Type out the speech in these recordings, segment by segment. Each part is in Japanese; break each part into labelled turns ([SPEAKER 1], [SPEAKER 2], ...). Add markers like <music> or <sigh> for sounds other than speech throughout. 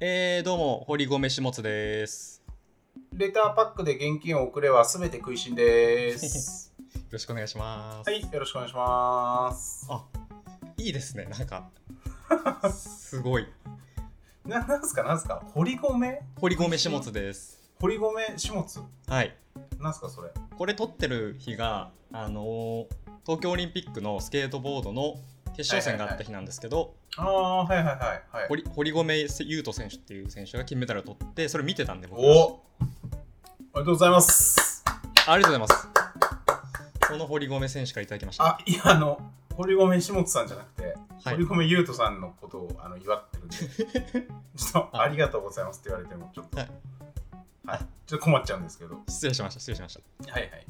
[SPEAKER 1] えー、どうも、堀米下津です。
[SPEAKER 2] レターパックで現金を送れはすべて食いしん <laughs> です。
[SPEAKER 1] よろしくお願いします。
[SPEAKER 2] はい、よろしくお願いします。
[SPEAKER 1] あ、いいですね、なんか。すごい。
[SPEAKER 2] ななんすかなんすか堀米
[SPEAKER 1] 堀米下津です。
[SPEAKER 2] 堀米下津
[SPEAKER 1] はい。
[SPEAKER 2] なんすかそれ
[SPEAKER 1] これ撮ってる日が、あのー東京オリンピックのスケートボードの決勝戦があった日なんですけど、
[SPEAKER 2] ああ、はいはいはい。はい、
[SPEAKER 1] 堀堀米雄斗選手っていう選手が金メダルを取って、それ見てたんで、僕
[SPEAKER 2] おおおめでとうございます。
[SPEAKER 1] ありがとうございます。その堀米選手からいただきました。
[SPEAKER 2] あ、いや、あの、堀米下津さんじゃなくて、
[SPEAKER 1] はい
[SPEAKER 2] 堀米優斗さんのことをあの祝ってる <laughs> んで、ちょっとありがとうございますって言われても、ちょっと、
[SPEAKER 1] は
[SPEAKER 2] はいい、ちょっと困っちゃうんですけど、は
[SPEAKER 1] 失礼しました、失礼しました。
[SPEAKER 2] いはいはい。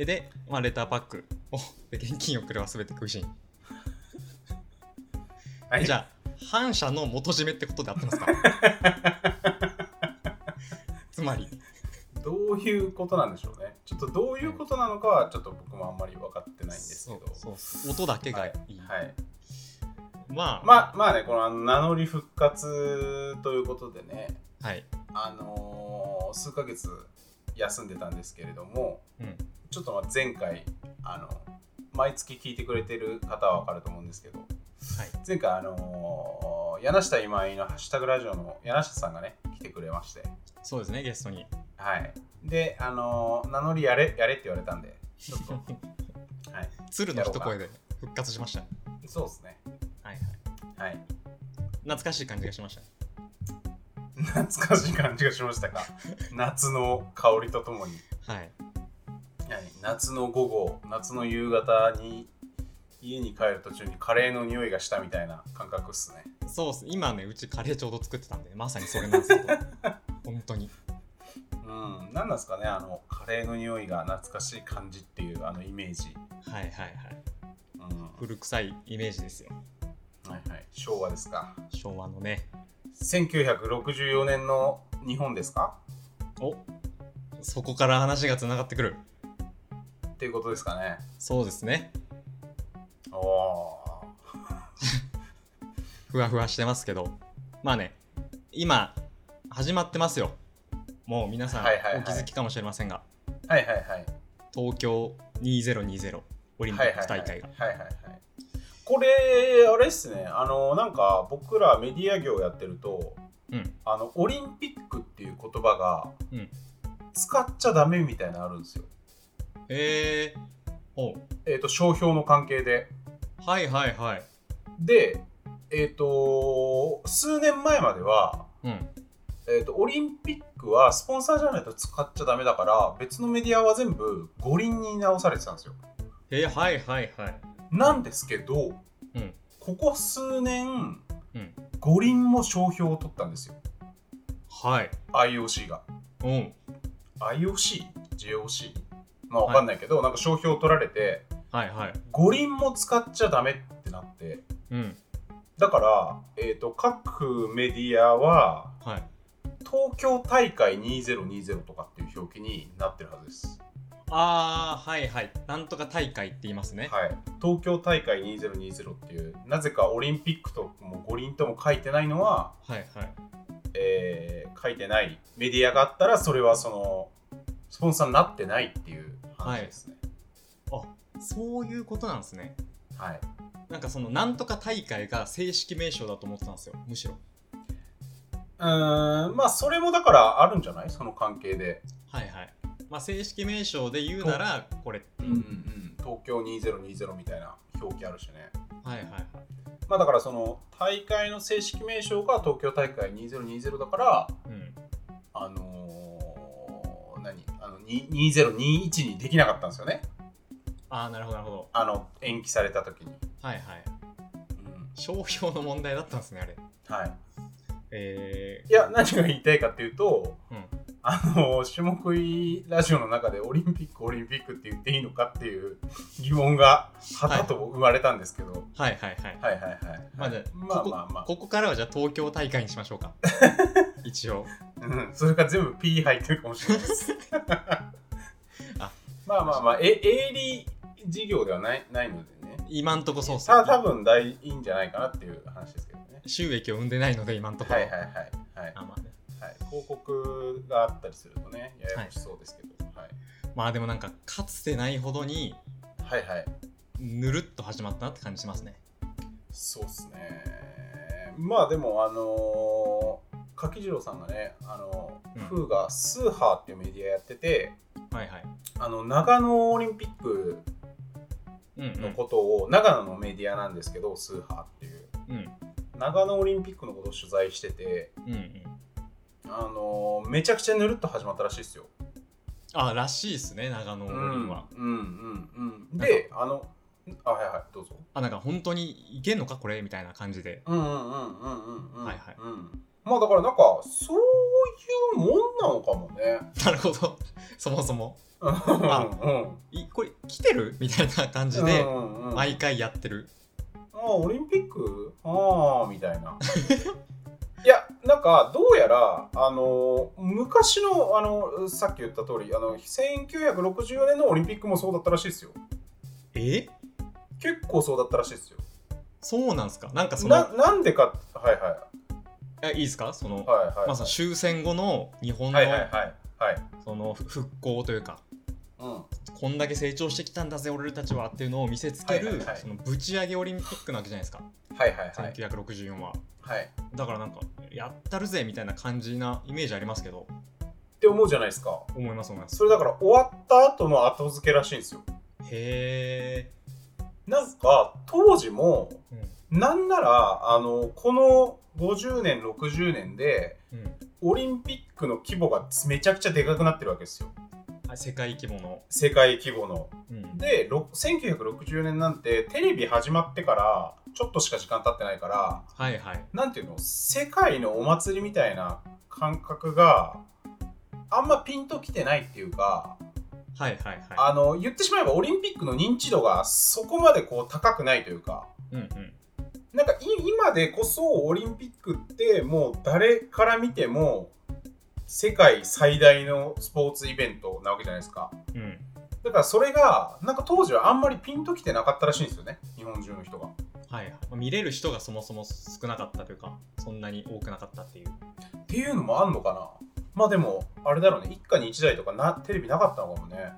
[SPEAKER 1] えで、まあ、レターパックをで現金をくれはすべて食いしん。
[SPEAKER 2] はい、
[SPEAKER 1] じゃあ反社の元締めってことで合って
[SPEAKER 2] <laughs>
[SPEAKER 1] ますかつまり
[SPEAKER 2] どういうことなんでしょうね。ちょっとどういうことなのかは、ちょっと僕もあんまり分かってないんですけど。
[SPEAKER 1] そうそう音だけがいい、
[SPEAKER 2] はい、
[SPEAKER 1] まあ、
[SPEAKER 2] まあまあね、このあの名乗り復活ということでね、
[SPEAKER 1] はい、
[SPEAKER 2] あのー数ヶ月休んでたんですけれども、
[SPEAKER 1] うん
[SPEAKER 2] ちょっとまあ前回、あの毎月聞いてくれてる方は分かると思うんですけど、前回、あのー柳下今井のハッシュタグラジオの柳下さんがね、来てくれまして、
[SPEAKER 1] そうですねゲストに
[SPEAKER 2] はい。で、あのー名乗りやれやれって言われたんで、ち
[SPEAKER 1] <laughs>
[SPEAKER 2] ょっと、はい、
[SPEAKER 1] 鶴の一声で復活しました
[SPEAKER 2] そうですね。
[SPEAKER 1] はいはい
[SPEAKER 2] はい。
[SPEAKER 1] 懐かしい感じがしました
[SPEAKER 2] 懐かしい感じがしました <laughs> か。夏の香りとともに、
[SPEAKER 1] はい
[SPEAKER 2] はい、夏の午後、夏の夕方に家に帰る途中にカレーの匂いがしたみたいな感覚っすね。
[SPEAKER 1] そうっす今ねうちカレーちょうど作ってたんでまさにそれなんです
[SPEAKER 2] <laughs>
[SPEAKER 1] けど本当に
[SPEAKER 2] うん、なんなんですかね、あのカレーの匂いが懐かしい感じっていうあのイメージ。
[SPEAKER 1] はいはいはい
[SPEAKER 2] うん、は
[SPEAKER 1] 古臭いイメージですよ
[SPEAKER 2] いはい、昭和ですか。
[SPEAKER 1] 昭和のね
[SPEAKER 2] 1964年の日本ですか
[SPEAKER 1] おそこから話がつながってくる
[SPEAKER 2] っていうことですかね。
[SPEAKER 1] そうですね
[SPEAKER 2] おお
[SPEAKER 1] ふわふわしてますけどまあね今始まってますよもう皆さん
[SPEAKER 2] はいはいはい
[SPEAKER 1] お気づきかもしれませんが、
[SPEAKER 2] ー。はいはいはい。
[SPEAKER 1] 東京2020オリンピ
[SPEAKER 2] はい
[SPEAKER 1] ッ
[SPEAKER 2] はい
[SPEAKER 1] ク
[SPEAKER 2] はい
[SPEAKER 1] 大会が
[SPEAKER 2] はいはいはいこれあれっすねあのなんか僕らメディア業やってると
[SPEAKER 1] うん
[SPEAKER 2] あのオリンピックっていう言葉が、
[SPEAKER 1] うん
[SPEAKER 2] 使っちゃダメみたいなのあるんですよ
[SPEAKER 1] えー、おう
[SPEAKER 2] えっ、と商標の関係で
[SPEAKER 1] はいはいはい
[SPEAKER 2] でえっ、と数年前までは
[SPEAKER 1] うん
[SPEAKER 2] えー、とオリンピックはスポンサーじゃないと使っちゃダメだから別のメディアは全部五輪に直されてたんですよ
[SPEAKER 1] えー、はいはいはい
[SPEAKER 2] なんですけど、
[SPEAKER 1] うん
[SPEAKER 2] ここ数年、
[SPEAKER 1] うん
[SPEAKER 2] 五輪も商標を取ったんですよ
[SPEAKER 1] はい
[SPEAKER 2] IOC が
[SPEAKER 1] うん
[SPEAKER 2] IOC?JOC? まあわかんないけど、なんか商標取られて
[SPEAKER 1] はいはい
[SPEAKER 2] 五輪も使っちゃダメってなって
[SPEAKER 1] うん
[SPEAKER 2] だから、えー、と各メディアは
[SPEAKER 1] はい
[SPEAKER 2] 東京大会2020とかっていう表記になってるはずです、
[SPEAKER 1] あーはいはいなんとか大会って言いますね、
[SPEAKER 2] はい、東京大会2020っていうなぜかオリンピックとも五輪とも書いてないのは、
[SPEAKER 1] はい、はい
[SPEAKER 2] えー書いてないメディアがあったらそれはそのスポンサーになってないっていう話ですね
[SPEAKER 1] そういうことなんですね
[SPEAKER 2] はい
[SPEAKER 1] なんかそのなんとか大会が正式名称だと思ってたんですよむしろ
[SPEAKER 2] うーんまあそれもだからあるんじゃないその関係で、
[SPEAKER 1] はいはい。まあ、正式名称で言うなら、これ。
[SPEAKER 2] 東京2020みたいな表記あるしね
[SPEAKER 1] はいはいはい。
[SPEAKER 2] まあだからその大会の正式名称が東京大会2020だから
[SPEAKER 1] うん。
[SPEAKER 2] あのー何あのに2021にできなかったんですよね
[SPEAKER 1] ああ、なるほどなるほど。
[SPEAKER 2] あの延期された時に、
[SPEAKER 1] はいはい。商標の問題だったんですね、あれ。
[SPEAKER 2] はい
[SPEAKER 1] えー、
[SPEAKER 2] いや、何が言いたいかっていうと、
[SPEAKER 1] うん
[SPEAKER 2] あの下食いラジオの中でオリンピックオリンピックって言っていいのかっていう疑問が旗と生まれたんですけど、
[SPEAKER 1] はいはいはい。
[SPEAKER 2] はい、はいはいはい
[SPEAKER 1] まあじゃあ
[SPEAKER 2] まあ
[SPEAKER 1] ここ
[SPEAKER 2] まあまあ
[SPEAKER 1] ここからはじゃあ東京大会にしましょう
[SPEAKER 2] <laughs>
[SPEAKER 1] か。一応。
[SPEAKER 2] うん、それが全部 P 入ってるかもしれないです
[SPEAKER 1] <laughs> あ
[SPEAKER 2] まあまあまあえ営利事業ではないないのでね
[SPEAKER 1] 今んとこそうっすね
[SPEAKER 2] た多分大いいんじゃないかなっていう話ですけどね
[SPEAKER 1] 収益を生んでないので今のとこ
[SPEAKER 2] は
[SPEAKER 1] ろ
[SPEAKER 2] いはいはいはい、
[SPEAKER 1] あまあね
[SPEAKER 2] はい、広告があったりするとねややこしそうですけど、はい、
[SPEAKER 1] まあでもなんかかつてないほどに
[SPEAKER 2] はいはい
[SPEAKER 1] ぬるっと始まったなって感じしますね
[SPEAKER 2] そうっすねまあでもあのー柿次郎さんがね、あの
[SPEAKER 1] うん
[SPEAKER 2] ーフーがスーハーっていうメディアやってて
[SPEAKER 1] はいはい
[SPEAKER 2] あの長野オリンピック
[SPEAKER 1] うんうん
[SPEAKER 2] のことを、長野のメディアなんですけどスーハーっていう
[SPEAKER 1] うん
[SPEAKER 2] 長野オリンピックのことを取材してて、
[SPEAKER 1] うんうん
[SPEAKER 2] あのーめちゃくちゃぬるっと始まったらしいですよ。
[SPEAKER 1] あらしいですね長野
[SPEAKER 2] う
[SPEAKER 1] 五
[SPEAKER 2] ん
[SPEAKER 1] 輪は、
[SPEAKER 2] うんうんうん、であのあはいはいどうぞ。
[SPEAKER 1] あなんか本当にいけんのかこれみたいな感じで <laughs>
[SPEAKER 2] うんうんうんうんうんうん、
[SPEAKER 1] はいはい
[SPEAKER 2] うん、まあだからなんかそういうもんなのかもね。
[SPEAKER 1] なるほど <laughs> そもそも
[SPEAKER 2] <laughs> うんうん
[SPEAKER 1] いこれ来てるみたいな感じで
[SPEAKER 2] うんうんうん、あ
[SPEAKER 1] 毎回やってる
[SPEAKER 2] あオリンピックああみたいないやなんかどうやらあの昔のあのさっき言った通りあの1964年のオリンピックもそうだったらしいですよ
[SPEAKER 1] え
[SPEAKER 2] 結構そうだったらしいですよ
[SPEAKER 1] そうなんすかなんかその
[SPEAKER 2] ななんでかはいはい
[SPEAKER 1] あいいですかその、
[SPEAKER 2] はいはい
[SPEAKER 1] まあその終戦後の日本の,、
[SPEAKER 2] はいはいはいはい
[SPEAKER 1] そのふ復興というか
[SPEAKER 2] うん
[SPEAKER 1] こんだけ成長してきたんだぜ俺たちはっていうのを見せつける、
[SPEAKER 2] はいはいはい
[SPEAKER 1] そのぶち上げオリンピックなわけじゃないですか、
[SPEAKER 2] はいはいはい
[SPEAKER 1] 1964は
[SPEAKER 2] はい
[SPEAKER 1] だからなんかやったるぜみたいな感じなイメージありますけど
[SPEAKER 2] って思うじゃないですか
[SPEAKER 1] 思います思います
[SPEAKER 2] それだから終わった後の後付けらしいんですよ
[SPEAKER 1] へえ、
[SPEAKER 2] なんか当時も
[SPEAKER 1] う
[SPEAKER 2] なんならあのこの50年60年で
[SPEAKER 1] んうん
[SPEAKER 2] オリンピックの規模がめちゃくちゃでかくなってるわけですよ
[SPEAKER 1] あ、世界規模の、
[SPEAKER 2] 世界規模の
[SPEAKER 1] うん、
[SPEAKER 2] でろ1960年なんてテレビ始まってからちょっとしか時間経ってないから
[SPEAKER 1] はいはい
[SPEAKER 2] なんていうの世界のお祭りみたいな感覚があんまピンときてないっていうか
[SPEAKER 1] はいはいは
[SPEAKER 2] あの言ってしまえばオリンピックの認知度がそこまでこう高くないというか
[SPEAKER 1] いうんうん
[SPEAKER 2] なんかい今でこそオリンピックってもう誰から見ても世界最大のスポーツイベントなわけじゃないですか
[SPEAKER 1] うん
[SPEAKER 2] だからそれがなんか当時はあんまりピンときてなかったらしいんですよね日本中の人が
[SPEAKER 1] はいはいまあ見れる人がそもそも少なかったというかそんなに多くなかったっていう
[SPEAKER 2] っていうのもあんのかなまあでもあれだろうね一家に一台とかなテレビなかったのかもね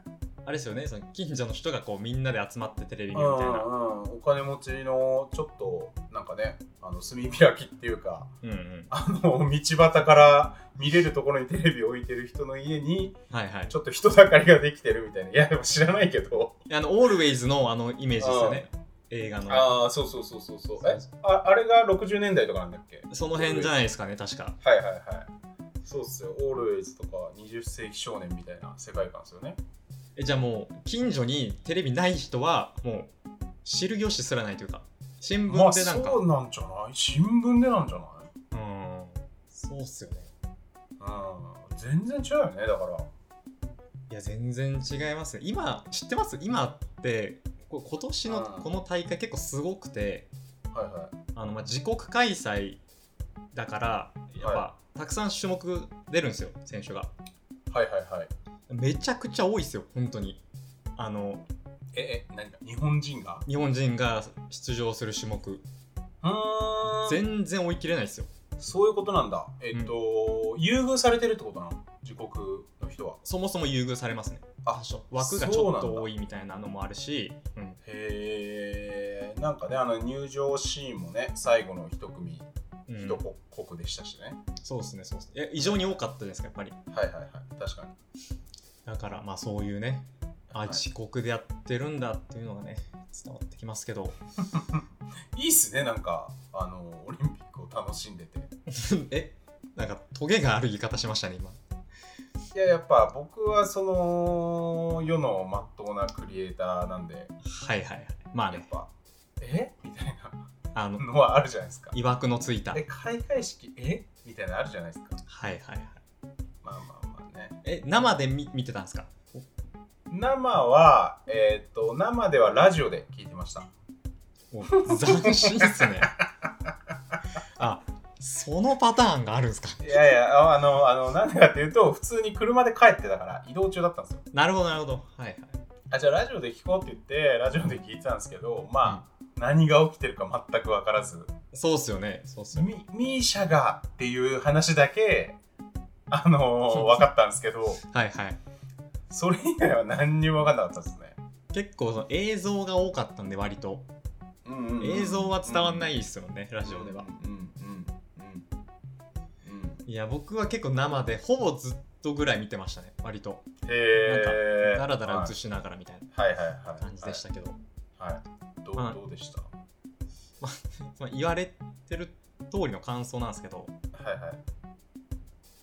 [SPEAKER 1] あれですよねその近所の人がこうみんなで集まってテレビ
[SPEAKER 2] う
[SPEAKER 1] 見るみたい
[SPEAKER 2] ん
[SPEAKER 1] な
[SPEAKER 2] うんお金持ちのちょっとなんかねあの炭開きっていうか <laughs>
[SPEAKER 1] うんうん
[SPEAKER 2] あの道端から見れるところにテレビ置いてる人の家に
[SPEAKER 1] はいはい
[SPEAKER 2] ちょっと人だかりができてるみたいな。いや、でも知らないけど。
[SPEAKER 1] あのオールウェイズのあのイメージですよね映画の
[SPEAKER 2] ああ、そうそうそうそうそう。えああれが60年代とかなんだっけ
[SPEAKER 1] その辺じゃないですかね確か
[SPEAKER 2] はいはいはい。そうっすよ。オールウェイズとか20世紀少年みたいな世界観ですよね。
[SPEAKER 1] えじゃあもう近所にテレビない人はもう知る由すらないというか新
[SPEAKER 2] まあ
[SPEAKER 1] 聞でなんか、
[SPEAKER 2] そうなんじゃない新聞でなんじゃない
[SPEAKER 1] うんそうっすよね
[SPEAKER 2] うん。全然違うよね、だから。
[SPEAKER 1] いや全然違いますね今知ってます今ってこ今年の
[SPEAKER 2] うん
[SPEAKER 1] この大会結構すごくて
[SPEAKER 2] はいはい。
[SPEAKER 1] あのまあ自国開催だからやっぱ、
[SPEAKER 2] は
[SPEAKER 1] たくさん種目出るんですよ選手が
[SPEAKER 2] はいはいはい。
[SPEAKER 1] めちゃくちゃ多いですよ本当にあの
[SPEAKER 2] え、え、何か日本人が
[SPEAKER 1] 日本人が出場する種目
[SPEAKER 2] うーん。
[SPEAKER 1] 全然追い切れないですよ
[SPEAKER 2] そういうことなんだ。えっと、優遇されてるってことなの自国の人は。
[SPEAKER 1] そもそも優遇されますね
[SPEAKER 2] あ
[SPEAKER 1] 枠がちょっ
[SPEAKER 2] そうなん
[SPEAKER 1] と
[SPEAKER 2] だ
[SPEAKER 1] 多いみたいなのもあるし、うん
[SPEAKER 2] へえんかねあの入場シーンもね最後の一組
[SPEAKER 1] うん
[SPEAKER 2] 一国国でしたしね、
[SPEAKER 1] そうですねそうですねいや異常に多かったじゃないですかやっぱり
[SPEAKER 2] はいはいはい確かに
[SPEAKER 1] だからまあそういうねあ
[SPEAKER 2] はい
[SPEAKER 1] 自国でやってるんだっていうのがね伝わってきますけど <laughs>
[SPEAKER 2] いいっすねなんかあのオリンピックを楽しんでて
[SPEAKER 1] えなんかトゲがある言い方しましたね今
[SPEAKER 2] いややっぱ僕はその世のまっとうなクリエイターなんで
[SPEAKER 1] はいはいはいまあ
[SPEAKER 2] やっ
[SPEAKER 1] ね
[SPEAKER 2] ぱえみたい
[SPEAKER 1] あの
[SPEAKER 2] なのはあるじゃないですか
[SPEAKER 1] いわくのついたは
[SPEAKER 2] え
[SPEAKER 1] い
[SPEAKER 2] 開会式えみたいなのあるじゃないですか
[SPEAKER 1] はいはい
[SPEAKER 2] まあまあまあね
[SPEAKER 1] え生で見見てたんですか
[SPEAKER 2] 生はえっ、と生ではラジオで聞いてました
[SPEAKER 1] もう斬新っす
[SPEAKER 2] <laughs>
[SPEAKER 1] ねあそのパターンがあるんですか
[SPEAKER 2] いやいや、ああの、あの、なんでかっていうと、普通に車で帰ってたから、移動中だったんですよ。
[SPEAKER 1] なるほどなるほどはいはい
[SPEAKER 2] あ、じゃあラジオで聞こうって言って、ラジオで聞いてたんですけど、まあ、何が起きてるか全く分からず、
[SPEAKER 1] そうっすよね。そうっすよね。
[SPEAKER 2] ミミーシャがっていう話だけ、あの <laughs> ー、分かったんですけど、
[SPEAKER 1] はいはい。
[SPEAKER 2] それ以外は何にも分かんなかったですね。
[SPEAKER 1] 結構その映像が多かったんで割と
[SPEAKER 2] うんうんうん
[SPEAKER 1] 映像は伝わんないですよね、ラジオでは。
[SPEAKER 2] うんうんうんうんうん
[SPEAKER 1] いや僕は結構生でほぼずっとぐらい見てましたね割と
[SPEAKER 2] へえ。
[SPEAKER 1] ダラダラ
[SPEAKER 2] は
[SPEAKER 1] 映
[SPEAKER 2] い
[SPEAKER 1] しながらみたい
[SPEAKER 2] はいはいは。
[SPEAKER 1] ない感じでしたけど、
[SPEAKER 2] はい。はい。どう
[SPEAKER 1] はい
[SPEAKER 2] どうでした
[SPEAKER 1] まあ、言われてる通りの感想なんですけど
[SPEAKER 2] はいは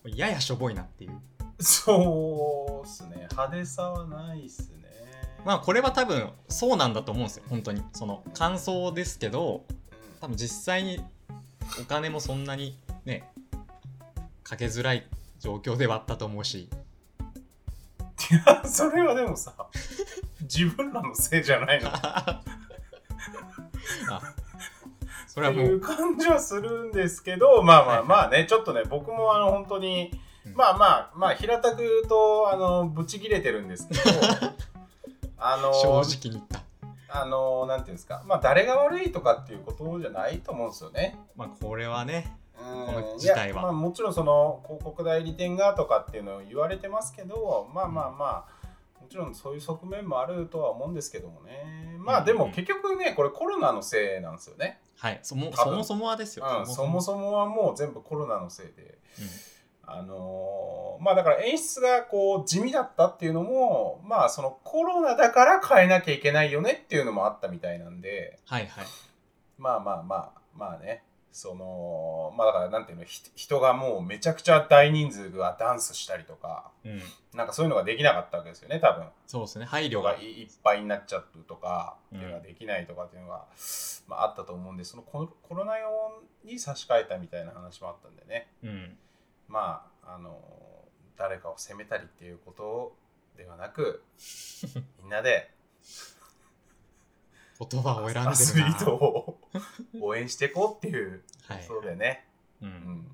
[SPEAKER 2] い。
[SPEAKER 1] ややしょぼいなっていう
[SPEAKER 2] そうっすね。派手さはないっすね。
[SPEAKER 1] まあこれは多分そうなんだと思うんですよ本当にその感想ですけど
[SPEAKER 2] うん
[SPEAKER 1] 多分実際にお金もそんなにねかけづらい状況ではあったと思うし
[SPEAKER 2] いや <laughs> それはでもさ自分らのせいじゃないのっ
[SPEAKER 1] あそ
[SPEAKER 2] て
[SPEAKER 1] れはも
[SPEAKER 2] いうう感じはするんですけどまあまあまあねちょっとね僕もあの本当に
[SPEAKER 1] うん
[SPEAKER 2] まあまあまあ平たく言うとあのブチ切れてるんですけ
[SPEAKER 1] <laughs>
[SPEAKER 2] どあの
[SPEAKER 1] 正直に言った、
[SPEAKER 2] あのなんていうんですかまあ誰が悪いとかっていうことじゃないと思うんですよね。
[SPEAKER 1] まあ、これはね
[SPEAKER 2] うん
[SPEAKER 1] この事態はい
[SPEAKER 2] やまあ、もちろんその広告代理店がとかっていうのを言われてますけどまあまあまあもちろんそういう側面もあるとは思うんですけどもねまあでも結局ねこれコロナのせいなんですよね、
[SPEAKER 1] はいそも
[SPEAKER 2] 多
[SPEAKER 1] そ
[SPEAKER 2] 分
[SPEAKER 1] もそもはですよ、
[SPEAKER 2] うん、そもそもはもう全部コロナのせいで、
[SPEAKER 1] うん
[SPEAKER 2] あのーまあだから演出がこう地味だったっていうのもまあそのコロナだから変えなきゃいけないよねっていうのもあったみたいなんで
[SPEAKER 1] はいはい
[SPEAKER 2] まあまあまあまあねそのまあだからなんていうのひ人がもうめちゃくちゃ大人数がダンスしたりとか
[SPEAKER 1] うん
[SPEAKER 2] なんかそういうのができなかったわけですよね多分
[SPEAKER 1] そうですね配慮
[SPEAKER 2] 人
[SPEAKER 1] が
[SPEAKER 2] がいいっぱいになっちゃうとか、
[SPEAKER 1] うん
[SPEAKER 2] っていうのができないとかっていうのが、まあ、あったと思うんでそのコロコロナ用に差し替えたみたいな話もあったんでね
[SPEAKER 1] うん
[SPEAKER 2] まああの誰かを責めたりっていうことではな
[SPEAKER 1] <laughs>
[SPEAKER 2] くみんなで
[SPEAKER 1] 言葉を選んでるな
[SPEAKER 2] アスリートを応援していこうっていう、
[SPEAKER 1] はい
[SPEAKER 2] そうだよね
[SPEAKER 1] うん
[SPEAKER 2] うん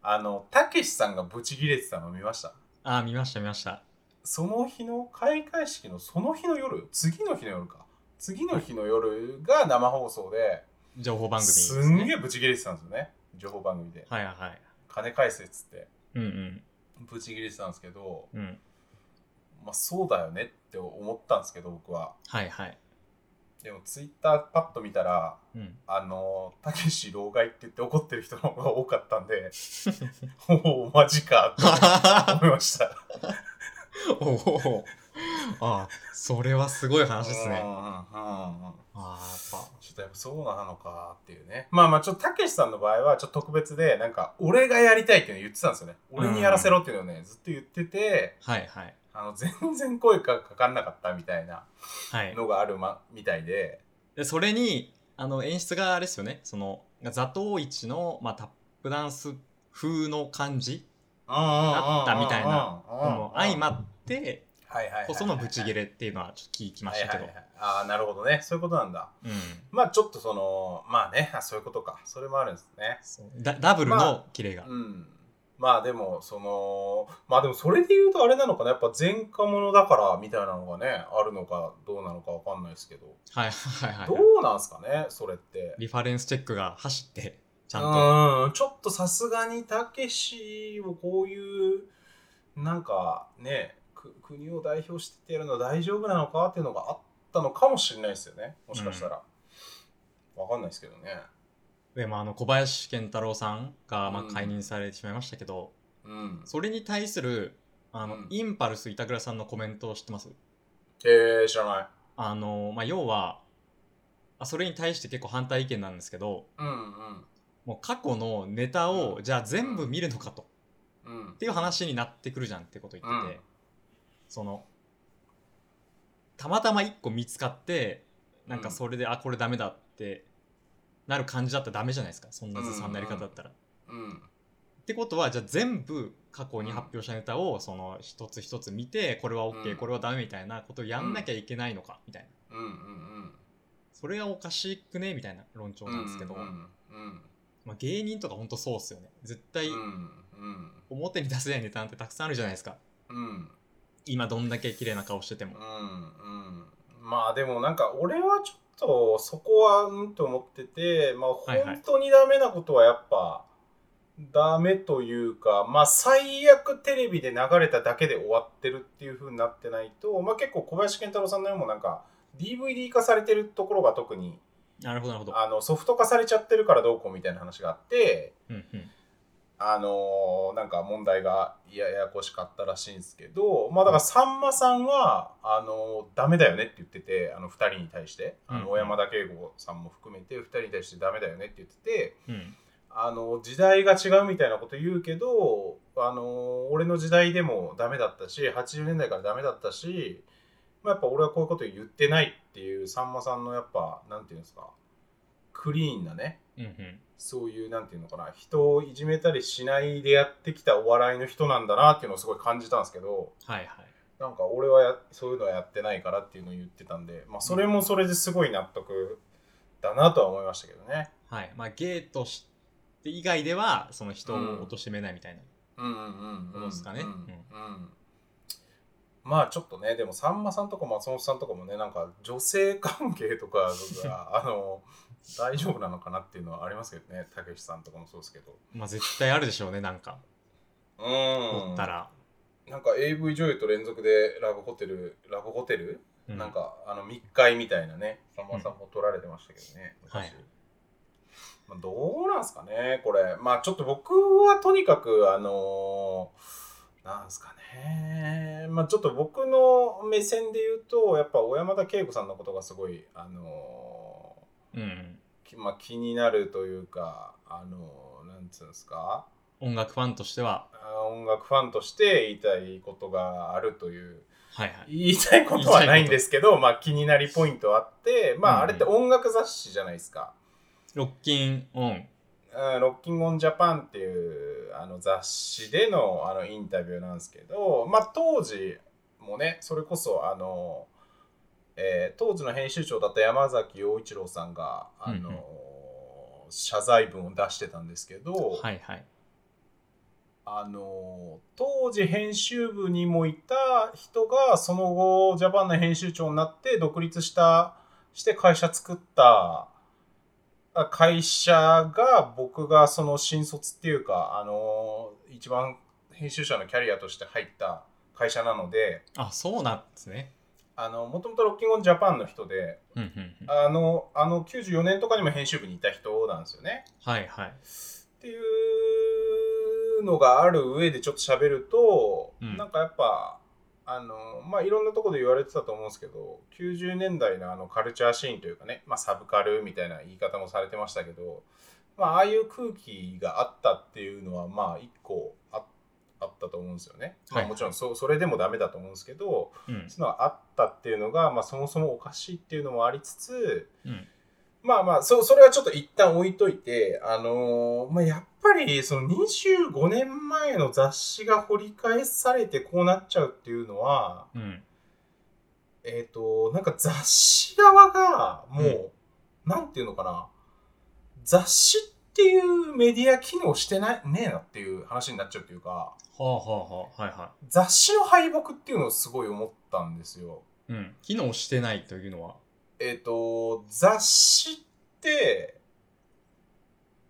[SPEAKER 2] あのたけしさんがブチギレてたの見ました
[SPEAKER 1] ああ見ました見ました
[SPEAKER 2] その日の開会式のその日の夜次の日の夜か次の日の夜が生放送で
[SPEAKER 1] 情報番組ですす
[SPEAKER 2] ん
[SPEAKER 1] ね
[SPEAKER 2] げえブチギレてたんですよね情報番組で
[SPEAKER 1] はいはいはい
[SPEAKER 2] 金返せっつって
[SPEAKER 1] うんうん
[SPEAKER 2] ブチギレてたんですけど
[SPEAKER 1] うん
[SPEAKER 2] まあそうだよねって思ったんですけど僕は
[SPEAKER 1] はいはい
[SPEAKER 2] でもツイッターパッと見たら <laughs>
[SPEAKER 1] うん
[SPEAKER 2] あのたけし老害って言って怒ってる人の方が多かったん
[SPEAKER 1] <laughs>
[SPEAKER 2] でおおマジかって思いました
[SPEAKER 1] おおああそれはすごい話です
[SPEAKER 2] う
[SPEAKER 1] ね
[SPEAKER 2] んうんうんうん
[SPEAKER 1] ああやっ
[SPEAKER 2] ちょっとやっぱそうなのかっていうね。まあまあ、ちょっとたけしさんの場合は、ちょっと特別で、なんか、俺がやりたいっていうの言ってたんですよね。俺にやらせろっていうのをね、ずっと言ってて、
[SPEAKER 1] ぱはいはい
[SPEAKER 2] あの、全然声がかかんなかったみたいな
[SPEAKER 1] はい
[SPEAKER 2] のがある、ま、みたいで、
[SPEAKER 1] でそれにあの演出があれですよねその座頭市の、まあ、タップダンス風の感じ
[SPEAKER 2] あ
[SPEAKER 1] ったみたいな
[SPEAKER 2] うんうんうん
[SPEAKER 1] も相まって
[SPEAKER 2] はいはいはいはい
[SPEAKER 1] こそのブチギレっていうのはちょっと聞きましたけど、
[SPEAKER 2] はいはいはいああ、なるほどね。そういうことなんだ。
[SPEAKER 1] うん
[SPEAKER 2] まあ、ちょっとその、まあね、あそういうことか。それもあるんですね。
[SPEAKER 1] そうダダブルのキレが、
[SPEAKER 2] うん、まあでもそのまあでもそれで言うとあれなのかなやっぱ前科者だからみたいなのがねあるのかどうなのかわかんないですけど、
[SPEAKER 1] はいはいはい
[SPEAKER 2] ど
[SPEAKER 1] はいう
[SPEAKER 2] なんすかねそれって。
[SPEAKER 1] リファレンスチェックが走ってちゃんと
[SPEAKER 2] うんちょっとさすがにたけしをこういうなんかねく国を代表してやるのは大丈夫なのかっていうのがあったのかもしれないですよねもしかしたら、わかんないですけどね。
[SPEAKER 1] でもあの小林健太郎さんがまあ
[SPEAKER 2] うん
[SPEAKER 1] 解任されてしまいましたけど、
[SPEAKER 2] うん、
[SPEAKER 1] それに対するあの、
[SPEAKER 2] うん
[SPEAKER 1] インパルス板倉さんのコメントを知ってます
[SPEAKER 2] えー、知らない。
[SPEAKER 1] あの、まあ、要はあそれに対して結構反対意見なんですけど
[SPEAKER 2] うんうん
[SPEAKER 1] もう過去のネタを
[SPEAKER 2] うん
[SPEAKER 1] じゃあ全部見るのかと、
[SPEAKER 2] うん
[SPEAKER 1] っていう話になってくるじゃんってこと言ってて、
[SPEAKER 2] うん
[SPEAKER 1] そのたまたま1個見つかってなんか
[SPEAKER 2] うん
[SPEAKER 1] それで、あこれダメだってなる感じだったらダメじゃないですかそんなずさんなやり方だったら。
[SPEAKER 2] うん
[SPEAKER 1] ってことはじゃあ全部過去に発表したネタをその一つ一つ見てこれは OK、
[SPEAKER 2] うん
[SPEAKER 1] これはダメみたいなことをやんなきゃいけないのかみたいな
[SPEAKER 2] うんうんうん
[SPEAKER 1] それがおかしくねみたいな論調なんですけど、
[SPEAKER 2] うんうん
[SPEAKER 1] まあ、芸人とかほんとそうっすよね絶対
[SPEAKER 2] うんうん
[SPEAKER 1] 表に出せないネタなんてたくさんあるじゃないですか
[SPEAKER 2] うん
[SPEAKER 1] 今どんだけ綺麗な顔してても
[SPEAKER 2] うんうんまあでもなんか俺はちょっとそこはうんと思ってて、まあ、
[SPEAKER 1] はいはい
[SPEAKER 2] 本当にダメなことはやっぱダメというか、まあ、最悪テレビで流れただけで終わってるっていう風になってないと、まあ、結構小林健太郎さんの絵もなんか DVD 化されてるところが特に
[SPEAKER 1] なるほど、なるほど。
[SPEAKER 2] あのソフト化されちゃってるからどうこうみたいな話があって
[SPEAKER 1] うんうん。
[SPEAKER 2] あのーなんか問題がややこしかったらしいんですけど、まあだからさんまさんは、あのーダメだよねって言ってて、あの2人に対して、あ
[SPEAKER 1] うんう
[SPEAKER 2] の
[SPEAKER 1] ん
[SPEAKER 2] 小山田圭吾さんも含めて2人に対してダメだよねって言ってて、
[SPEAKER 1] うん。
[SPEAKER 2] あのー時代が違うみたいなこと言うけど、あのー俺の時代でもダメだったし、80年代からダメだったし、まあ、やっぱ俺はこういうこと言ってないっていうさんまさんのやっぱ、なんていうんですか、クリーンなね、
[SPEAKER 1] うんうん。
[SPEAKER 2] そういう、なんていうのかな、人をいじめたりしないでやってきたお笑いの人なんだなっていうのをすごい感じたんですけど、
[SPEAKER 1] はいはい。
[SPEAKER 2] なんか俺はやそういうのはやってないからっていうのを言ってたんで、まあそれもそれですごい納得だなとは思いましたけどね。
[SPEAKER 1] はい。まあ、ゲーとして以外では、その人を貶めないみたいな。
[SPEAKER 2] うんうん
[SPEAKER 1] うんうんですかね
[SPEAKER 2] う
[SPEAKER 1] うんん
[SPEAKER 2] まあちょっとね、でもさんまさんとか松本さんとかもね、なんか女性関係とか <laughs> が、あの、大丈夫なのかなっていうのはありますけどね、たけしさんとかもそうですけど。
[SPEAKER 1] まあ、絶対あるでしょうね、なんか。
[SPEAKER 2] う
[SPEAKER 1] おったら。
[SPEAKER 2] なんか AV 女優と連続でラブホテル、ラブホテル、
[SPEAKER 1] う
[SPEAKER 2] なん。かあの密会みたいなね、さんまさんも撮られてましたけどね、
[SPEAKER 1] はい
[SPEAKER 2] 昔まあ、どうなんすかね、これ。まあちょっと僕はとにかく、あのーなんすかね、まあちょっと僕の目線で言うと、やっぱ小山田圭吾さんのことがすごい、あのー
[SPEAKER 1] うんうん。
[SPEAKER 2] きまあ、気になるというか、あのーなんつうんですか、
[SPEAKER 1] 音楽ファンとしては、
[SPEAKER 2] あ音楽ファンとして言いたいことがあるという。
[SPEAKER 1] はいはい。
[SPEAKER 2] 言いたいことはないんですけど、まあ、気になりポイントあって、まあ、あれって音楽雑誌じゃないですか。
[SPEAKER 1] ロッキンオン。
[SPEAKER 2] うん、ロッキングオンジャパンっていうあの雑誌でのあのインタビューなんですけど、まあ、当時もねそれこそあの、えー当時の編集長だった山崎陽一郎さんがあの、
[SPEAKER 1] うんうん
[SPEAKER 2] 謝罪文を出してたんですけど、
[SPEAKER 1] はいはい。
[SPEAKER 2] あの当時編集部にもいた人がその後ジャパンの編集長になって独立したして会社作ったあ会社が僕がその新卒っていうかあの一番編集者のキャリアとして入った会社なので
[SPEAKER 1] あ、そうなんですね。
[SPEAKER 2] あのもともとロッキングオンジャパンの人で
[SPEAKER 1] うんうんうん。
[SPEAKER 2] あのあの94年とかにも編集部にいた人なんですよね。
[SPEAKER 1] はいはい。
[SPEAKER 2] っていうのがある上でちょっと喋ると、
[SPEAKER 1] うん
[SPEAKER 2] なんかやっぱあのまあいろんなとこで言われてたと思うんですけど90年代のあのカルチャーシーンというかね、まあ、サブカルみたいな言い方もされてましたけど、まあああいう空気があったっていうのはまあ一個ああったと思うんですよね。まあ、
[SPEAKER 1] はい
[SPEAKER 2] もちろんそそれでもダメだと思うんですけど、
[SPEAKER 1] うん。
[SPEAKER 2] そういうのがあったっていうのが、まあ、そもそもおかしいっていうのもありつつ、
[SPEAKER 1] うん
[SPEAKER 2] まあまあそそれはちょっと一旦置いといて、あのーまあ、やっぱりその25年前の雑誌が掘り返されてこうなっちゃうっていうのは、
[SPEAKER 1] うん。
[SPEAKER 2] えっ、となんか雑誌側がもう、なんていうのかな雑誌っていうメディア機能してないねえなっていう話になっちゃうっていうか
[SPEAKER 1] はあはあはあ。はいは
[SPEAKER 2] 雑誌の敗北っていうのをすごい思ったんですよ。
[SPEAKER 1] い。うん。機能してないというのは。
[SPEAKER 2] えっ、と、雑誌って、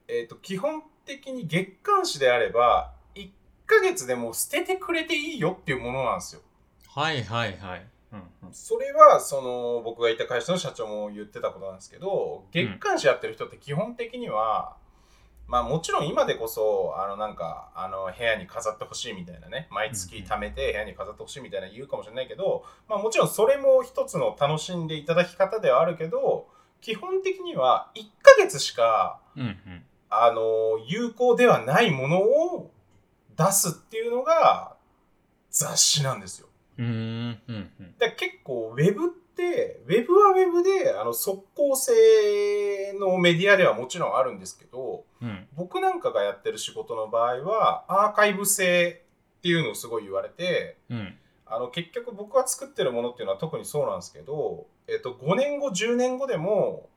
[SPEAKER 2] えっ、と、基本的に月刊誌であれば、1ヶ月でも捨ててくれていいよっていうものなんですよ。
[SPEAKER 1] はいはいはい。うんうん。
[SPEAKER 2] それは、その、僕がいた会社の社長も言ってたことなんですけど、月刊誌やってる人って基本的には、まあもちろん今でこそ、あのなんか、あの部屋に飾ってほしいみたいなね、毎月貯めて部屋に飾ってほしいみたいな言うかもしれないけど、まあもちろんそれも一つの楽しんでいただき方ではあるけど、基本的には1ヶ月しか、
[SPEAKER 1] うんうん。
[SPEAKER 2] あの、有効ではないものを出すっていうのが雑誌なんですよ。
[SPEAKER 1] うーん。うんうん。
[SPEAKER 2] だから結構ウェブってウェブはウェブであの即効性のメディアではもちろんあるんですけど
[SPEAKER 1] うん。
[SPEAKER 2] 僕なんかがやってる仕事の場合はアーカイブ性っていうのをすごい言われて
[SPEAKER 1] うん。
[SPEAKER 2] あの結局僕が作ってるものっていうのは特にそうなんですけど、えっと、5年後10年後でも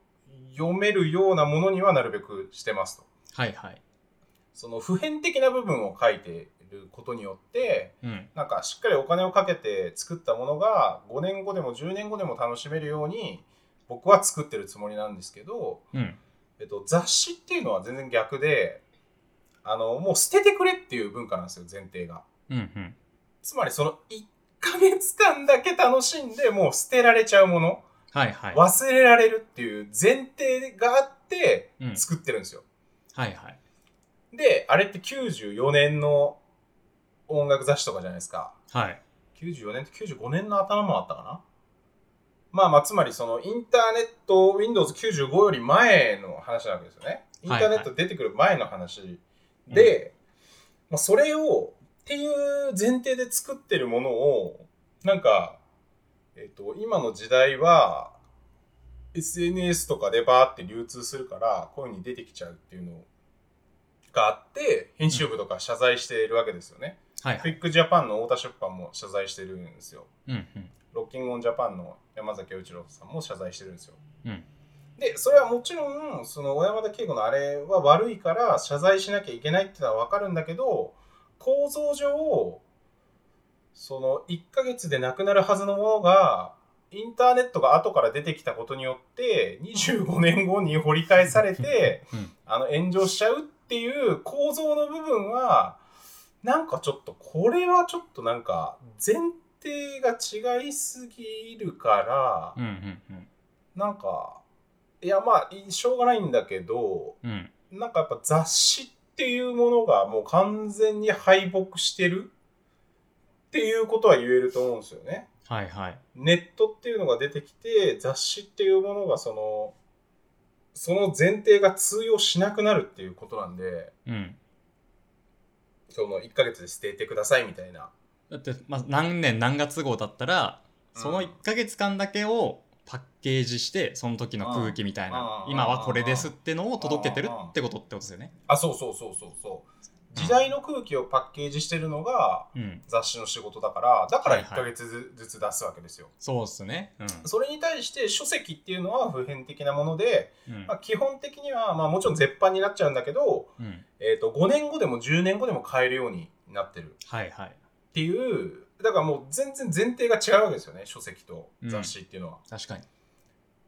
[SPEAKER 2] 読めるようなものにはなるべくしてますと。
[SPEAKER 1] はいはい。
[SPEAKER 2] その普遍的な部分を書いてることによって
[SPEAKER 1] うん。
[SPEAKER 2] なんかしっかりお金をかけて作ったものが5年後でも10年後でも楽しめるように僕は作ってるつもりなんですけど、
[SPEAKER 1] うん。
[SPEAKER 2] えっと、雑誌っていうのは全然逆であのもう捨ててくれっていう文化なんですよ前提が
[SPEAKER 1] うんうん。
[SPEAKER 2] つまりその1ヶ月間だけ楽しんでもう捨てられちゃうもの、
[SPEAKER 1] はいはい。
[SPEAKER 2] 忘れられるっていう前提があって
[SPEAKER 1] うん。
[SPEAKER 2] 作ってるんですよ、
[SPEAKER 1] はいはい。
[SPEAKER 2] であれって94年の音楽雑誌とかじゃないですか
[SPEAKER 1] はい。
[SPEAKER 2] 94年って95年の頭もあったかなまあまあつまりそのインターネット Windows95 より前の話なわけですよねインターネット出てくる前の話で、まあ、それをっていう前提で作ってるものをなんか、えっと今の時代は SNS とかでバーって流通するからこういうふうに出てきちゃうっていうのがあって編集部とか謝罪しているわけですよね、
[SPEAKER 1] はいは
[SPEAKER 2] ク
[SPEAKER 1] い。
[SPEAKER 2] イックジャパンの太田出版も謝罪してるんですよ。
[SPEAKER 1] うんうん。
[SPEAKER 2] ロッキングオンジャパンの山崎雄一郎さんも謝罪してるんですよ。
[SPEAKER 1] うん
[SPEAKER 2] で、それはもちろん、その小山田圭吾のあれは悪いから謝罪しなきゃいけないってのはわかるんだけど、構造上、その1ヶ月でなくなるはずのものが、インターネットが後から出てきたことによって、25年後に掘り返されて、
[SPEAKER 1] うん。
[SPEAKER 2] あの炎上しちゃうっていう構造の部分はなんかちょっとこれはちょっとなんか前提が違いすぎるか
[SPEAKER 1] う
[SPEAKER 2] ら
[SPEAKER 1] んうんうん。
[SPEAKER 2] なんかいやまあいしょうがないんだけど
[SPEAKER 1] うん。
[SPEAKER 2] なんかやっぱ雑誌っていうものがもう完全に敗北してるっていうことは言えると思うんですよね。
[SPEAKER 1] はいはい。
[SPEAKER 2] ネットっていうのが出てきて雑誌っていうものがそのその前提が通用しなくなるっていうことなんで。
[SPEAKER 1] うん。
[SPEAKER 2] その1ヶ月で捨ててくださいみたいな。
[SPEAKER 1] だって、まあ、何年何月号だったら、その
[SPEAKER 2] うん
[SPEAKER 1] 1ヶ月間だけをパッケージして、その時の空気みたいな、
[SPEAKER 2] うん
[SPEAKER 1] 今はこれですってのを届けてるってことってことですよね。
[SPEAKER 2] あ、そうそうそうそうそう。時代の空気をパッケージしてるのが
[SPEAKER 1] うん。
[SPEAKER 2] 雑誌の仕事だから、だから
[SPEAKER 1] はいはい
[SPEAKER 2] 1ヶ月ずずつ出すわけですよ。
[SPEAKER 1] そうっすね。うん。
[SPEAKER 2] それに対して書籍っていうのは普遍的なもので、
[SPEAKER 1] うん
[SPEAKER 2] まあ、基本的には、まあ、もちろん絶版になっちゃうんだけど、
[SPEAKER 1] うん。
[SPEAKER 2] えー、と5年後でも10年後でも買えるようになってる
[SPEAKER 1] はいはい。
[SPEAKER 2] っていうだからもう全然前提が違うわけですよね書籍と雑誌っていうのは。
[SPEAKER 1] 確かに。
[SPEAKER 2] っ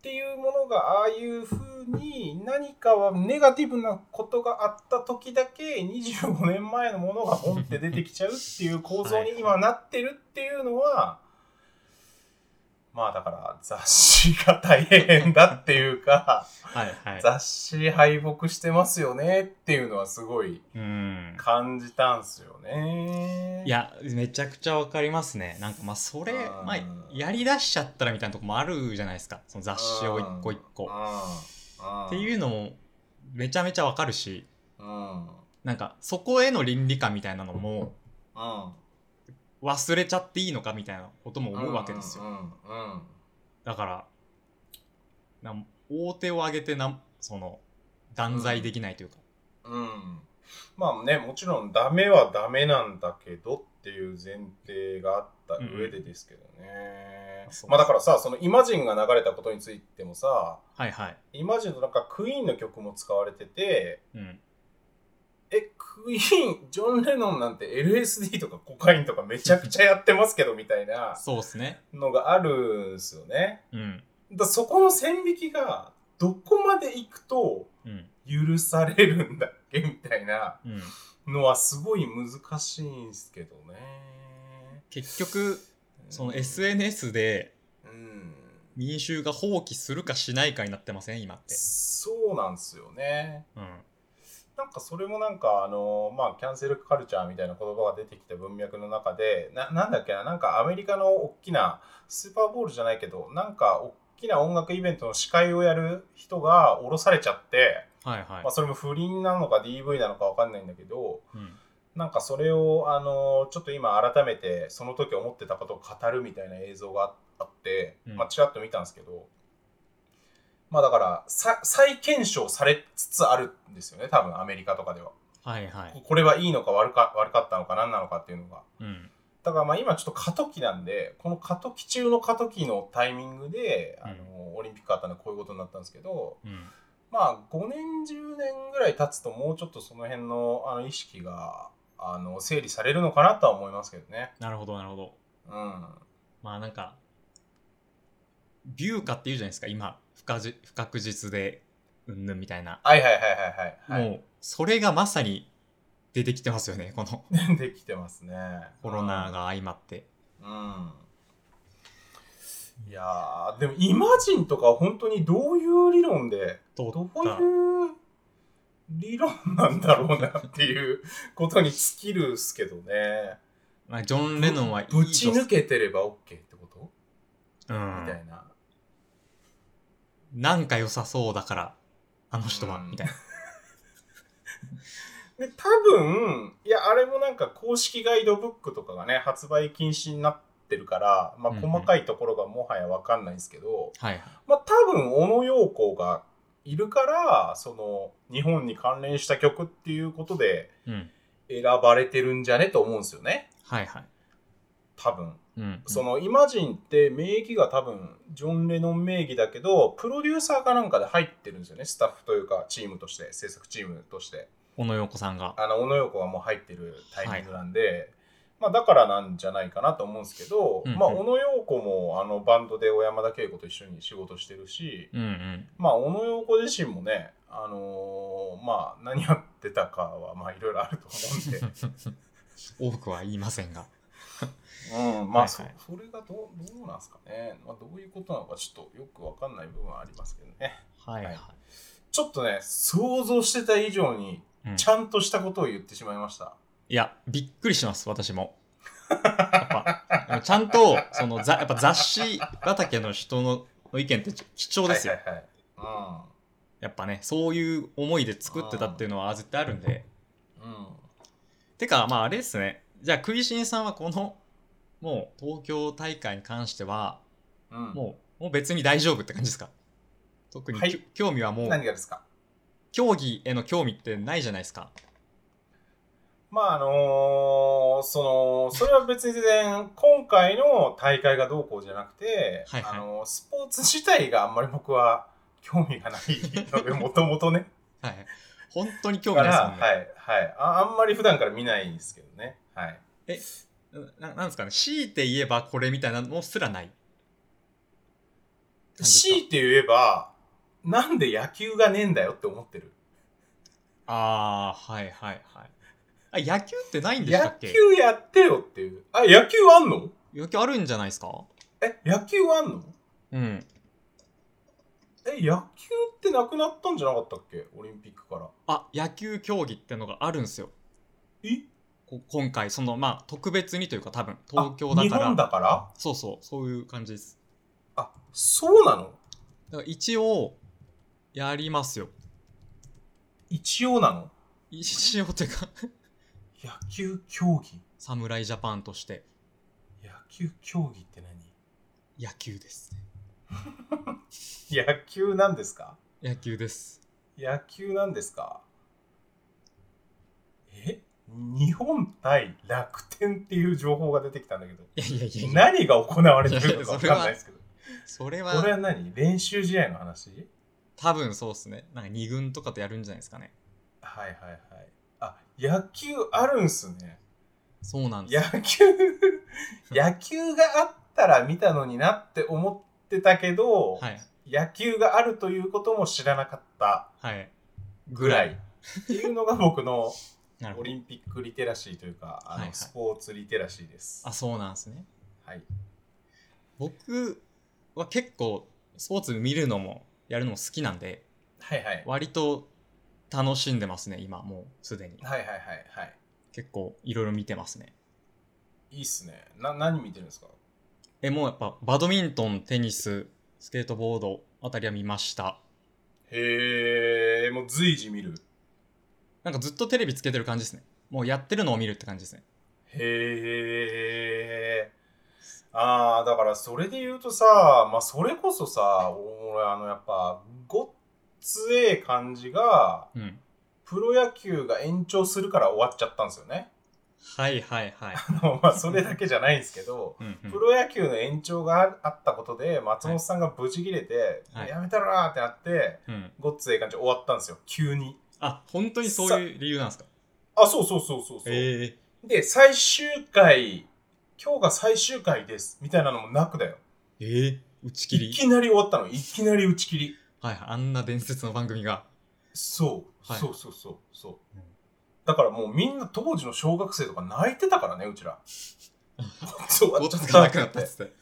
[SPEAKER 2] ていうものがああいうふうに何かはネガティブなことがあった時だけ25年前のものがボンって出てきちゃうっていう構造に今なってるっていうのはまあだから雑誌が大変だっていうか
[SPEAKER 1] はいはい。
[SPEAKER 2] 雑誌敗北してますよねっていうのはすごい
[SPEAKER 1] うん。
[SPEAKER 2] 感じたんすよね。
[SPEAKER 1] いや、めちゃくちゃわかりますね。なんかまあ、それ、
[SPEAKER 2] うん
[SPEAKER 1] まあ、やりだしちゃったらみたいなとこもあるじゃないですか。その雑誌を一個一個。
[SPEAKER 2] っ
[SPEAKER 1] っていうのも、めちゃめちゃわかるし、
[SPEAKER 2] うんうん
[SPEAKER 1] なんか、そこへの倫理観みたいなのも、
[SPEAKER 2] うん
[SPEAKER 1] 忘れちゃっていいのかみたいなことも思うわけですよ。
[SPEAKER 2] うんうんうん
[SPEAKER 1] だから、なん大手を挙げてなん、その、断罪できないというか。
[SPEAKER 2] うん、まあねもちろんダメはダメなんだけどっていう前提があった上でですけどね、
[SPEAKER 1] うん
[SPEAKER 2] まあだからさそのイマジンが流れたことについてもさ
[SPEAKER 1] はいはい。
[SPEAKER 2] イマジンのなんかクイーンの曲も使われてて
[SPEAKER 1] うん。
[SPEAKER 2] えクイーンジョン・レノンなんて LSD とかコカインとかめちゃくちゃやってますけどみたいな
[SPEAKER 1] そうですね。
[SPEAKER 2] のがあるんすよね
[SPEAKER 1] うん。
[SPEAKER 2] だそこの線引きがどこまで行くと
[SPEAKER 1] うん。
[SPEAKER 2] 許されるんだっけみたいな
[SPEAKER 1] うん。
[SPEAKER 2] のはすごい難しいんすけどね。
[SPEAKER 1] 結局、その
[SPEAKER 2] うん
[SPEAKER 1] SNS で、
[SPEAKER 2] うん、
[SPEAKER 1] 民衆が放棄するかしないかになってません今って、
[SPEAKER 2] そうなんすよね。
[SPEAKER 1] うん、
[SPEAKER 2] なんかそれもなんかあのまあキャンセルカルチャーみたいな言葉が出てきた文脈の中でななんだっけななんかアメリカの大きなスーパーボールじゃないけどなんか大きな音楽イベントの司会をやる人が降ろされちゃって、
[SPEAKER 1] はいはい
[SPEAKER 2] まあ、それも不倫なのか DV なのかわかんないんだけど、
[SPEAKER 1] うん
[SPEAKER 2] なんかそれを、あのちょっと今改めてその時思ってたことを語るみたいな映像があって、
[SPEAKER 1] うん
[SPEAKER 2] まあちらっと見たんですけど、まあだからさ再検証されつつあるんですよね多分アメリカとかでは、
[SPEAKER 1] はいはい
[SPEAKER 2] これはいいのか悪か悪かったのか何なのかっていうのが
[SPEAKER 1] うん
[SPEAKER 2] だからまあ今ちょっと過渡期なんでこの過渡期中の過渡期のタイミングで、あのオリンピックあったんでこういうことになったんですけど
[SPEAKER 1] うん
[SPEAKER 2] まあ5年10年ぐらい経つともうちょっとその辺のあの意識があの整理されるのかなとは思いますけどね。
[SPEAKER 1] なるほどなるほど
[SPEAKER 2] うん、
[SPEAKER 1] まあなんかビューカって言うじゃないですか今不可じ不確実でうんぬんみたいな、
[SPEAKER 2] はいはいはいはいはい。
[SPEAKER 1] もうそれがまさに出てきてますよねこの
[SPEAKER 2] う <laughs> できてますね。
[SPEAKER 1] コロナが相まって、
[SPEAKER 2] うん。いやーでもイマジンとか本当にどういう理論で
[SPEAKER 1] と
[SPEAKER 2] どういう理論なんだろうなっていうことに尽きるっすけどね。
[SPEAKER 1] まあ、ジョン・レノンはいい
[SPEAKER 2] ぶち抜
[SPEAKER 1] け、
[SPEAKER 2] けてれば OK ってこと、
[SPEAKER 1] う
[SPEAKER 2] みた
[SPEAKER 1] ん、
[SPEAKER 2] いな。
[SPEAKER 1] なんか良さそうだからあの人は、
[SPEAKER 2] うん
[SPEAKER 1] みたいな
[SPEAKER 2] で多分いやあれもなんか公式ガイドブックとかがね発売禁止になってるから、まあ、
[SPEAKER 1] うんうん
[SPEAKER 2] 細かいところがもはや分かんないんですけど、
[SPEAKER 1] はいはい
[SPEAKER 2] まあ、多分小野陽子がいるからその日本に関連した曲っていうことで
[SPEAKER 1] うん
[SPEAKER 2] 選ばれてるんじゃねと思うんですよね
[SPEAKER 1] はいはい
[SPEAKER 2] 多分
[SPEAKER 1] うん
[SPEAKER 2] そのイマジンって名義が多分ジョン・レノン名義だけどプロデューサーかなんかで入ってるんですよねスタッフというかチームとして制作チームとして
[SPEAKER 1] 小野洋子さんが
[SPEAKER 2] あの小野陽子がもう入ってるタイミングなんで、まあ、だからなんじゃないかなと思うんですけど、
[SPEAKER 1] うんうん
[SPEAKER 2] まあ、小野陽子もあのバンドで小山田圭子と一緒に仕事してるし、
[SPEAKER 1] うんうん
[SPEAKER 2] まあ、小野陽子自身もね、あのーまあ、何やってたかは、まあ、いろいろあると思うん
[SPEAKER 1] <laughs> 多
[SPEAKER 2] で、
[SPEAKER 1] くは言いませんが
[SPEAKER 2] うん、まあ、
[SPEAKER 1] はいはい
[SPEAKER 2] そそれがどうどうなんですかね、まあ、どういうことなのか、ちょっとよくわかんない部分はありますけどね。
[SPEAKER 1] はいはい、
[SPEAKER 2] ちょっとね、想像してた以上に、
[SPEAKER 1] うん
[SPEAKER 2] ちゃんとしたことを言ってしまいました。
[SPEAKER 1] いや、びっくりします、私も。やっぱ、ちゃんと、その、ざやっぱ雑誌畑の人のの意見って貴重ですよ。
[SPEAKER 2] はいはいは
[SPEAKER 1] やっぱね、そういう思いで作ってたっていうのは絶対あるんで。
[SPEAKER 2] い。うん。うん。
[SPEAKER 1] てか、まああれですね。じゃあ、クイシンさんはこの、もう東京大会に関しては、
[SPEAKER 2] うん、
[SPEAKER 1] もう、もう別に大丈夫って感じですか特にき、
[SPEAKER 2] はい
[SPEAKER 1] 興味はもう、
[SPEAKER 2] 何がですか
[SPEAKER 1] 競技への興味ってないじゃないですか。
[SPEAKER 2] まああのーそのそれは別に全然今回の大会がどうこうじゃなくて、
[SPEAKER 1] はいはい
[SPEAKER 2] あのースポーツ自体があんまり僕は興味がないので
[SPEAKER 1] <laughs>
[SPEAKER 2] もともとね
[SPEAKER 1] はい。本当に興
[SPEAKER 2] だ
[SPEAKER 1] 味な
[SPEAKER 2] か
[SPEAKER 1] いです
[SPEAKER 2] ら、
[SPEAKER 1] もんね。
[SPEAKER 2] はいはいあ、あんまり普段から見ないんですけどね、はい、
[SPEAKER 1] ななんですかね強いて言えばこれみたいなのすらない感じですか
[SPEAKER 2] 強いて言えばなんで野球がねえんだよって思ってる
[SPEAKER 1] ああはいはいはいあ野球ってないんでした
[SPEAKER 2] 野
[SPEAKER 1] っけ野球
[SPEAKER 2] 球やってよっていうあ野球あんの
[SPEAKER 1] あるんじゃないですか
[SPEAKER 2] え野球あんの
[SPEAKER 1] うん
[SPEAKER 2] え野球ってなくなったんじゃなかったっけオリンピックから
[SPEAKER 1] あ野球競技ってのがあるんですよ
[SPEAKER 2] え
[SPEAKER 1] こ今回そのまあ特別にというか多分東京だ
[SPEAKER 2] あ
[SPEAKER 1] か
[SPEAKER 2] 日
[SPEAKER 1] ら
[SPEAKER 2] 本だから
[SPEAKER 1] そうそうそういう感じです
[SPEAKER 2] あそうな
[SPEAKER 1] だ
[SPEAKER 2] の
[SPEAKER 1] から一応やりますよ
[SPEAKER 2] 一応なの
[SPEAKER 1] 一応というか <laughs>
[SPEAKER 2] 野球競技
[SPEAKER 1] 侍ジャパンとして
[SPEAKER 2] 野球競技って
[SPEAKER 1] 野球です
[SPEAKER 2] 何野球なんですか
[SPEAKER 1] 野球です
[SPEAKER 2] 野球なんですかえ日本対楽天っていう情報が出てきたんだけど
[SPEAKER 1] いやいやいやいや
[SPEAKER 2] 何が行われてるのか分かんないですけど
[SPEAKER 1] それは
[SPEAKER 2] これは何練習試合の話
[SPEAKER 1] 多分そうですね。なんか2軍とかとやるんじゃないですかね。
[SPEAKER 2] はいはいはいあ野球あるんすね
[SPEAKER 1] そうなんですよ。
[SPEAKER 2] 野球
[SPEAKER 1] <laughs>
[SPEAKER 2] 野球があったら見たのになって思ってたけど、
[SPEAKER 1] はい。
[SPEAKER 2] 野球があるということも知らなかった
[SPEAKER 1] はい。
[SPEAKER 2] ぐらいっていうのが僕の
[SPEAKER 1] なる
[SPEAKER 2] オ
[SPEAKER 1] ほど。
[SPEAKER 2] リンピックリテラシーというかあ
[SPEAKER 1] はいは
[SPEAKER 2] の
[SPEAKER 1] い
[SPEAKER 2] スポーツリテラシーです。
[SPEAKER 1] あ、そうなんですね。
[SPEAKER 2] はい、
[SPEAKER 1] 僕は結構スポーツ見るのもやるのも好きなんで、
[SPEAKER 2] はいはい
[SPEAKER 1] 割と楽しんでますね、今もうすでに。
[SPEAKER 2] はいはいはいはい
[SPEAKER 1] 結構いろいろ見てますね。
[SPEAKER 2] いいっすね。な何見てるんですか
[SPEAKER 1] え、もうやっぱバドミントン、テニス、スケートボードあたりは見ました。
[SPEAKER 2] へえもう随時見る。
[SPEAKER 1] なんかずっとテレビつけてる感じですね。もうやってるのを見るって感じですね。
[SPEAKER 2] へえああだからそれで言うとさまあそれこそさ俺あのやっぱごっつええ感じが
[SPEAKER 1] うん。
[SPEAKER 2] プロ野球が延長するから終わっちゃったんですよね。 <laughs>
[SPEAKER 1] はいはいはい。
[SPEAKER 2] まあそれだけじゃないんですけど、
[SPEAKER 1] うんうん
[SPEAKER 2] プロ野球の延長があったことで松本さんがブチ切れて、
[SPEAKER 1] はい
[SPEAKER 2] やめたらーってなって
[SPEAKER 1] うん。
[SPEAKER 2] ごっつええ感じ終わったんですよ急に
[SPEAKER 1] あ、本当にそういう理由なんですか
[SPEAKER 2] あそうそうそうそうそう、
[SPEAKER 1] ええ
[SPEAKER 2] で最終回今日が最終回ですみたいなのもなくだよ
[SPEAKER 1] ええ打ち切
[SPEAKER 2] い
[SPEAKER 1] り。
[SPEAKER 2] きなり終わったの。いきなり打ち切り。
[SPEAKER 1] はい、あんな伝説の番組が。
[SPEAKER 2] そう、
[SPEAKER 1] はい
[SPEAKER 2] そうそうそうそう
[SPEAKER 1] うん。
[SPEAKER 2] だからもうみんな当時の小学生とか泣いてたからね、
[SPEAKER 1] <laughs>
[SPEAKER 2] うちら。そう
[SPEAKER 1] 到達がなくなったっつって。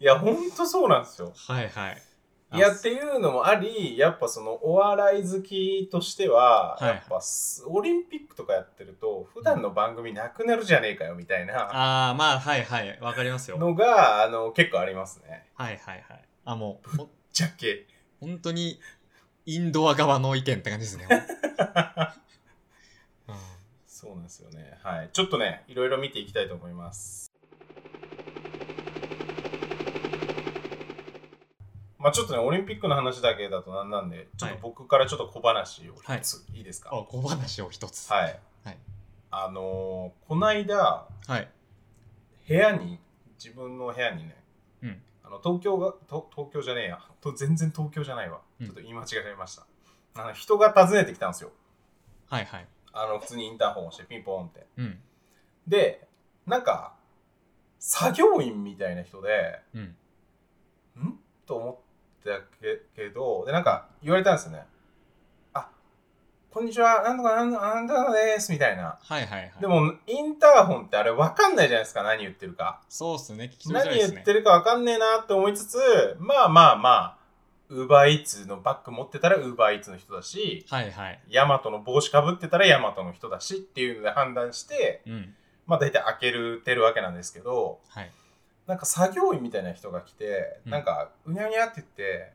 [SPEAKER 2] いや、ほんとそうなんですよ。
[SPEAKER 1] はいはい。あ
[SPEAKER 2] いやっていうのもありやっぱそのお笑い好きとしては、
[SPEAKER 1] はい
[SPEAKER 2] やっぱすオリンピックとかやってると普段の番組なくなるじゃねえかよみたいな
[SPEAKER 1] ああ、まあ、はいはい。わかりますよ。
[SPEAKER 2] のがあの結構ありますね。
[SPEAKER 1] はいはいはい。あ、もう、ほん
[SPEAKER 2] じゃけ
[SPEAKER 1] 本当に、インドア側の意見って感じです
[SPEAKER 2] <laughs>
[SPEAKER 1] ね。うん
[SPEAKER 2] そうなんですよね。はい、ちょっとねいろいろ見ていきたいと思います。まあちょっとねオリンピックの話だけだとなんなんでちょっと僕からちょっと小話を一つ、い、いですか。
[SPEAKER 1] あ、小話を一つ。
[SPEAKER 2] はい。
[SPEAKER 1] はい
[SPEAKER 2] あのーこないだ
[SPEAKER 1] はい。
[SPEAKER 2] 部屋に自分の部屋にね、
[SPEAKER 1] うん
[SPEAKER 2] あの東京がと東京じゃねえやと全然東京じゃないわ、
[SPEAKER 1] うん
[SPEAKER 2] ちょっと言い間違えましたあの人が訪ねてきたんですよ
[SPEAKER 1] はいはい。
[SPEAKER 2] あの普通にインターホンをしてピンポーンって
[SPEAKER 1] うん。
[SPEAKER 2] でなんか作業員みたいな人で
[SPEAKER 1] うん。
[SPEAKER 2] んと思ったけけどでなんか言われたんですよねあこんにちはなんとかなんとかなんとかですみたいな
[SPEAKER 1] はいはいはい。
[SPEAKER 2] で、もインターホンってあれ分かんないじゃないですか何言ってるか
[SPEAKER 1] そうっすね。聞き取りづら
[SPEAKER 2] 何
[SPEAKER 1] いで
[SPEAKER 2] 言
[SPEAKER 1] す
[SPEAKER 2] っ
[SPEAKER 1] ね
[SPEAKER 2] て。るか分かんねえなって思いつつまあまあまあウーバーイーツのバッグ持ってたらウーバーイーツの人だし
[SPEAKER 1] はいはい。
[SPEAKER 2] ヤマトの帽子かぶってたらヤマトの人だしっていうので判断して
[SPEAKER 1] うん。
[SPEAKER 2] まあ大体開けるてるわけなんですけど
[SPEAKER 1] はい。
[SPEAKER 2] なんか作業員みたいな人が来て、
[SPEAKER 1] うん
[SPEAKER 2] なんかうにゃうにゃって言って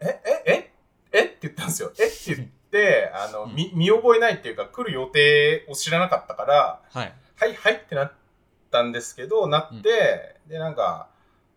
[SPEAKER 2] 「ええええって言ったんですよ「えっ?」て言ってあの、
[SPEAKER 1] うん
[SPEAKER 2] み見覚えないっていうか来る予定を知らなかったから
[SPEAKER 1] はい。
[SPEAKER 2] はいはいってなったんですけど、なって、で、なんか、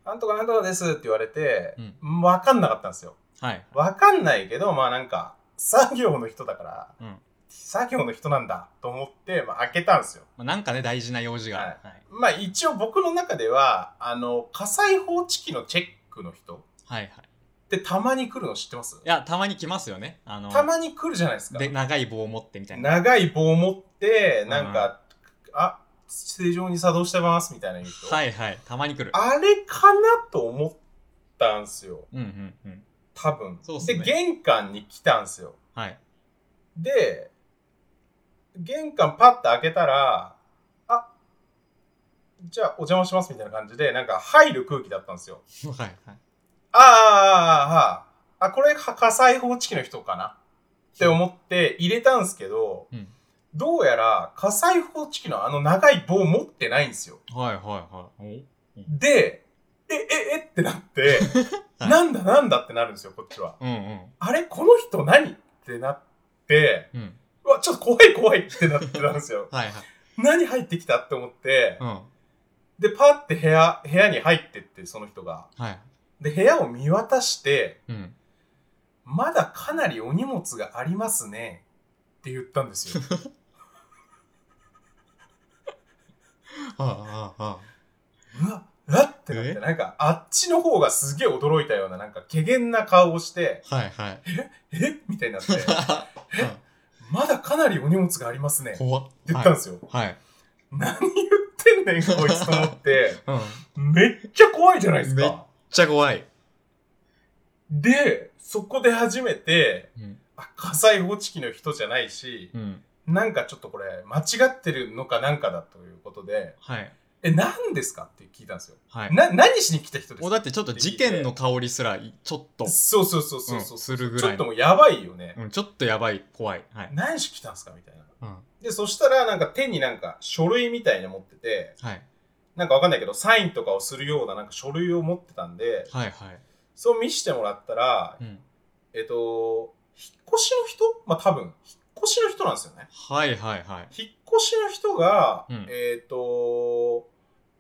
[SPEAKER 2] なんとかなんとかですって言われて
[SPEAKER 1] う、ん。
[SPEAKER 2] わかんなかったんですよ。
[SPEAKER 1] はい。
[SPEAKER 2] わかんないけど、まあなんか、作業の人だから、
[SPEAKER 1] うん
[SPEAKER 2] 作業の人なんだと思って、まあ開けたんですよ。
[SPEAKER 1] まあ、なんかね、大事な用事が。
[SPEAKER 2] はい
[SPEAKER 1] はい。
[SPEAKER 2] まあ一応僕の中では、あの、火災報知器のチェックの人っ
[SPEAKER 1] はいはい。
[SPEAKER 2] てたまに来るの知ってます
[SPEAKER 1] いや、たまに来ますよね。あの、
[SPEAKER 2] たまに来るじゃないですか。
[SPEAKER 1] で、長い棒を持ってみたいな。
[SPEAKER 2] 長い棒を持って、なんか、あ、正常に作動してますみたいな言う人。
[SPEAKER 1] はいはい。たまに来る。
[SPEAKER 2] あれかなと思ったんすよ。
[SPEAKER 1] うんうんうん。
[SPEAKER 2] 多分。
[SPEAKER 1] そうっすね
[SPEAKER 2] で、玄関に来たんすよ。
[SPEAKER 1] はい。
[SPEAKER 2] で、玄関パッと開けたら、あ、じゃあお邪魔しますみたいな感じで、なんか入る空気だったんですよ。
[SPEAKER 1] はいはい。
[SPEAKER 2] あーあーあーあーあ、これは火災報知器の人かなって思って入れたんすけど、
[SPEAKER 1] うん
[SPEAKER 2] どうやら火災報知器のあの長い棒持ってないんですよ。
[SPEAKER 1] はいはいはい。
[SPEAKER 2] で、え、え、えって
[SPEAKER 1] <laughs>
[SPEAKER 2] なって、
[SPEAKER 1] はい
[SPEAKER 2] なんだなんだってなるんですよ、こっちは。
[SPEAKER 1] おうんうん。
[SPEAKER 2] あれこの人何ってなって、
[SPEAKER 1] うん。
[SPEAKER 2] うわ、ちょっと怖い怖いってなってたんです
[SPEAKER 1] <laughs>。
[SPEAKER 2] よ
[SPEAKER 1] はいはい。
[SPEAKER 2] 何入ってきたって思って
[SPEAKER 1] う、ん。は
[SPEAKER 2] で、パって部屋、部屋に入ってって、その人が。
[SPEAKER 1] い。
[SPEAKER 2] で、部屋を見渡して、
[SPEAKER 1] うん。
[SPEAKER 2] まだかなりお荷物がありますね。って言ったんで
[SPEAKER 1] <laughs>
[SPEAKER 2] すよ。
[SPEAKER 1] はあはあはあ。
[SPEAKER 2] うわ、らってなって、
[SPEAKER 1] え
[SPEAKER 2] なんか、あっちの方がすげえ驚いたような、なんか、怪げな顔をして、
[SPEAKER 1] はいはい。
[SPEAKER 2] えみたいに
[SPEAKER 1] <laughs>
[SPEAKER 2] なって、まだかなりお荷物があります <laughs> ね。って
[SPEAKER 1] 怖っ。
[SPEAKER 2] 言っ
[SPEAKER 1] は
[SPEAKER 2] たん
[SPEAKER 1] い。
[SPEAKER 2] ですよ。
[SPEAKER 1] はい。
[SPEAKER 2] 何言ってんねん、こいつと思って。
[SPEAKER 1] うん。めっ
[SPEAKER 2] めっちゃ怖いじゃないです
[SPEAKER 1] め
[SPEAKER 2] か。
[SPEAKER 1] ちゃ怖い。
[SPEAKER 2] で、そこで初めて、
[SPEAKER 1] うん。
[SPEAKER 2] あ火災報知器の人じゃないし、
[SPEAKER 1] うん。
[SPEAKER 2] なんかちょっとこれ、間違ってるのかなんかだということで、
[SPEAKER 1] はい。
[SPEAKER 2] え、何ですかって聞いたんですよ。
[SPEAKER 1] はい。
[SPEAKER 2] な、何しに来た人です
[SPEAKER 1] もう
[SPEAKER 2] か
[SPEAKER 1] だってちょっと事件の香りすらいちょっと、
[SPEAKER 2] そうそうそうそううんそう、
[SPEAKER 1] するぐ
[SPEAKER 2] ちょ
[SPEAKER 1] ら
[SPEAKER 2] っ
[SPEAKER 1] い
[SPEAKER 2] と
[SPEAKER 1] の
[SPEAKER 2] もうやばいよね。
[SPEAKER 1] うんちょっとやばい怖いはい、
[SPEAKER 2] 何しに来たんですかみたいな。
[SPEAKER 1] うん、
[SPEAKER 2] で、そしたらなんか手になんか書類みたいなの持ってて、
[SPEAKER 1] はい
[SPEAKER 2] なんかわかんないけど、サインとかをするようななんか書類を持ってたんで、
[SPEAKER 1] はいはい
[SPEAKER 2] そう見してもらったら、
[SPEAKER 1] うん
[SPEAKER 2] えっと、引っ越しの人まあ多分、引っ越しの人なんですよね。
[SPEAKER 1] はいはいはい
[SPEAKER 2] 引っ越しの人が、
[SPEAKER 1] うん
[SPEAKER 2] えっ、と、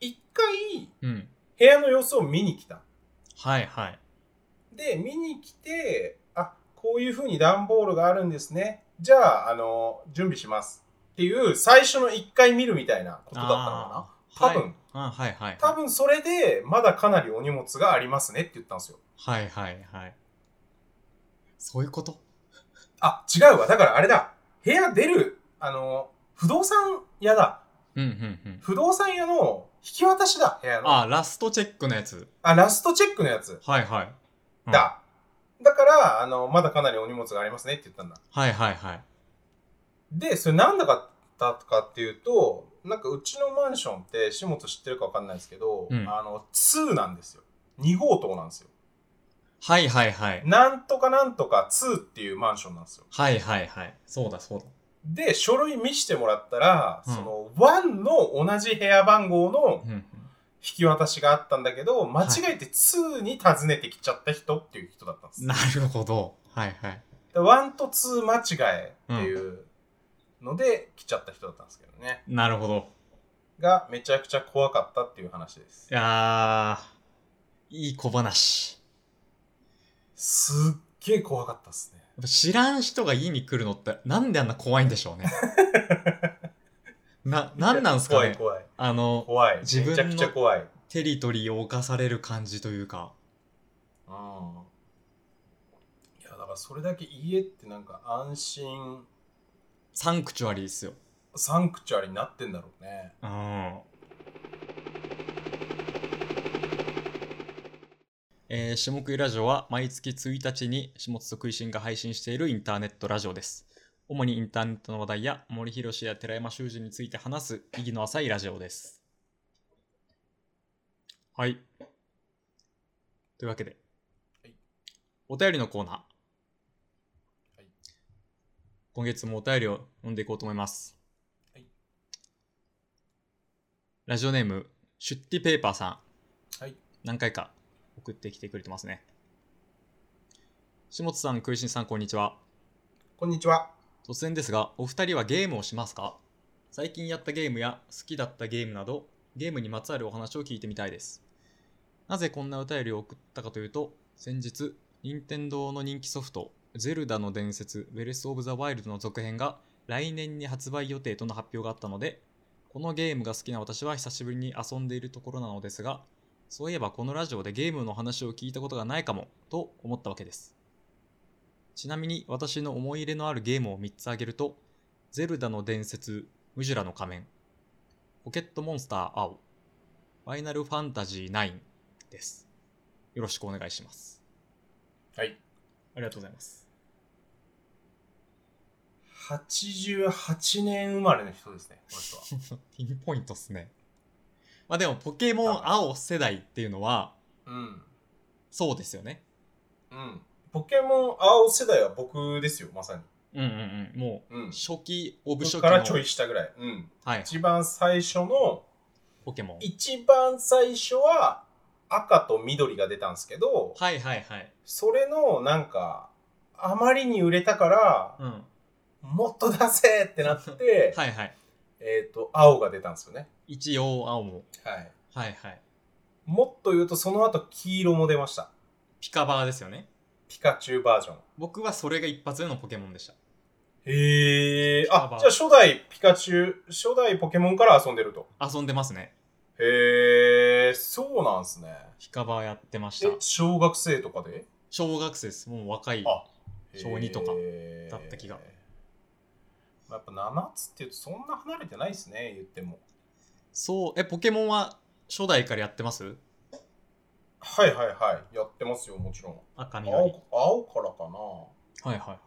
[SPEAKER 2] 一回
[SPEAKER 1] うん
[SPEAKER 2] 部屋の様子を見に来た。
[SPEAKER 1] はいはい
[SPEAKER 2] で、見に来て、あ、こういう風に段ボールがあるんですね。じゃあ、あの、準備します。っていう、最初の一回見るみたいなことだったのかな
[SPEAKER 1] あー
[SPEAKER 2] 多分、
[SPEAKER 1] はい、うんはいはい
[SPEAKER 2] な多分それで、まだかなりお荷物がありますねって言ったんですよ。
[SPEAKER 1] はいはいはいそういうこと
[SPEAKER 2] あ、違うわ。だからあれだ。部屋出る、あの、不動産屋だ。
[SPEAKER 1] うんうんうん。
[SPEAKER 2] 不動産屋の引き渡しだ、部屋の。
[SPEAKER 1] あ、ラストチェックのやつ。
[SPEAKER 2] あラストチェックのやつ
[SPEAKER 1] はいはい。うん
[SPEAKER 2] だ。だから、あの、まだかなりお荷物がありますねって言ったんだ。
[SPEAKER 1] はいはいはい。
[SPEAKER 2] で、それなんだかったかっていうと、なんかうちのマンションって、下本知ってるかわかんないですけど、
[SPEAKER 1] うん
[SPEAKER 2] あの、2なんですよ。2号棟なんですよ。
[SPEAKER 1] はいはいはい。
[SPEAKER 2] なんとかなんとか2っていうマンションなんですよ。
[SPEAKER 1] はいはいはい。そうだそうだ。
[SPEAKER 2] で、書類見してもらったら、
[SPEAKER 1] うん
[SPEAKER 2] その1の同じ部屋番号の
[SPEAKER 1] うんうん。
[SPEAKER 2] 引き渡しがあったんだけど、間違えて2に訪ねてきちゃった人っていう人だったんです。
[SPEAKER 1] なるほど。はいはい。
[SPEAKER 2] で1と2間違えっていうので来ちゃった人だったんですけどね。
[SPEAKER 1] なるほど。
[SPEAKER 2] がめちゃくちゃ怖かったっていう話です
[SPEAKER 1] い。やー、いい小話。
[SPEAKER 2] すっげえ怖かったっすね。
[SPEAKER 1] やっぱ知らん人が家に来るのって、なんであんな怖いんでしょう
[SPEAKER 2] <laughs>
[SPEAKER 1] ね。な、なんなんすかね。
[SPEAKER 2] 怖い
[SPEAKER 1] あの、
[SPEAKER 2] 怖い。怖い。
[SPEAKER 1] 自分の
[SPEAKER 2] めちゃくちゃ怖い。
[SPEAKER 1] テリトリーを侵される感じというか。
[SPEAKER 2] うん。いや、だからそれだけ家ってなんか安心、
[SPEAKER 1] サンクチュアリーですよ。
[SPEAKER 2] サンクチュアリになってんだろうね。
[SPEAKER 1] うん。えー、下食いラジオは毎月1日に下津と食いしんが配信しているインターネットラジオです。主にインターネットの話題や森博氏や寺山修司について話す意義の浅いラジオです。はい。というわけで、
[SPEAKER 2] はい
[SPEAKER 1] お便りのコーナー、
[SPEAKER 2] い
[SPEAKER 1] 今月もお便りを読んでいこうと思います。ラジオネーム、シュッティペーパーさん。
[SPEAKER 2] はい。
[SPEAKER 1] 何回か送ってきてくれてますね。下津さん、食いしんさん、こんにちは。
[SPEAKER 2] こんにちは。
[SPEAKER 1] 突然ですが、お二人はゲームをしますか最近やったゲームや好きだったゲームなど、ゲームにまつわるお話を聞いてみたいです。なぜこんなお便りを送ったかというと、先日、任天堂の人気ソフト、ゼルダの伝説、ベレス・オブ・ザ・ワイルドの続編が来年に発売予定との発表があったので、このゲームが好きな私は久しぶりに遊んでいるところなのですが、そういえばこのラジオでゲームの話を聞いたことがないかも、と思ったわけです。ちなみに私の思い入れのあるゲームを3つ挙げると、ゼルダの伝説、ムジュラの仮面、ポケットモンスター青、ファイナルファンタジー9です。よろしくお願いします。
[SPEAKER 2] はい。
[SPEAKER 1] ありがとうございます。
[SPEAKER 2] 88年生まれの人ですね、この人は。
[SPEAKER 1] <laughs> ピンポイントっすね。まあでも、ポケモン青世代っていうのは、
[SPEAKER 2] うん。
[SPEAKER 1] そうですよね。
[SPEAKER 2] うん。ポケモン青世代は僕ですよ、まさに。
[SPEAKER 1] うんうんうん。も
[SPEAKER 2] う
[SPEAKER 1] う、
[SPEAKER 2] ん。
[SPEAKER 1] 初期、オブ初期
[SPEAKER 2] 僕
[SPEAKER 1] の、
[SPEAKER 2] からちょい下ぐらい。うん。
[SPEAKER 1] はい、
[SPEAKER 2] 一番最初の、
[SPEAKER 1] ポケモン。
[SPEAKER 2] 一番最初は赤と緑が出たんですけど、
[SPEAKER 1] はいはいはい。
[SPEAKER 2] それのなんか、あまりに売れたから、
[SPEAKER 1] うん。は
[SPEAKER 2] もっと出せってなって、
[SPEAKER 1] いはい。
[SPEAKER 2] えっと、青が出たんですよね。
[SPEAKER 1] 一応青も。
[SPEAKER 2] はい。
[SPEAKER 1] はいはい。
[SPEAKER 2] もっと言うと、その後黄色も出ました。
[SPEAKER 1] ピカバーですよね。
[SPEAKER 2] ピカチュウバージョン。
[SPEAKER 1] 僕はそれが一発目のポケモンでした。
[SPEAKER 2] へえ。
[SPEAKER 1] ピカ
[SPEAKER 2] あ
[SPEAKER 1] バ、
[SPEAKER 2] じゃあ初代ピカチュウ、初代ポケモンから遊んでると。
[SPEAKER 1] 遊んでますね。
[SPEAKER 2] へえ、そうなんすね。
[SPEAKER 1] ピカバーやってました
[SPEAKER 2] え。、小学生とかで
[SPEAKER 1] 小学生です。もう若い。
[SPEAKER 2] あ
[SPEAKER 1] 小二とか
[SPEAKER 2] だ
[SPEAKER 1] だった気が。
[SPEAKER 2] まあやっぱ7つっていうとそんな離れてないですね、言っても。
[SPEAKER 1] そう、え、ポケモンは初代からやってます
[SPEAKER 2] はいはいはい、やってますよ、もちろん。
[SPEAKER 1] 赤緑。はい
[SPEAKER 2] 青青からかな。
[SPEAKER 1] はいはい。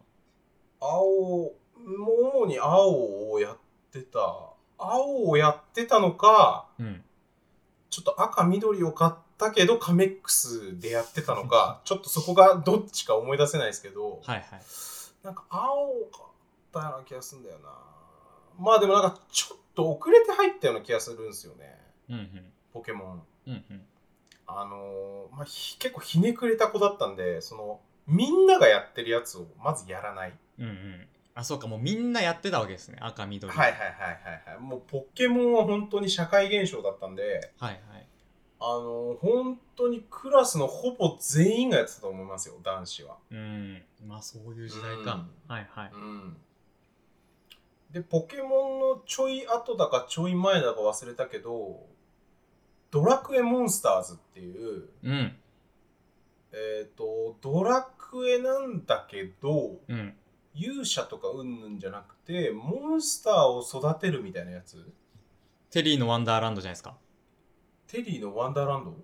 [SPEAKER 2] 青、もう主に青をやってた。青をやってたのか、
[SPEAKER 1] うん。
[SPEAKER 2] ちょっと赤緑を買ったけどカメックスでやってたのか、ちょっとそこがどっちか思い出せないですけど、
[SPEAKER 1] はいはい。
[SPEAKER 2] なんか青かったような気がするんだよな。まあでもなんかちょっと遅れて入ったような気がするんですよね。
[SPEAKER 1] うんうん。
[SPEAKER 2] ポケモン。
[SPEAKER 1] うんうん。
[SPEAKER 2] あのーまあひ結構ひねくれた子だったんで、そのみんながやってるやつをまずやらない。
[SPEAKER 1] うんうん。あ、そうか、もうみんなやってたわけですね。赤緑。
[SPEAKER 2] はいはいはいはいはい。もうポケモンは本当に社会現象だったんで、
[SPEAKER 1] はいはい。
[SPEAKER 2] あのー本当にクラスのほぼ全員がやってたと思いますよ、男子は。
[SPEAKER 1] うん。まあそういう時代か。はいはい。
[SPEAKER 2] うんでポケモンのちょい後だかちょい前だか忘れたけど「ドラクエモンスターズ」っていう
[SPEAKER 1] うん。
[SPEAKER 2] えっ、とドラクエなんだけど
[SPEAKER 1] うん。
[SPEAKER 2] 勇者とかうんぬんじゃなくてモンスターを育てるみたいなやつ
[SPEAKER 1] テリーのワンダーランドじゃないですか。
[SPEAKER 2] テリーのワンダーランド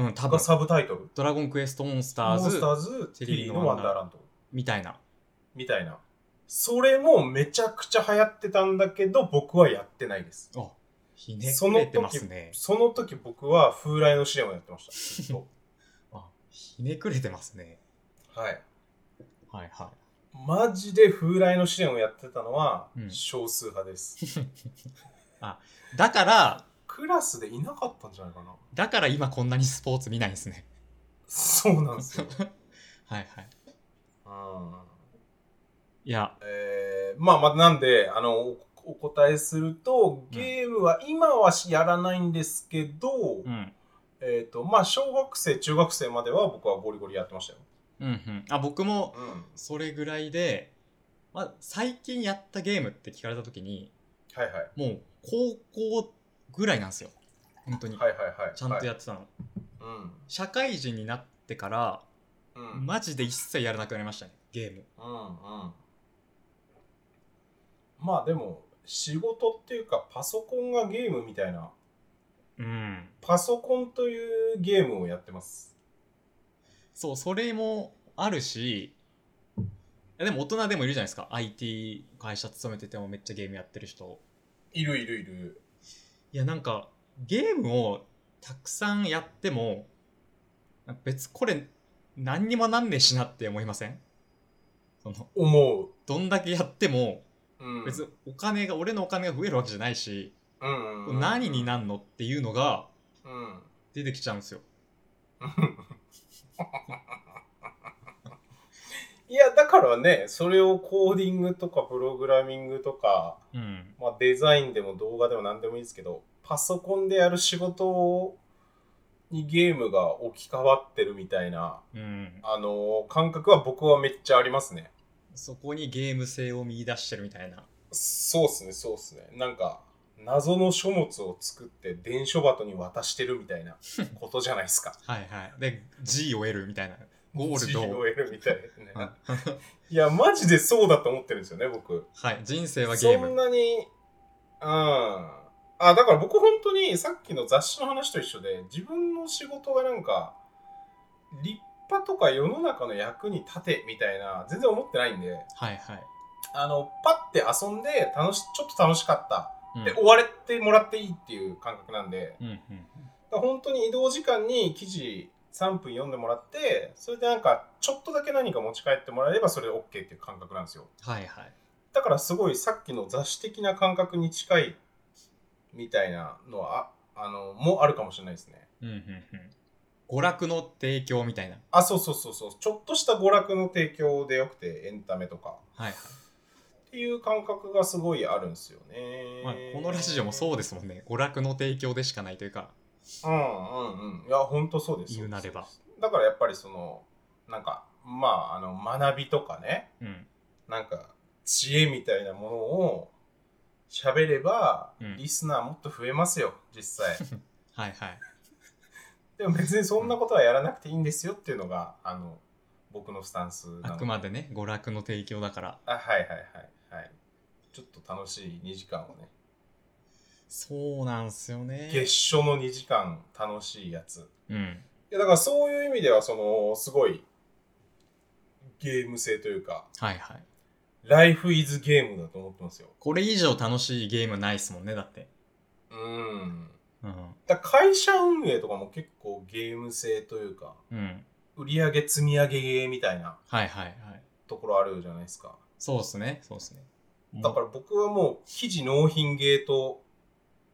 [SPEAKER 1] うん、多
[SPEAKER 2] が
[SPEAKER 1] 分。
[SPEAKER 2] サブタイトル。
[SPEAKER 1] ドラゴンクエストモンスター
[SPEAKER 2] モンス
[SPEAKER 1] ズ
[SPEAKER 2] ターズ、テ
[SPEAKER 1] テ
[SPEAKER 2] リ
[SPEAKER 1] リ
[SPEAKER 2] ー
[SPEAKER 1] ー
[SPEAKER 2] の
[SPEAKER 1] の
[SPEAKER 2] ワ
[SPEAKER 1] ワ
[SPEAKER 2] ン
[SPEAKER 1] ン
[SPEAKER 2] ダ
[SPEAKER 1] ダ
[SPEAKER 2] ー
[SPEAKER 1] ー
[SPEAKER 2] ランド。
[SPEAKER 1] みたいな。
[SPEAKER 2] みたいな。それもめちゃくちゃ流行ってたんだけど、僕はやってないです。
[SPEAKER 1] あ、ひね
[SPEAKER 2] そ
[SPEAKER 1] く
[SPEAKER 2] の
[SPEAKER 1] れ
[SPEAKER 2] 時
[SPEAKER 1] てますね。
[SPEAKER 2] その時僕は風来の試練をやってましたずっと。
[SPEAKER 1] <laughs> あ、ひねくれてますね。
[SPEAKER 2] はい。
[SPEAKER 1] はいは
[SPEAKER 2] マジで風来の試練をやってたのは
[SPEAKER 1] うん
[SPEAKER 2] 少数派です。
[SPEAKER 1] い。だから、
[SPEAKER 2] クラスでいなかったんじゃないかな。
[SPEAKER 1] だから今こんなにスポーツ見ないんですね。 <laughs>
[SPEAKER 2] そうなんですよ。
[SPEAKER 1] はいはい。
[SPEAKER 2] うん
[SPEAKER 1] いや、
[SPEAKER 2] えーまあまあなんであのおお答えするとゲームは今はしやらないんですけ
[SPEAKER 1] う
[SPEAKER 2] ど、
[SPEAKER 1] ん。
[SPEAKER 2] えっ、とまあ小学生中学生までは僕はゴリゴリやってましたよ。
[SPEAKER 1] うんうん。あ、僕も
[SPEAKER 2] うん、
[SPEAKER 1] それぐらいで、まあ、最近やったゲームって聞かれた時に、
[SPEAKER 2] はいはい
[SPEAKER 1] もう高校ぐらいなんですよ。本当に。
[SPEAKER 2] はいはいはい。
[SPEAKER 1] ちゃんと
[SPEAKER 2] はい
[SPEAKER 1] やってたの。
[SPEAKER 2] うん
[SPEAKER 1] 社会人になってから、
[SPEAKER 2] うん
[SPEAKER 1] マジで一切やらなくなりましたね、ゲーム。
[SPEAKER 2] うんうん。まあでも仕事っていうかパソコンがゲームみたいな
[SPEAKER 1] うん。
[SPEAKER 2] パソコンというゲームをやってます。
[SPEAKER 1] そう、それもあるし、いやでも大人でもいるじゃないですか。IT 会社勤めててもめっちゃゲームやってる人。
[SPEAKER 2] いるいるいる。
[SPEAKER 1] いや、なんか、ゲームをたくさんやっても、別、これ、何にもなんねえしなって思いませんその、
[SPEAKER 2] 思
[SPEAKER 1] どんだけやっても、
[SPEAKER 2] う。うん、
[SPEAKER 1] 別にお金が、俺のお金が増えるわけじゃないし、
[SPEAKER 2] うんうんうん、
[SPEAKER 1] 何になんのっていうのが
[SPEAKER 2] うん
[SPEAKER 1] 出てきちゃうんですよ。
[SPEAKER 2] いや、だからね、それをコーディングとかプログラミングとか、
[SPEAKER 1] うん。
[SPEAKER 2] まあ、デザインでも動画でも何でもいいですけど、パソコンでやる仕事にゲームが置き換わってるみたいな、
[SPEAKER 1] うん。
[SPEAKER 2] あの感覚は僕はめっちゃありますね。
[SPEAKER 1] そこにゲーム性を見出してるみたいな。
[SPEAKER 2] そうっすね、そうっすね。なんか、謎の書物を作って伝書鳩に渡してるみたいなことじゃないですか。
[SPEAKER 1] はいはい。で、G を得るみたいな。 <laughs> ゴールド <laughs>
[SPEAKER 2] GOL みたいな、ね。
[SPEAKER 1] うん
[SPEAKER 2] いや、マジでそうだと思ってるんですよね、僕。
[SPEAKER 1] はい。人生はゲー
[SPEAKER 2] そん
[SPEAKER 1] ム。
[SPEAKER 2] なに、うん。あ、だから僕本当にさっきの雑誌の話と一緒で、自分の仕事がなんか、立派とか世の中の役に立てみたいな、全然思ってないんで、
[SPEAKER 1] はいはい。
[SPEAKER 2] あの、パッて遊んで、楽し、ちょっと楽しかった。
[SPEAKER 1] うん
[SPEAKER 2] で、終われてもらっていいっていう感覚なんで、
[SPEAKER 1] うんうん。
[SPEAKER 2] だから本当に移動時間に記事3分読んでもらって、それでなんか、ちょっとだけ何か持ち帰ってもらえれば、それで OK っていう感覚なんですよ。
[SPEAKER 1] はいはい。
[SPEAKER 2] だからすごいさっきの雑誌的な感覚に近いみたいなのはああのもあるかもしれないですね。
[SPEAKER 1] うんうんうん。娯楽の提供みたいな。
[SPEAKER 2] あそうそうそうそうちょっとした娯楽の提供でよくてエンタメとか
[SPEAKER 1] はいはい。
[SPEAKER 2] っていう感覚がすごいあるんですよね。
[SPEAKER 1] まあ、このラジオもそうですもんね。娯楽の提供でしかないというか。
[SPEAKER 2] うんうんうん。いや、本当そうです。
[SPEAKER 1] 言うなれば
[SPEAKER 2] そうですだからやっぱりその、なんか、まあ、あの、学びとかね、
[SPEAKER 1] うん。
[SPEAKER 2] なんか、知恵みたいなものを喋れば、
[SPEAKER 1] うん
[SPEAKER 2] リスナーもっと増えますよ、実際。
[SPEAKER 1] はいはい。
[SPEAKER 2] でも別にそんなことはやらなくていいんですよっていうのが、あの、僕のスタンスなの
[SPEAKER 1] あくまでね、娯楽の提供だから。
[SPEAKER 2] あ、はいはいはい。はい。ちょっと楽しい2時間をね。
[SPEAKER 1] そうなんすよね。
[SPEAKER 2] 月初の2時間楽しいやつ。い
[SPEAKER 1] うん。
[SPEAKER 2] や、だからそういう意味では、その、すごい、ゲーム性というか、
[SPEAKER 1] はいはい。
[SPEAKER 2] ライフイズゲームだと思ってますよ。
[SPEAKER 1] これ以上楽しいゲームないっすもんね、だって。
[SPEAKER 2] うん。
[SPEAKER 1] うん。
[SPEAKER 2] だから会社運営とかも結構ゲーム性というか、
[SPEAKER 1] うん。
[SPEAKER 2] 売り上げ積み上げゲーみたいな
[SPEAKER 1] はいはいはい。
[SPEAKER 2] ところあるじゃないですか。
[SPEAKER 1] そうっすね。そうっすね。
[SPEAKER 2] だから僕はもう記事納品ゲーと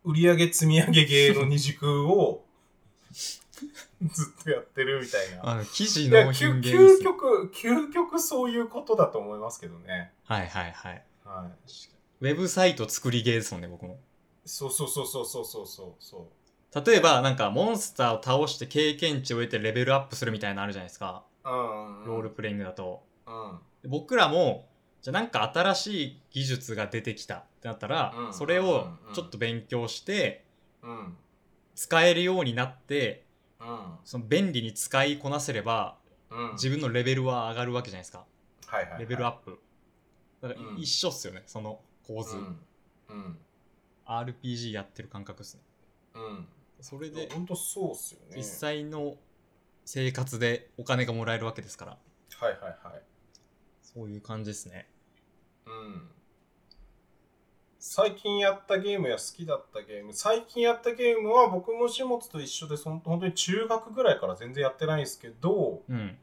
[SPEAKER 2] 売上積み上げゲ
[SPEAKER 1] <laughs>
[SPEAKER 2] ーの二軸をずっとやってるみたいな。
[SPEAKER 1] あの、記事
[SPEAKER 2] い
[SPEAKER 1] の
[SPEAKER 2] や究
[SPEAKER 1] 品ゲ
[SPEAKER 2] 究極、究極そういうことだと思いますけどね。
[SPEAKER 1] はいはいはい。
[SPEAKER 2] はい。
[SPEAKER 1] ウェブサイト作りゲーですもんね、僕も。
[SPEAKER 2] そうそうそうそうそうそうそうそ
[SPEAKER 1] 例えば、なんか、モンスターを倒して経験値を得てレベルアップするみたいなのあるじゃないですか。
[SPEAKER 2] う。うんうん。
[SPEAKER 1] ロールプレイングだと。
[SPEAKER 2] うん。うん。
[SPEAKER 1] で僕らも、じゃあなんか新しい技術が出てきたってなったら、
[SPEAKER 2] うん
[SPEAKER 1] それをちょっと勉強して、
[SPEAKER 2] うん。
[SPEAKER 1] 使えるようになって、
[SPEAKER 2] うん。
[SPEAKER 1] その便利に使いこなせれば、
[SPEAKER 2] うん。
[SPEAKER 1] 自分のレベルは上がるわけじゃないですか。
[SPEAKER 2] はいはいはい、
[SPEAKER 1] レベルアッ
[SPEAKER 2] プ。
[SPEAKER 1] プ。だから
[SPEAKER 2] うん
[SPEAKER 1] 一緒っすよね、その構図。
[SPEAKER 2] うん。うん。
[SPEAKER 1] RPG やってる感覚ですね
[SPEAKER 2] うん。
[SPEAKER 1] それで
[SPEAKER 2] 本当そうっすよね。
[SPEAKER 1] 実際の生活でお金がもらえるわけですから
[SPEAKER 2] はいはいはい。
[SPEAKER 1] そういう感じですね
[SPEAKER 2] うん。最近やったゲームや好きだったゲーム、最近やったゲームは僕も始末と一緒で、そん本当に中学ぐらいから全然やってないんですけど、
[SPEAKER 1] うん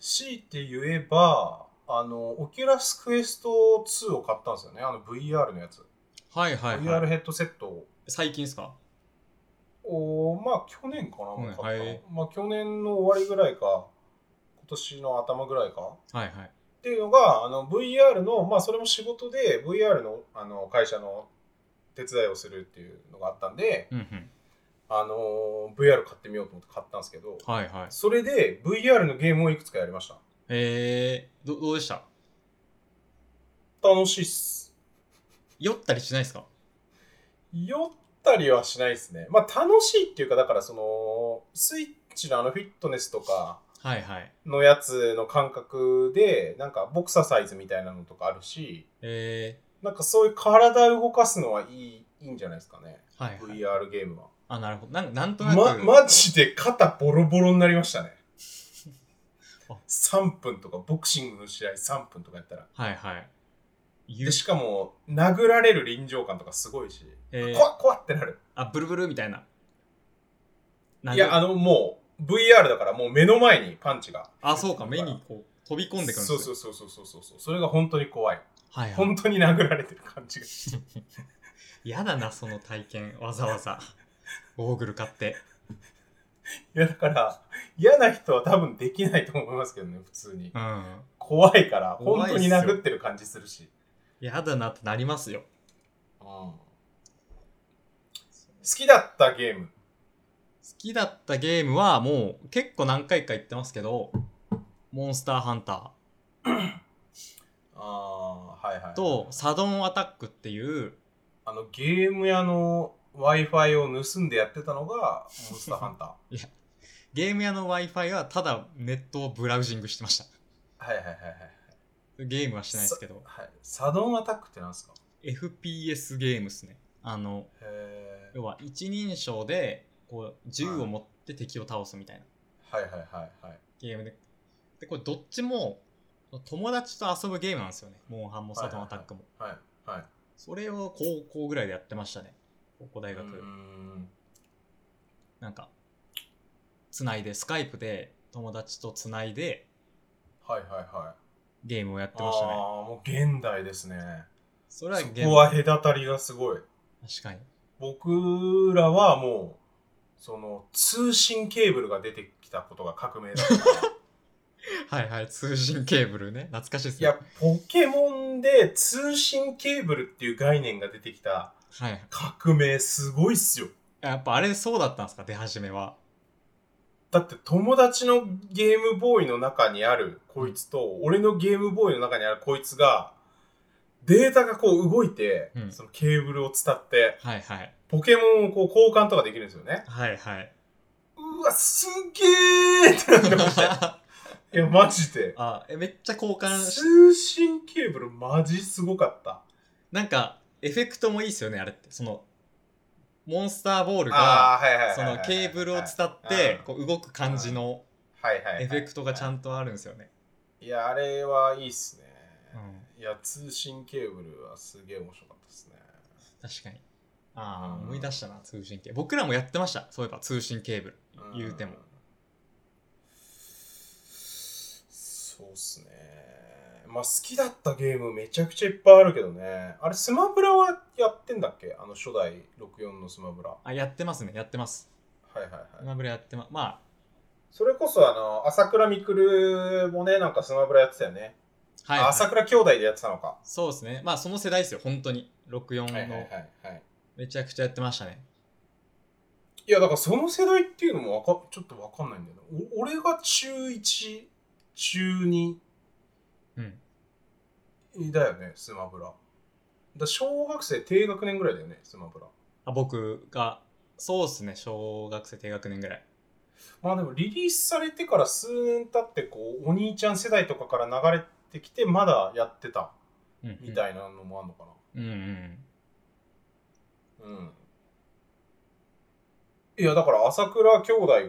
[SPEAKER 2] 強いて言えば、あの、オキュラスクエスト2を買ったんですよね。あの VR のやつ。
[SPEAKER 1] はいはい
[SPEAKER 2] VR
[SPEAKER 1] はい
[SPEAKER 2] ヘッドセットを。
[SPEAKER 1] 最近ですか
[SPEAKER 2] おーまあ去年かな、もう買ったの
[SPEAKER 1] はい
[SPEAKER 2] まあ去年の終わりぐらいか、今年の頭ぐらいか。
[SPEAKER 1] はいはい
[SPEAKER 2] っていうのがあの VR の、まあ、それも仕事で VR のあの会社の手伝いをするっていうのがあったんで、
[SPEAKER 1] うんうん
[SPEAKER 2] あのー VR 買ってみようと思って買ったんですけど
[SPEAKER 1] はいはい
[SPEAKER 2] それで VR のゲームをいくつかやりました
[SPEAKER 1] えー、どどうでした
[SPEAKER 2] 楽しいっす
[SPEAKER 1] 酔ったりしないですか
[SPEAKER 2] 酔ったりはしないですねまあ楽しいっていうかだからそのスイッチのあのフィットネスとか
[SPEAKER 1] はいはい
[SPEAKER 2] のやつの感覚でなんかボクサーサイズみたいなのとかあるし
[SPEAKER 1] え
[SPEAKER 2] なんかそういう体動かすのはいいいいんじゃないですかね
[SPEAKER 1] ー、はいはい
[SPEAKER 2] VR ゲームは。
[SPEAKER 1] あなるほどなんなんとなく、
[SPEAKER 2] ま、マジで肩ボロボロになりましたね
[SPEAKER 1] <laughs> あ。
[SPEAKER 2] 3分とか、ボクシングの試合3分とかやったら。
[SPEAKER 1] はいはいゆ
[SPEAKER 2] でしかも、殴られる臨場感とかすごいし、
[SPEAKER 1] えー
[SPEAKER 2] 怖っ怖っってなる。
[SPEAKER 1] あブルブルみたいななん
[SPEAKER 2] い
[SPEAKER 1] で
[SPEAKER 2] や、あの、もう、VR だからもう目の前にパンチが。
[SPEAKER 1] あそうか目にこう飛び込んでくるんです
[SPEAKER 2] そう
[SPEAKER 1] よ
[SPEAKER 2] そうそうそうそうそう。それが本当に怖い。
[SPEAKER 1] はいはい
[SPEAKER 2] 本当に殴られてる感じが。
[SPEAKER 1] <laughs> やだなその体験わざわざゴーグル買って
[SPEAKER 2] いや、だから、嫌な人は多分できないと思いますけどね、普通に
[SPEAKER 1] う。ん
[SPEAKER 2] 怖いから、
[SPEAKER 1] 怖い
[SPEAKER 2] 本
[SPEAKER 1] っ
[SPEAKER 2] 当
[SPEAKER 1] す
[SPEAKER 2] に
[SPEAKER 1] よ
[SPEAKER 2] 殴ってる感じするし。
[SPEAKER 1] やだなってなりますよ
[SPEAKER 2] 好
[SPEAKER 1] 好
[SPEAKER 2] きだったゲーム。
[SPEAKER 1] きだったゲームはもう結構何回か言ってますけどモンスターハンタ
[SPEAKER 2] ああはいはい
[SPEAKER 1] ーとサドンアタックっていう
[SPEAKER 2] あのゲーム屋の w i f i を盗んでやってたのがモンスターハンター
[SPEAKER 1] ゲーム屋の w i f i はただネットをブラウジングしてました
[SPEAKER 2] <laughs> はいはいはいはい
[SPEAKER 1] ゲームはしてないですけど
[SPEAKER 2] はいサドンアタックってなんですか
[SPEAKER 1] FPS ゲームっすねあの
[SPEAKER 2] へえ
[SPEAKER 1] 要は一人称でこう銃を持って敵を倒すみたいな
[SPEAKER 2] はいはいはいはい
[SPEAKER 1] ゲームででこれどっちも友達と遊ぶゲームなんですよねモンハンもサドンアタックも、
[SPEAKER 2] はいはい
[SPEAKER 1] それを高校ぐらいでやってましたね高校大学、
[SPEAKER 2] うーん
[SPEAKER 1] なんかつないでスカイプで友達とつないで
[SPEAKER 2] はいはいはい
[SPEAKER 1] ゲームをやって
[SPEAKER 2] あ
[SPEAKER 1] ました
[SPEAKER 2] あ
[SPEAKER 1] ね
[SPEAKER 2] ーもう現代ですね
[SPEAKER 1] そ
[SPEAKER 2] そ
[SPEAKER 1] れはゲー
[SPEAKER 2] こ
[SPEAKER 1] ム
[SPEAKER 2] は隔たりがすごい
[SPEAKER 1] 確かに
[SPEAKER 2] 僕らはもうその通信ケーブルが出てきたことが革命だったから
[SPEAKER 1] はいはい通信ケーブルね懐かしいです
[SPEAKER 2] い
[SPEAKER 1] ね
[SPEAKER 2] や、ポケモンで通信ケーブルっていう概念が出てきた
[SPEAKER 1] はいはい
[SPEAKER 2] 革命すごいっすよ。
[SPEAKER 1] やっぱあれそうだったんですか出始めは
[SPEAKER 2] だって友達のゲームボーイの中にあるこいつと、俺のゲームボーイの中にあるこいつが、データがこう動いて、
[SPEAKER 1] うん
[SPEAKER 2] そのケーブルを伝って、
[SPEAKER 1] はいはい
[SPEAKER 2] ポケモンをこう交換とかできるんですよね。
[SPEAKER 1] はいはい
[SPEAKER 2] うわ、すげーってなってました。 <laughs> いや、マジで。
[SPEAKER 1] <laughs> あえめっちゃ交換し
[SPEAKER 2] 通信ケーブルマジすごかった。
[SPEAKER 1] なんかエフェクトもいいですよねあれってそのモンスターボールが
[SPEAKER 2] あー、はいはいはい
[SPEAKER 1] そ
[SPEAKER 2] はいは
[SPEAKER 1] の
[SPEAKER 2] い
[SPEAKER 1] ケーブルを伝っ
[SPEAKER 2] う
[SPEAKER 1] て
[SPEAKER 2] ん
[SPEAKER 1] こう動く感じの
[SPEAKER 2] はいはいはい
[SPEAKER 1] エフェクトがちゃ
[SPEAKER 2] と
[SPEAKER 1] んとあるんですよね。
[SPEAKER 2] いやあれはいいっすね、
[SPEAKER 1] うん
[SPEAKER 2] いや通信ケーブルはすげえ面白かったですね
[SPEAKER 1] 確かに。ああ、
[SPEAKER 2] うん
[SPEAKER 1] 思い出したな、通信ケーブル。僕らもやってました、そういえば通信ケーブル。言うても
[SPEAKER 2] んそうっすねまあ好きだったゲームめちゃくちゃいっぱいあるけどねあれスマブラはやってんだっけあの初代64のスマブラは
[SPEAKER 1] あ、やってますね、やってます。
[SPEAKER 2] いはいはい、
[SPEAKER 1] 今ぐらいやってま、ま
[SPEAKER 2] それこそあの朝倉未来もねなんかスマブラやってたよね、
[SPEAKER 1] あ、はい、
[SPEAKER 2] あ朝
[SPEAKER 1] はい。
[SPEAKER 2] 倉兄弟でやってたのか、
[SPEAKER 1] そうですね。まあ、その世代ですよ、本当に。64の、
[SPEAKER 2] いはい
[SPEAKER 1] めちゃくちゃやってましたね。
[SPEAKER 2] いやだからその世代っていうのもわかちょっとわかんないんだよなお俺が中1中2
[SPEAKER 1] うん。
[SPEAKER 2] だよねスマブラだ小学生低学年ぐらいだよねスマブラ
[SPEAKER 1] あ、僕が、そうですね、小学生低学年ぐらい。
[SPEAKER 2] まあでもリリースされてから数年経ってこうお兄ちゃん世代とかから流れてきてまだやってた
[SPEAKER 1] うん、うん。
[SPEAKER 2] みたいなのもあんのかな、
[SPEAKER 1] うんうん。
[SPEAKER 2] うん。いや、だから朝倉兄弟が、あのー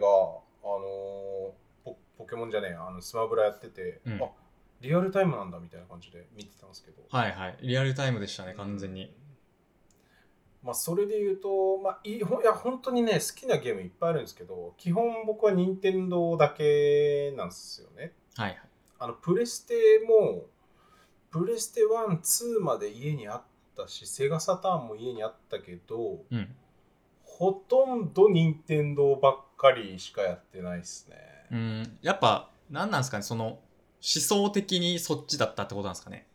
[SPEAKER 2] ポ、ポケモンじゃねえや、あのスマブラやってて、
[SPEAKER 1] うん
[SPEAKER 2] あリアルタイムなんだみたいな感じで見てたんですけど。
[SPEAKER 1] はいはい。リアルタイムでしたね、完全に。
[SPEAKER 2] まあ、それで言うと、まあ、いいほんいや本当にね好きなゲームいっぱいあるんですけど基本僕は任天堂だけなんですよね
[SPEAKER 1] はいはい。
[SPEAKER 2] あのプレステもプレステ12まで家にあったしセガサターンも家にあったけど
[SPEAKER 1] うん。
[SPEAKER 2] ほとんど任天堂ばっかりしかやってないですね、
[SPEAKER 1] うん。やっぱ、何なんですかね、その、思想的にそっちだったってことなんですかね。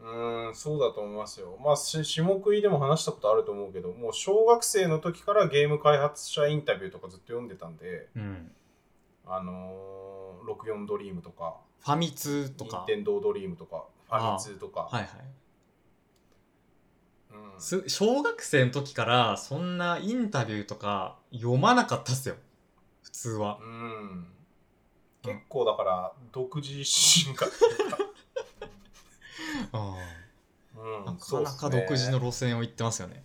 [SPEAKER 2] うーん、そうだと思いますよ。まあ、し下食いでも話したことあると思うけど、もう小学生の時からゲーム開発者インタビューとかずっと読んでたんで、
[SPEAKER 1] うん。
[SPEAKER 2] あのー、64ドリームとか、
[SPEAKER 1] ファミ通と
[SPEAKER 2] 任
[SPEAKER 1] か。
[SPEAKER 2] 天堂ドリームとか、ファミ通とか、
[SPEAKER 1] はいはい。
[SPEAKER 2] うん
[SPEAKER 1] す小学生の時から、そんなインタビューとか読まなかったっすよ。普通は。
[SPEAKER 2] うん、結構だから、独自
[SPEAKER 1] <laughs>
[SPEAKER 2] 進化っていうか、
[SPEAKER 1] あ
[SPEAKER 2] うん
[SPEAKER 1] あ。な
[SPEAKER 2] そ
[SPEAKER 1] か
[SPEAKER 2] うっ
[SPEAKER 1] な
[SPEAKER 2] す
[SPEAKER 1] か
[SPEAKER 2] ね
[SPEAKER 1] 独自の路線を行ってますよね。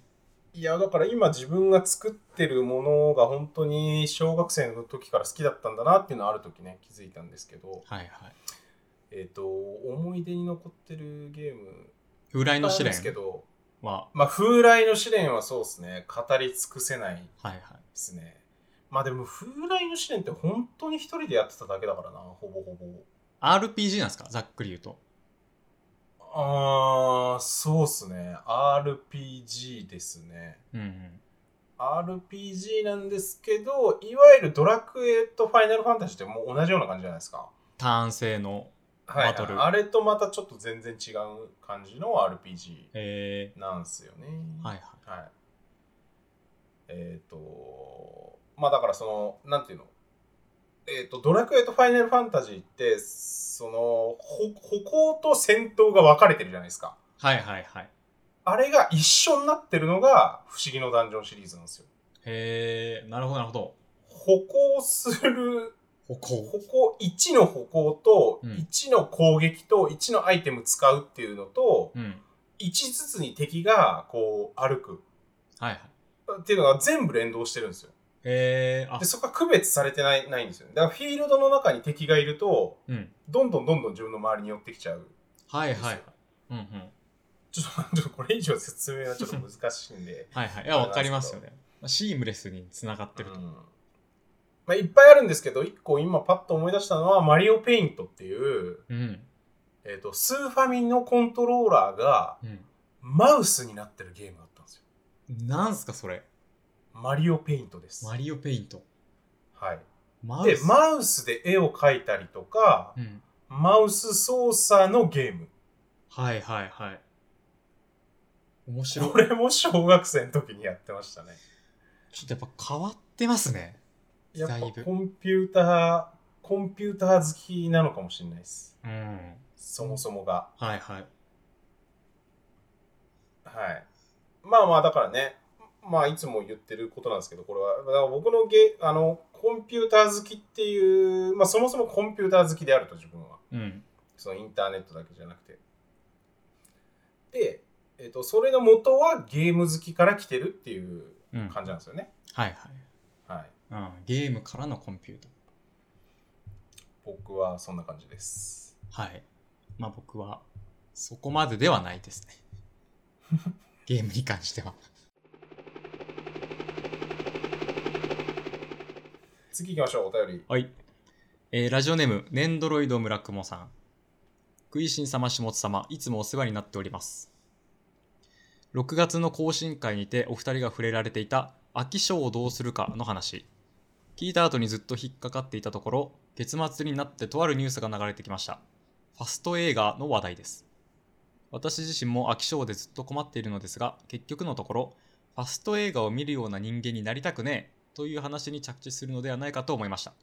[SPEAKER 2] いや、だから今自分が作ってるものが本当に小学生の時から好きだったんだなっていうのはある時ね、気づいたんですけど、
[SPEAKER 1] はいはい。
[SPEAKER 2] えっ、と、思い出に残ってるゲーム
[SPEAKER 1] 風来の
[SPEAKER 2] なん
[SPEAKER 1] 試
[SPEAKER 2] ですけ
[SPEAKER 1] 練
[SPEAKER 2] ど、
[SPEAKER 1] は、
[SPEAKER 2] まあ、風来の試練はそうですね、語り尽くせないで
[SPEAKER 1] はいはい。
[SPEAKER 2] すね。まあでも、風来の試練って本当に一人でやってただけだからな、ほぼほぼ。
[SPEAKER 1] RPG なんですかざっくり言うと。
[SPEAKER 2] あー、そうっすね。RPG ですね。
[SPEAKER 1] うんうん。
[SPEAKER 2] RPG なんですけど、いわゆるドラクエとファイナルファンタジーってもう同じような感じじゃないですか。
[SPEAKER 1] ターン制の。
[SPEAKER 2] はい、はい
[SPEAKER 1] バトル
[SPEAKER 2] あれとまたちょっと全然違う感じの RPG
[SPEAKER 1] え
[SPEAKER 2] なんですよね。
[SPEAKER 1] ー、はいはい。
[SPEAKER 2] はい。えっ、と、まあだからその、なんていうの、えっ、と、ドラクエとファイナルファンタジーって、その、ほ歩行と戦闘が分かれてるじゃないですか。
[SPEAKER 1] はいはいはい。
[SPEAKER 2] あれが一緒になってるのが、不思議のダンジョンシリーズなんですよ。
[SPEAKER 1] へえー、なるほどなるほど。
[SPEAKER 2] 歩行する、
[SPEAKER 1] 歩行。
[SPEAKER 2] 歩行、1の歩行と、
[SPEAKER 1] うん
[SPEAKER 2] 1の攻撃と、1のアイテム使うっていうのと、
[SPEAKER 1] うん。
[SPEAKER 2] 1ずつに敵が、こう、歩く。
[SPEAKER 1] はいはい。
[SPEAKER 2] っていうのが全部連動してるんですよ。
[SPEAKER 1] えー、あ
[SPEAKER 2] で、そこは区別されてないないんですよね。だからフィールドの中に敵がいると、
[SPEAKER 1] うん。
[SPEAKER 2] どんどんどんどん自分の周りに寄ってきちゃう。
[SPEAKER 1] はいはい。うんうん。
[SPEAKER 2] ちょっと <laughs> 待って、これ以上説明はちょっと難しいんで。
[SPEAKER 1] はいはい。いや、わかりますよね。まあシームレスにつながってると。
[SPEAKER 2] うんまあ、いっぱいあるんですけど、一個今パッと思い出したのは、マリオペイントっていう、
[SPEAKER 1] うん。
[SPEAKER 2] えっ、と、スーファミのコントローラーが
[SPEAKER 1] うん。
[SPEAKER 2] マウスになってるゲームだったんですよ。
[SPEAKER 1] なんすかそれ。
[SPEAKER 2] マリオペイントです。
[SPEAKER 1] マリオペイント。
[SPEAKER 2] はい。
[SPEAKER 1] マ
[SPEAKER 2] で、マウスで絵を描いたりとか、
[SPEAKER 1] うん。
[SPEAKER 2] マウス操作のゲーム。
[SPEAKER 1] はいはいはい。面白い。
[SPEAKER 2] これも小学生の時にやってましたね。
[SPEAKER 1] ちょっとやっぱ変わってますね。
[SPEAKER 2] やっぱ
[SPEAKER 1] だいぶ
[SPEAKER 2] コンピューター、コンピューター好きなのかもしれないです。
[SPEAKER 1] うん。
[SPEAKER 2] そもそもが。
[SPEAKER 1] はいはい。
[SPEAKER 2] はい。まあまあ、だからね、まあ、いつも言ってることなんですけど、これは、だから僕のゲ、あの、コンピューター好きっていう、まあ、そもそもコンピューター好きであると、自分は。
[SPEAKER 1] うん。
[SPEAKER 2] そのインターネットだけじゃなくて。で、えっ、と、それの元はゲーム好きから来てるっていう
[SPEAKER 1] うん。はい
[SPEAKER 2] 感じなんですよね。
[SPEAKER 1] はい。
[SPEAKER 2] はい。
[SPEAKER 1] うん。ゲームからのコンピュータ
[SPEAKER 2] 僕はそんな感じです。
[SPEAKER 1] はい。まあ僕は、そこまでではないです
[SPEAKER 2] <laughs>
[SPEAKER 1] ね。ゲームに関しては。
[SPEAKER 2] 次行きましょう、お便り。
[SPEAKER 1] はい。えーラジオネーム、ネンドロイド村雲さん。食いしん様、下津様、いつもお世話になっております。6月の更新会にてお二人が触れられていた飽き性をどうするかの話。聞いた後にずっと引っかかっていたところ、月末になってとあるニュースが流れてきました。ファスト映画の話題です。私自身も飽き性でずっと困っているのですが、結局のところ、ファスト映画を見るような人間になりたくねえという話に着地するのではないかと思いました。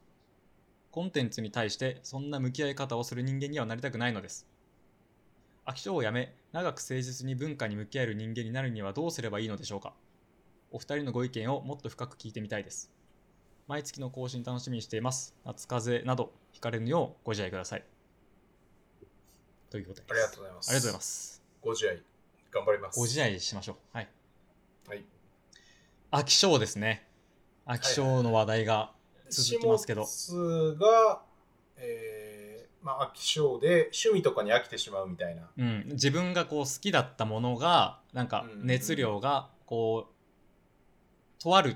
[SPEAKER 1] コンテンツに対してそんな向き合い方をする人間にはなりたくないのです。飽き性をやめ、長く誠実に文化に向き合える人間になるにはどうすればいいのでしょうかお二人のご意見をもっと深く聞いてみたいです。毎月の更新楽しみにしています。夏風邪など、ひかれぬようご自愛ください。ということです。
[SPEAKER 2] ありがとうございます。。
[SPEAKER 1] ありがとうございますす。
[SPEAKER 2] ご自愛。頑張ります。
[SPEAKER 1] ご自愛しましょう。はい。
[SPEAKER 2] はい
[SPEAKER 1] 飽き性ですね飽き性の話題が続きますけど
[SPEAKER 2] 下津が、えーまあ、飽き性で趣味とかに飽きてしまうみたいな。
[SPEAKER 1] うん、自分がこう好きだったものがなんか
[SPEAKER 2] うんうん
[SPEAKER 1] 熱量がこうとある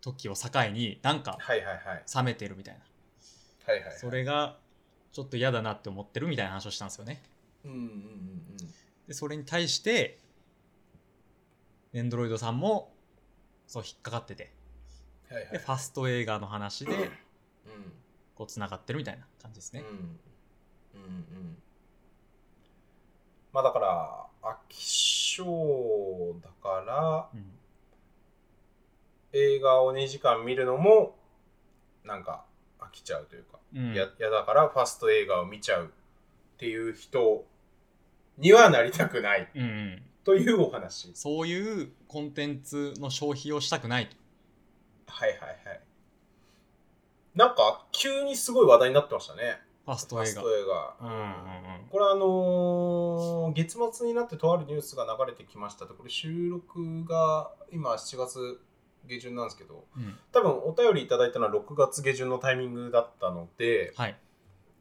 [SPEAKER 1] 時を境になんか
[SPEAKER 2] はいはいはい。
[SPEAKER 1] 冷めてるみたい
[SPEAKER 2] はいはい、は。
[SPEAKER 1] ないそれがちょっと嫌だなって思ってるみたいな話をしたんですよね
[SPEAKER 2] うんうんうんうん。
[SPEAKER 1] でそれに対してエンドロイドさんもそう引っかかってて
[SPEAKER 2] はいは
[SPEAKER 1] で
[SPEAKER 2] い
[SPEAKER 1] フ。ァスト映画の話で
[SPEAKER 2] うん
[SPEAKER 1] こうつながってるみたいな感じですね
[SPEAKER 2] うんうんうんまあだから飽き性だから
[SPEAKER 1] うん
[SPEAKER 2] 映画を2時間見るのもなんか飽きちゃうというか
[SPEAKER 1] うん
[SPEAKER 2] ややだからファスト映画を見ちゃうっていう人にはなりたくない
[SPEAKER 1] うんうん
[SPEAKER 2] というお話
[SPEAKER 1] そういうコンテンツの消費をしたくないと
[SPEAKER 2] はいはいはいなんか急にすごい話題になってましたね
[SPEAKER 1] ファス
[SPEAKER 2] フ
[SPEAKER 1] ト
[SPEAKER 2] ァ
[SPEAKER 1] 映
[SPEAKER 2] ス
[SPEAKER 1] 画
[SPEAKER 2] ト映画
[SPEAKER 1] うんうんうん
[SPEAKER 2] これはあのー月末になってとあるニュースが流れてきましたとこれ収録が今7月下旬なんですけど
[SPEAKER 1] うん
[SPEAKER 2] 多分お便りいただいたのは6月下旬のタイミングだったので、
[SPEAKER 1] はい、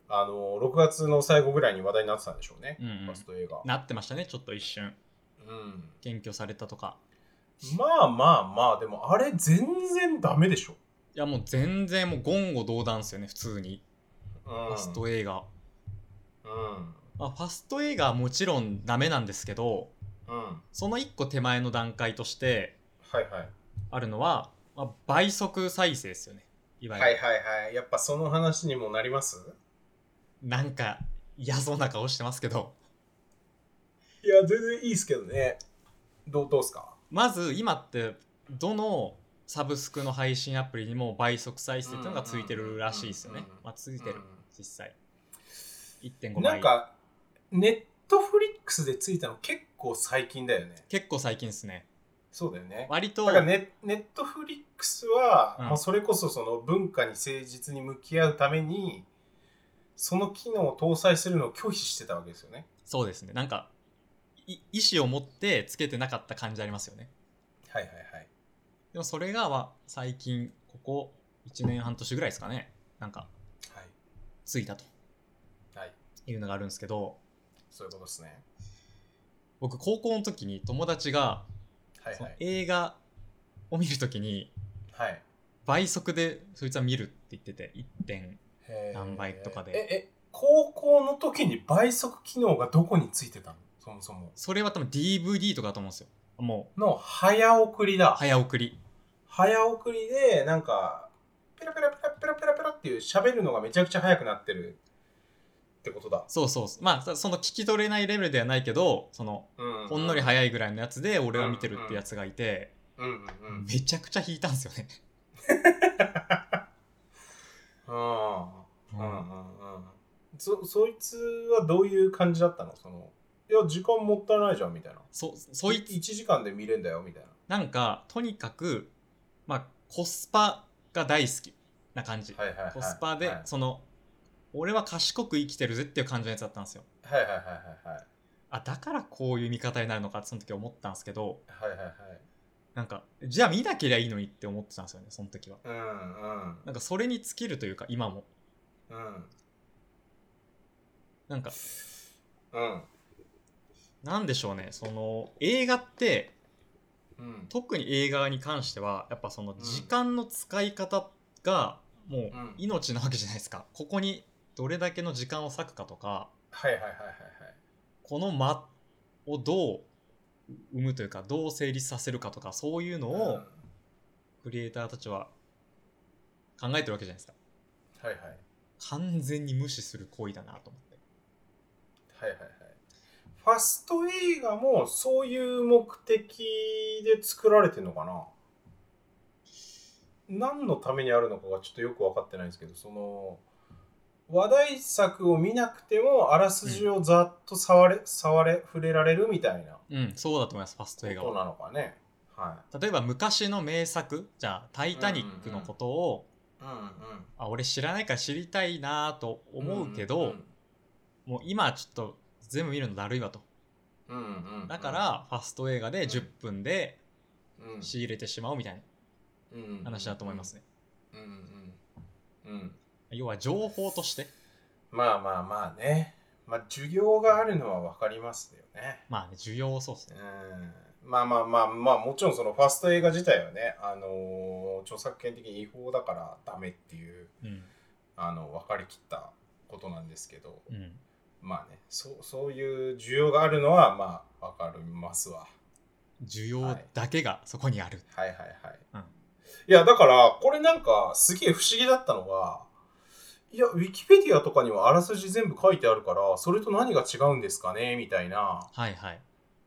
[SPEAKER 2] あのー6月の最後ぐらいに話題になってたんでしょうね、
[SPEAKER 1] うんう
[SPEAKER 2] フ
[SPEAKER 1] ん
[SPEAKER 2] ァス、ト映画、
[SPEAKER 1] なってましたねちょっと一瞬
[SPEAKER 2] うん、
[SPEAKER 1] 検挙されたとか
[SPEAKER 2] まあまあまあでもあれ全然ダメでしょ、
[SPEAKER 1] いやもう全然もう言語道断ですよね普通に
[SPEAKER 2] うん、
[SPEAKER 1] ファスト映画、
[SPEAKER 2] うん
[SPEAKER 1] まあ、ファスト映画はもちろんダメなんですけど
[SPEAKER 2] うんは
[SPEAKER 1] その一個手前の段階として
[SPEAKER 2] いはい
[SPEAKER 1] あるのは、まあ、倍速再生ですよねいわゆる、
[SPEAKER 2] はいはいはいやっぱその話にもなります
[SPEAKER 1] なんか嫌そうな顔してますけど
[SPEAKER 2] いや全然いいですけどねどうどうすか
[SPEAKER 1] まず今ってどのサブスクの配信アプリにも倍速再生っていうのがついてるらしいですよね
[SPEAKER 2] うんうんうんうん
[SPEAKER 1] まあついてる実際1.5倍
[SPEAKER 2] なんかネットフリックスでついたの結構最近だよね
[SPEAKER 1] 結構最近ですね
[SPEAKER 2] そうだよね
[SPEAKER 1] 割と
[SPEAKER 2] だからネネットフリックスは、
[SPEAKER 1] うん
[SPEAKER 2] まあ、それこそその文化に誠実に向き合うためにその機能を搭載するのを拒否してたわけですよね
[SPEAKER 1] そうですねなんかい意思を持ってつけてなかった感じありますよね
[SPEAKER 2] はいはいはい
[SPEAKER 1] でもそれがまあ最近ここ1年半年ぐらいですかねなんか
[SPEAKER 2] はい
[SPEAKER 1] ついたと
[SPEAKER 2] はい
[SPEAKER 1] いうのがあるんですけど
[SPEAKER 2] そういうことですね
[SPEAKER 1] 僕高校の時に友達が
[SPEAKER 2] はい
[SPEAKER 1] そ
[SPEAKER 2] は
[SPEAKER 1] の
[SPEAKER 2] い
[SPEAKER 1] 映画を見る時に
[SPEAKER 2] はい
[SPEAKER 1] 倍速でそいつは見るって言ってて1点
[SPEAKER 2] へー
[SPEAKER 1] 何倍とかで
[SPEAKER 2] ええ高校の時に倍速機能がどこについてたのそもそも
[SPEAKER 1] それは多分 DVD とかだと思うんですよもう
[SPEAKER 2] の早送りだ
[SPEAKER 1] 早送り
[SPEAKER 2] 早送りでなんかペラペラペラペラペラペラっていう喋るのがめちゃくちゃ早くなってるってことだ、
[SPEAKER 1] そうそうそうまあそその聞き取れないレベルではないけどその
[SPEAKER 2] うん
[SPEAKER 1] ほんのり早いぐらいのやつで俺は見てるってやつがいて、
[SPEAKER 2] うんうんうん
[SPEAKER 1] めちゃくちゃ引いたんですよね。
[SPEAKER 2] うんうんうんうんそそいつはどういう感じだったのそのいや時間もったいないじゃんみたいな
[SPEAKER 1] そそいつ
[SPEAKER 2] 1時間で見れんだよみたいな
[SPEAKER 1] なんかとにかく、まあ、コスパが大好きな感じ、
[SPEAKER 2] はいはいはい
[SPEAKER 1] コスパで、
[SPEAKER 2] はい
[SPEAKER 1] その俺は賢く生きてるぜっていう感じのやつだったんですよ。
[SPEAKER 2] はいはいはいはいはい
[SPEAKER 1] あだからこういう見方になるのかってその時思ったんですけど
[SPEAKER 2] はいはいはい
[SPEAKER 1] なんかじゃあ見なけりゃいいのにって思ってたんですよねその時は。
[SPEAKER 2] うんうん
[SPEAKER 1] なんかそれに尽きるというか今も
[SPEAKER 2] うん
[SPEAKER 1] なんか
[SPEAKER 2] うん
[SPEAKER 1] なんでしょうねその映画って
[SPEAKER 2] うん
[SPEAKER 1] 特に映画に関してはやっぱその時間の使い方がもう
[SPEAKER 2] うん
[SPEAKER 1] 命なわけじゃないですかここにどれだけの時間を割くかとか
[SPEAKER 2] はいはいはいはい
[SPEAKER 1] この間をどう生むというかどう成立させるかとかそういうの
[SPEAKER 2] はいうん
[SPEAKER 1] を
[SPEAKER 2] は
[SPEAKER 1] クリエイターたちは考えてるわけじゃないですか
[SPEAKER 2] いはい
[SPEAKER 1] 完全に無視する行為だなと思って
[SPEAKER 2] はいはいはい。ファスト映画もそういう目的で作られてるのかな何のためにあるのかがちょっとよく分かってないんですけど、その、話題作を見なくても、あらすじをざっと触れ、触れ、触れられるみたいなこ
[SPEAKER 1] うんそうだと思いますファスト
[SPEAKER 2] と
[SPEAKER 1] 映
[SPEAKER 2] な
[SPEAKER 1] 画は
[SPEAKER 2] のかね。は
[SPEAKER 1] 例えば昔の名作じゃあ「タイタニック」のことを、
[SPEAKER 2] い。うんうん。
[SPEAKER 1] あ俺知らないから知りたいなと思うけど、もう今はちょっと全部見るのだるいわと
[SPEAKER 2] うんうんうん、
[SPEAKER 1] だからファスト映画で10分で
[SPEAKER 2] うん
[SPEAKER 1] 仕入れてしまうみたい
[SPEAKER 2] うん
[SPEAKER 1] な話だと思いますね。
[SPEAKER 2] うんうんうんうん
[SPEAKER 1] 要は情報として、
[SPEAKER 2] まあまあまあねまあ需要があるのは分かりますよね
[SPEAKER 1] まあね、需要そうですね。
[SPEAKER 2] うんまあまあまあまあもちろんそのファスト映画自体はね、あのー著作権的に違法だからダメっていう、
[SPEAKER 1] うん。
[SPEAKER 2] あの分かりきったことなんですけど
[SPEAKER 1] うん。
[SPEAKER 2] まあねそうそういう需要があるのはまあ分かりますわ
[SPEAKER 1] 需要だけがそこにある。
[SPEAKER 2] はいはいはい、
[SPEAKER 1] うん
[SPEAKER 2] いやだからこれなんかすげえ不思議だったのがいやウィキペディアとかにはあらすじ全部書いてあるからそれと何が違うんですかねみたいな
[SPEAKER 1] はいはい。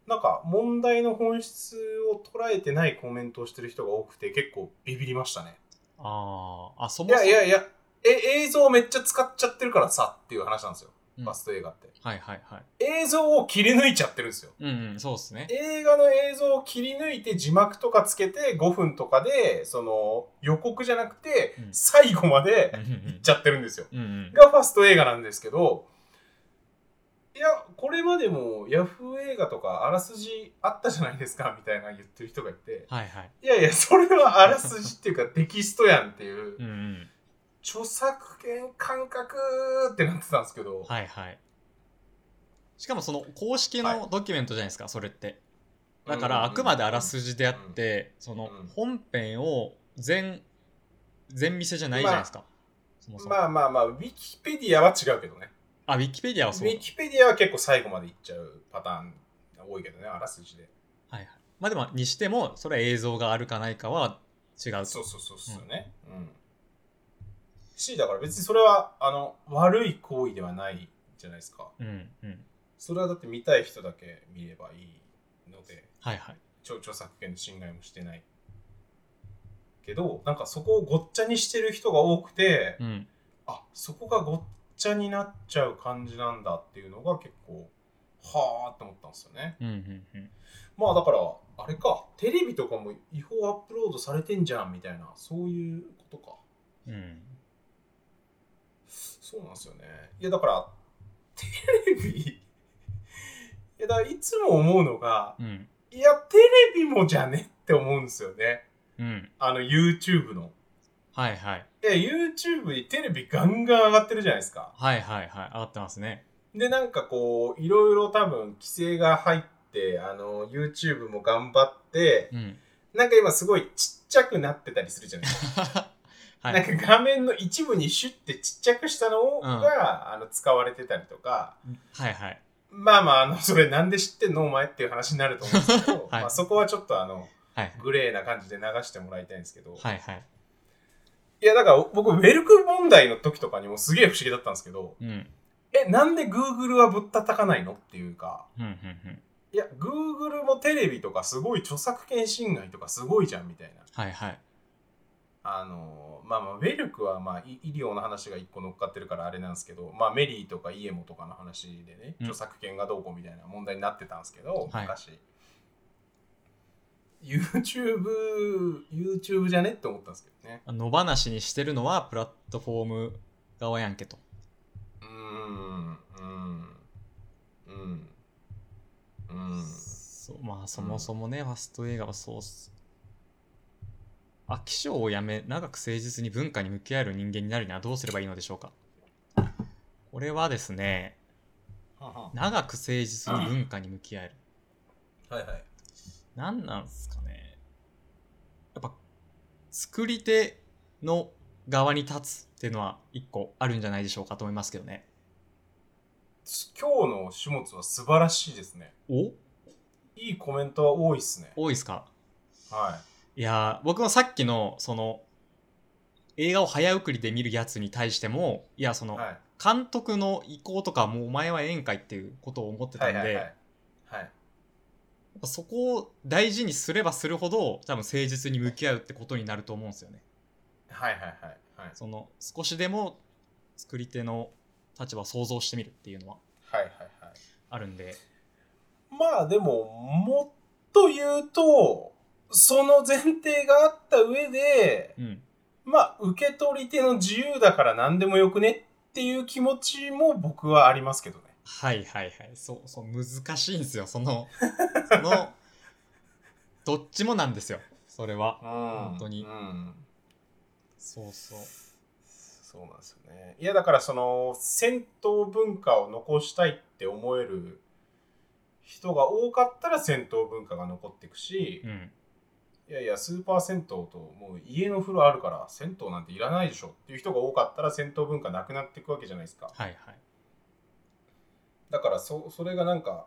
[SPEAKER 2] なんか問題の本質を捉えてないコメントをしてる人が多くて結構ビビりましたね。
[SPEAKER 1] あーあ、そ
[SPEAKER 2] い
[SPEAKER 1] もそも。
[SPEAKER 2] やいやいや、え、映像めっちゃ使っちゃってるからさっていう話なんですよ。
[SPEAKER 1] うん
[SPEAKER 2] バスト映画って。
[SPEAKER 1] はいはいはい。
[SPEAKER 2] 映像を切り抜いちゃってるんですよ。
[SPEAKER 1] うん、うん、そうですね。
[SPEAKER 2] 映画の映像を切り抜いて字幕とかつけて5分とかで、その予告じゃなくて
[SPEAKER 1] うん
[SPEAKER 2] 最後ま
[SPEAKER 1] うん
[SPEAKER 2] で
[SPEAKER 1] うんう
[SPEAKER 2] いっ
[SPEAKER 1] ん
[SPEAKER 2] ちゃってるんですよ。
[SPEAKER 1] うんうん。
[SPEAKER 2] がファスト映画なんですけど、いや、これまでもヤフー映画とかあらすじあったじゃないですかみたいな言ってる人がいて、
[SPEAKER 1] はいはい。
[SPEAKER 2] いやいや、それはあらすじっていう
[SPEAKER 1] <laughs>
[SPEAKER 2] かテキストやんっていう
[SPEAKER 1] う、んうん。
[SPEAKER 2] 著作権感覚ってなってたんですけど、
[SPEAKER 1] はいはい。しかもその公式
[SPEAKER 2] は
[SPEAKER 1] のドキュメントじゃないですか、それって。だからあくまであらすじであって、その
[SPEAKER 2] うん
[SPEAKER 1] 本編を全、全見せじゃないじゃないですか。そもそも。
[SPEAKER 2] まあまあまあ、ウィキペディアは違うけどね。
[SPEAKER 1] あ、ウィキペディア
[SPEAKER 2] ウ
[SPEAKER 1] はそうだ
[SPEAKER 2] ィ。キペディアは結構最後までいっちゃうパターンが多いけどね、あらすじで。
[SPEAKER 1] はいはい。まあでも、にしても、それは映像があるかないかは違うと。
[SPEAKER 2] そうそうそうそうね。うん。し、だから別にそれは、あの、悪い行為ではないじゃないですか。
[SPEAKER 1] うんうん。
[SPEAKER 2] それはだって見たい人だけ見ればいいので。
[SPEAKER 1] はいはい。
[SPEAKER 2] 著著作権の侵害もしてないけどなんかそこをごっちゃにしてる人が多くて、
[SPEAKER 1] うん。
[SPEAKER 2] あそこがごっちゃになっちゃう感じなんだっていうのが結構はあって思ったんですよね
[SPEAKER 1] うんうんうん。
[SPEAKER 2] まあだからあれかテレビとかも違法アップロードされてんじゃんみたいなそういうことか
[SPEAKER 1] うん、
[SPEAKER 2] そうなんですよねいやだからテレビいやだからいつも思うのが
[SPEAKER 1] うん、
[SPEAKER 2] いやテレビもじゃねって思うんですよね
[SPEAKER 1] うん、
[SPEAKER 2] あの YouTube の
[SPEAKER 1] はいはい、
[SPEAKER 2] え、YouTube にテレビガンガン上がってるじゃないですか。
[SPEAKER 1] はいはいはい、上がってますね。
[SPEAKER 2] で、なんかこう、いろいろ多分規制が入って、あの、YouTube も頑張って、
[SPEAKER 1] うん、
[SPEAKER 2] なんか今すごいちっちゃくなってたりするじゃないですか。
[SPEAKER 1] はい、
[SPEAKER 2] なんか画面の一部にシュッてちっちゃくしたのが、
[SPEAKER 1] うん
[SPEAKER 2] あの、使われてたりとか、
[SPEAKER 1] はいはい、
[SPEAKER 2] まあまあ、あの、それなんで知ってんのお前っていう話になると思うんですけど、
[SPEAKER 1] <laughs> はい
[SPEAKER 2] まあそこはちょっとあの、
[SPEAKER 1] はい、
[SPEAKER 2] グレーな感じで流してもらいたいんですけど、
[SPEAKER 1] はいはい、
[SPEAKER 2] いや、だから僕、ウェルク問題の時とかにもすげえ不思議だったんですけど、
[SPEAKER 1] うん、うん、
[SPEAKER 2] え、なんで Google はぶったたかないのっていうか、
[SPEAKER 1] うん、うん、
[SPEAKER 2] いや、Google もテレビとかすごい著作権侵害とかすごいじゃんみたいな。
[SPEAKER 1] はいはい、
[SPEAKER 2] あのーまあまあ、ウェルクはまあ、い医療の話が一個乗っかってるからあれなんですけど、まあ、メリーとかイエモとかの話でね、
[SPEAKER 1] うん
[SPEAKER 2] 著作権がどうこうみたいな問題になってたんですけど、
[SPEAKER 1] はい
[SPEAKER 2] 昔。YouTube、YouTube じゃねって思ったんですけどね。
[SPEAKER 1] 野放しにしてるのはプラットフォーム側やんけと。
[SPEAKER 2] うーん、うん、うん、うん。
[SPEAKER 1] そうまあ、そもそもね、ファスト映画はそうっす。飽き性をやめ、長く誠実に文化に向き合える人間になるにはどうすればいいのでしょうか。これはですね、
[SPEAKER 2] はは
[SPEAKER 1] 長く誠実に文化に向き合える。
[SPEAKER 2] はいはい。
[SPEAKER 1] なんなんすかねやっぱ作り手の側に立つっていうのは一個あるんじゃないでしょうかと思いますけどね
[SPEAKER 2] 今日の種物は素晴らしいですね。
[SPEAKER 1] お
[SPEAKER 2] いいコメントは多いですね。
[SPEAKER 1] 多いですか
[SPEAKER 2] はい
[SPEAKER 1] やー僕もさっきのその映画を早送りで見るやつに対してもいやそ
[SPEAKER 2] い。
[SPEAKER 1] の
[SPEAKER 2] はい。
[SPEAKER 1] 監督の意向とかもうお前は宴会っていうことを思ってた
[SPEAKER 2] は
[SPEAKER 1] ん
[SPEAKER 2] い
[SPEAKER 1] で、
[SPEAKER 2] はいは
[SPEAKER 1] や
[SPEAKER 2] い。はい。
[SPEAKER 1] っぱそこを大事にすればするほど多分誠実に向き合うってことになると思うんですよね
[SPEAKER 2] はいはいはい。はい。
[SPEAKER 1] その少しでも作り手の立場を想像してみるっていうのは
[SPEAKER 2] はいはいはい。
[SPEAKER 1] あるんで
[SPEAKER 2] まあでも、もっと言うと、その前提があった上で、
[SPEAKER 1] うん
[SPEAKER 2] まあ受け取り手の自由だから何でもよくねっていう気持ちも僕はありますけどね。 <laughs>
[SPEAKER 1] はいはいはいそうそう難しいんですよそのそのどっちもなんですよそれは
[SPEAKER 2] 本
[SPEAKER 1] 当に
[SPEAKER 2] うん、
[SPEAKER 1] そうそう
[SPEAKER 2] そうなんですよねいやだからその戦闘文化を残したいって思える人が多かったら戦闘文化が残っていくし、
[SPEAKER 1] うん
[SPEAKER 2] いやいやスーパー銭湯ともう家の風呂あるから銭湯なんていらないでしょっていう人が多かったら戦闘文化なくなっていくわけじゃないですか
[SPEAKER 1] はいはい
[SPEAKER 2] だからそそれがなんか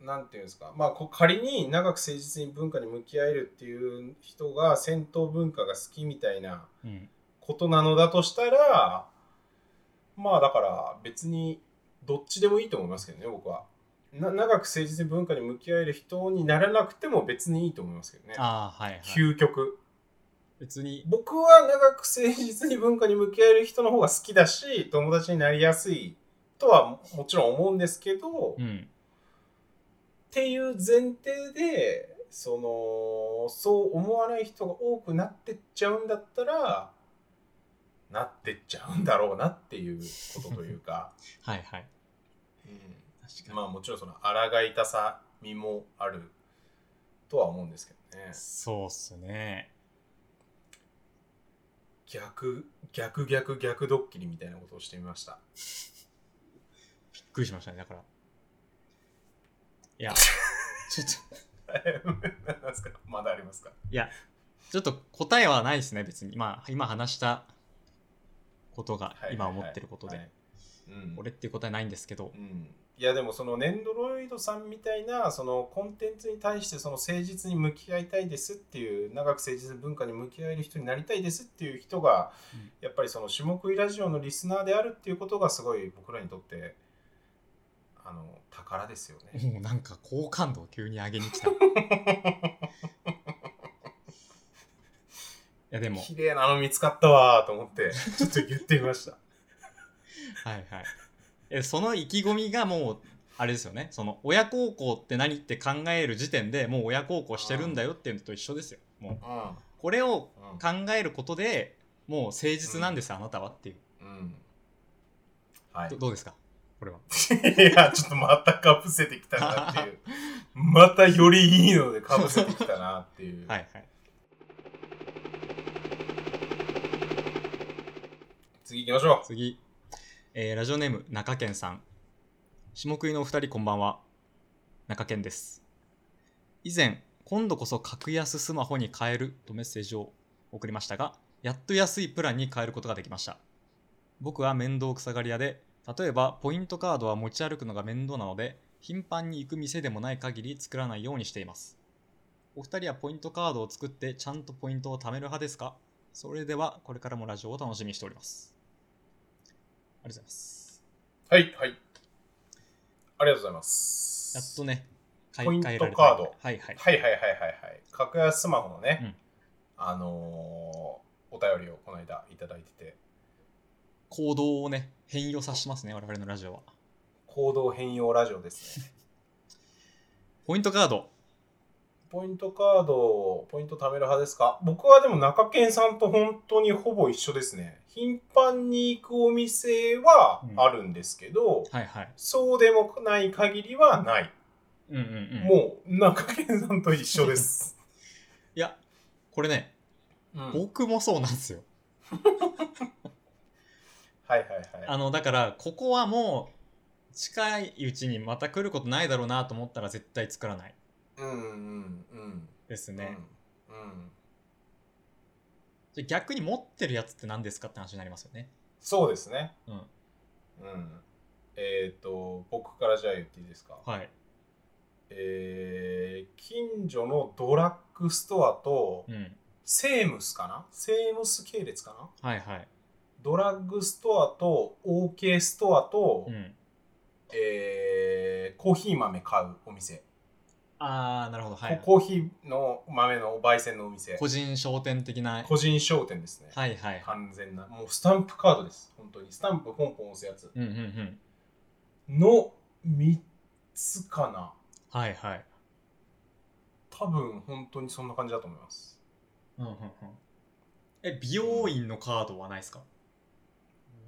[SPEAKER 2] なんていうんですかまあこ仮に長く誠実に文化に向き合えるっていう人が戦闘文化が好きみたいな
[SPEAKER 1] うん
[SPEAKER 2] ことなのだとしたらまあだから別にどっちでもいいと思いますけどね僕はな長く誠実に文化に向き合える人にならなくても別にいいと思いますけどね
[SPEAKER 1] ああはいはい
[SPEAKER 2] 究極
[SPEAKER 1] 別に
[SPEAKER 2] 僕は長く誠実に文化に向き合える人の方が好きだし友達になりやすいとはもちろん思うんですけど、
[SPEAKER 1] う
[SPEAKER 2] っ
[SPEAKER 1] ん
[SPEAKER 2] ていう前提でそのそう思わない人が多くなってっちゃうんだったらなってっちゃうんだろうなっていうことというか、
[SPEAKER 1] はいはい
[SPEAKER 2] <laughs> うん
[SPEAKER 1] 確かに、
[SPEAKER 2] まあもちろんその抗いたさみもあるとは思うんですけどね
[SPEAKER 1] そうっすね
[SPEAKER 2] 逆逆逆逆ドッキリみたいなことをしてみました。
[SPEAKER 1] びっくりしましたねだから <laughs> いやちょっと
[SPEAKER 2] 何ですかまだありますか
[SPEAKER 1] ちょっと答えはないですね別にまあ今話したことが
[SPEAKER 2] <laughs> はい
[SPEAKER 1] 今思ってることで、
[SPEAKER 2] はいうん
[SPEAKER 1] 俺っていう答えないんですけど
[SPEAKER 2] うん、いやでもそのネンドロイドさんみたいなそのコンテンツに対してその誠実に向き合いたいですっていう長く誠実に文化に向き合える人になりたいですっていう人が、
[SPEAKER 1] うん
[SPEAKER 2] やっぱりその下食いラジオのリスナーであるっていうことがすごい僕らにとってあの宝ですよね。
[SPEAKER 1] もうなんか好感度を急に上げに来 <laughs> たいや <laughs> でも
[SPEAKER 2] 綺麗なの見つかったわーと思ってちょっと言ってみました。
[SPEAKER 1] はいはいえその意気込みがもうあれですよねその親孝行って何って考える時点でもう親孝行してるんだよっていうのと一緒ですよもう
[SPEAKER 2] う
[SPEAKER 1] これを
[SPEAKER 2] んうん
[SPEAKER 1] 考えることでもう誠実なんです、あなたはっていう
[SPEAKER 2] うんはい
[SPEAKER 1] ど、どうですかこれはい
[SPEAKER 2] や、ちょっとまたかぶせてきたなっていう。 <laughs> またよりいいのでかぶせてきたなってい
[SPEAKER 1] <laughs>
[SPEAKER 2] う。
[SPEAKER 1] はいはい
[SPEAKER 2] 次行きましょ
[SPEAKER 1] 次、えーラジオネーム中健さん下食いのお二人こんばんは中健です以前今度こそ格安スマホに変えるとメッセージを送りましたがやっと安いプランに変えることができました僕は面倒くさがり屋で例えばポイントカードは持ち歩くのが面倒なので頻繁に行く店でもない限り作らないようにしていますお二人はポイントカードを作ってちゃんとポイントを貯める派ですかそれではこれからもラジオを楽しみにしておりますありがとうございます。
[SPEAKER 2] う。はい、はい。ありがとうございます。
[SPEAKER 1] やっとね、買
[SPEAKER 2] ポイント
[SPEAKER 1] 替えられた
[SPEAKER 2] カード
[SPEAKER 1] はいはい。
[SPEAKER 2] はいはいはいはいはい。格安スマホのね、
[SPEAKER 1] うん
[SPEAKER 2] あのーお便りをこの間いただいてて、
[SPEAKER 1] 行動をね、変容させてますね、我々のラジオは。
[SPEAKER 2] 行動変容ラジオですね。 <laughs>
[SPEAKER 1] ポイントカード。
[SPEAKER 2] ポイントカードをポイント貯める派ですか僕はでも中堅さんと本当にほぼ一緒ですね。頻繁に行くお店はあるんですけど、
[SPEAKER 1] はいはい。
[SPEAKER 2] そうでもない限りはない。
[SPEAKER 1] うんうんうん。
[SPEAKER 2] もう、中堅さんと一緒です。
[SPEAKER 1] いや、これね、
[SPEAKER 2] うんはい
[SPEAKER 1] 僕もそうなんですよ。
[SPEAKER 2] はいはい。
[SPEAKER 1] あの、だから、ここはもう、近いうちにまた来ることないだろうなと思ったら絶対作らない
[SPEAKER 2] うんうんうん。
[SPEAKER 1] ですね。
[SPEAKER 2] うん。うん。
[SPEAKER 1] じゃ逆に持ってるやつって何ですかって話になりますよね。
[SPEAKER 2] そうですね。
[SPEAKER 1] うん。
[SPEAKER 2] うん。えっ、と、僕からじゃあ言っていいですか。
[SPEAKER 1] はい。
[SPEAKER 2] えー、近所のドラッグストアと
[SPEAKER 1] う、ん。
[SPEAKER 2] セームスかなセームス系列かな
[SPEAKER 1] はいはい。
[SPEAKER 2] ドラッグストアと、OK ストアと、
[SPEAKER 1] うん。
[SPEAKER 2] えー、コーヒー豆買うお店。
[SPEAKER 1] あー、なるほど。はい。
[SPEAKER 2] コーヒーの豆の焙煎のお店。
[SPEAKER 1] 個人商店的な。
[SPEAKER 2] 個人商店ですね、
[SPEAKER 1] はいはい。
[SPEAKER 2] 完全なもうスタンプカードです本当にスタンプポンポン押すやつ
[SPEAKER 1] うんうんうん。
[SPEAKER 2] の3つかな
[SPEAKER 1] はいはい。
[SPEAKER 2] 多分本当にそんな感じだと思います
[SPEAKER 1] うんうんうん、え美容院のカードはないですか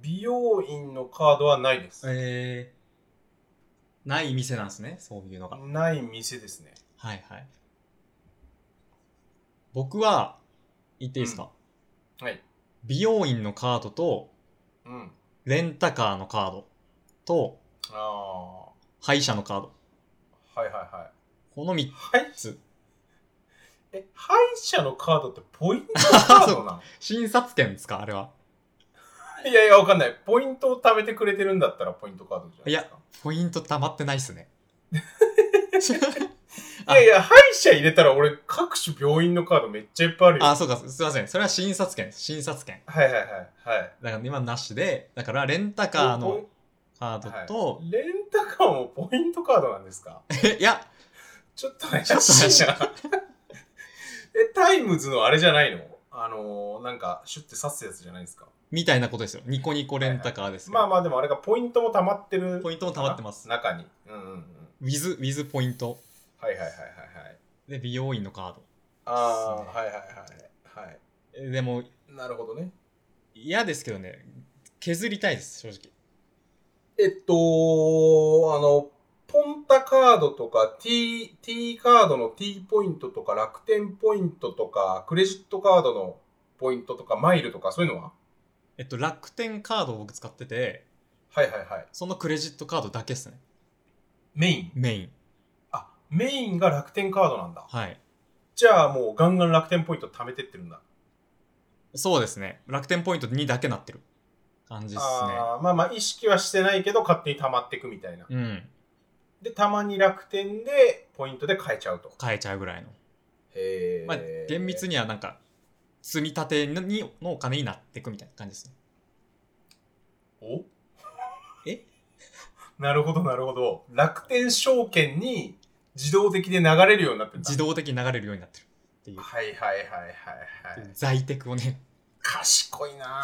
[SPEAKER 2] 美容院のカードはないです、
[SPEAKER 1] えー、ない店なんですねそういうのが、はい
[SPEAKER 2] ない店ですね
[SPEAKER 1] はい僕は、言っていいですか、
[SPEAKER 2] はい。
[SPEAKER 1] 美容院のカードと、
[SPEAKER 2] うん。
[SPEAKER 1] レンタカーのカードと、
[SPEAKER 2] ああ。は
[SPEAKER 1] 歯医者のカード。
[SPEAKER 2] いはいは
[SPEAKER 1] この3
[SPEAKER 2] い。はい。
[SPEAKER 1] つ。
[SPEAKER 2] え、歯医者のカードってポイントのカー
[SPEAKER 1] <laughs>
[SPEAKER 2] ドなの
[SPEAKER 1] 診察券ですかあれは。
[SPEAKER 2] いやいや、わかんない。ポイントを貯めてくれてるんだったらポイントカードじゃないですか。
[SPEAKER 1] ポイント溜まってないっすね。
[SPEAKER 2] いやいや、歯医者入れたら俺、各種病院のカードめっちゃいっぱいあるよ。
[SPEAKER 1] あ、そうか、すすいません。それは診察券です。診察券。
[SPEAKER 2] はいはいはい。はい。
[SPEAKER 1] だから今なしで、だからレンタカーのカ
[SPEAKER 2] ポイ
[SPEAKER 1] ードと
[SPEAKER 2] は、い、レンタカーもポイントカードなんですか <laughs>
[SPEAKER 1] い、や、
[SPEAKER 2] ちょっと怪しいな。
[SPEAKER 1] <laughs>
[SPEAKER 2] え、タイムズのあれじゃないのあのー、なんか、シュッて刺すやつじゃないですか。
[SPEAKER 1] みたいなことですよ。ニコニコレンタカーですよ。
[SPEAKER 2] まあまあ、でもあれがポイントも溜まってる。
[SPEAKER 1] ポイントも溜まってます
[SPEAKER 2] 中に。うんうんうん。
[SPEAKER 1] ウィズ、ウィズポイント。
[SPEAKER 2] はいはいはいはいはい。
[SPEAKER 1] で、美容院のカード
[SPEAKER 2] ああ
[SPEAKER 1] そうです
[SPEAKER 2] ー、はいはいはい。はい。
[SPEAKER 1] え。でも、
[SPEAKER 2] なるほどね。
[SPEAKER 1] 嫌ですけどね、削りたいです、正直。
[SPEAKER 2] えっと、あの、ポンタカードとか T、T カードの T ポイントとか楽天ポイントとかクレジットカードのポイントとかマイルとかそういうのは
[SPEAKER 1] えっと、楽天カードを僕使ってて、
[SPEAKER 2] はいはいはい。
[SPEAKER 1] そのクレジットカードだけっすね。
[SPEAKER 2] メイン
[SPEAKER 1] メイン。
[SPEAKER 2] あ、メインが楽天カードなんだ。
[SPEAKER 1] はい。
[SPEAKER 2] じゃあもうガンガン楽天ポイント貯めてってるんだ。
[SPEAKER 1] そうですね。楽天ポイント2だけなってる感じっすね。
[SPEAKER 2] あーまあまあ意識はしてないけど勝手に溜まっていくみたいな。
[SPEAKER 1] うん。
[SPEAKER 2] で、たまに楽天でポイントで買えちゃうと。
[SPEAKER 1] 変えちゃうぐらいの。
[SPEAKER 2] へー
[SPEAKER 1] まあ、厳密にはなんか、積み立てにのお金になっていくみたいな感じですね。
[SPEAKER 2] お
[SPEAKER 1] え
[SPEAKER 2] なるほどなるほど楽天証券に自動的で流れるようになってんだ
[SPEAKER 1] 自動的に流れるようになってるっていう。
[SPEAKER 2] はいはいはいはいはい
[SPEAKER 1] 在テクをね。
[SPEAKER 2] 賢いな
[SPEAKER 1] <laughs>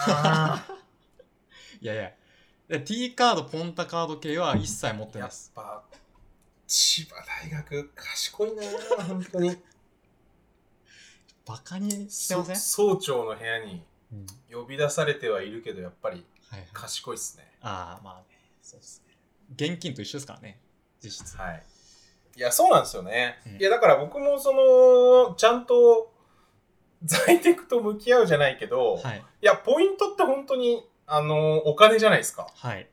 [SPEAKER 2] あ
[SPEAKER 1] いやいや。で T カード、ポンタカード系は一切持ってない
[SPEAKER 2] やっ
[SPEAKER 1] です。
[SPEAKER 2] ぱ千葉大学賢いなあ本
[SPEAKER 1] <laughs>
[SPEAKER 2] 当に
[SPEAKER 1] バカにしてません、
[SPEAKER 2] そ総長の部屋に
[SPEAKER 1] うん
[SPEAKER 2] 呼び出されてはいるけどやっぱり
[SPEAKER 1] はいはい、
[SPEAKER 2] 賢いっすね
[SPEAKER 1] ああ、まあね。そうですね。現金と一緒ですからね。実質。
[SPEAKER 2] はいいやそうなんですよね、
[SPEAKER 1] うん
[SPEAKER 2] いやだから僕もそのちゃんと在宅と向き合うじゃないけど、
[SPEAKER 1] はい。
[SPEAKER 2] いや、ポイントって本当に、あのお金じゃないですか。
[SPEAKER 1] はい。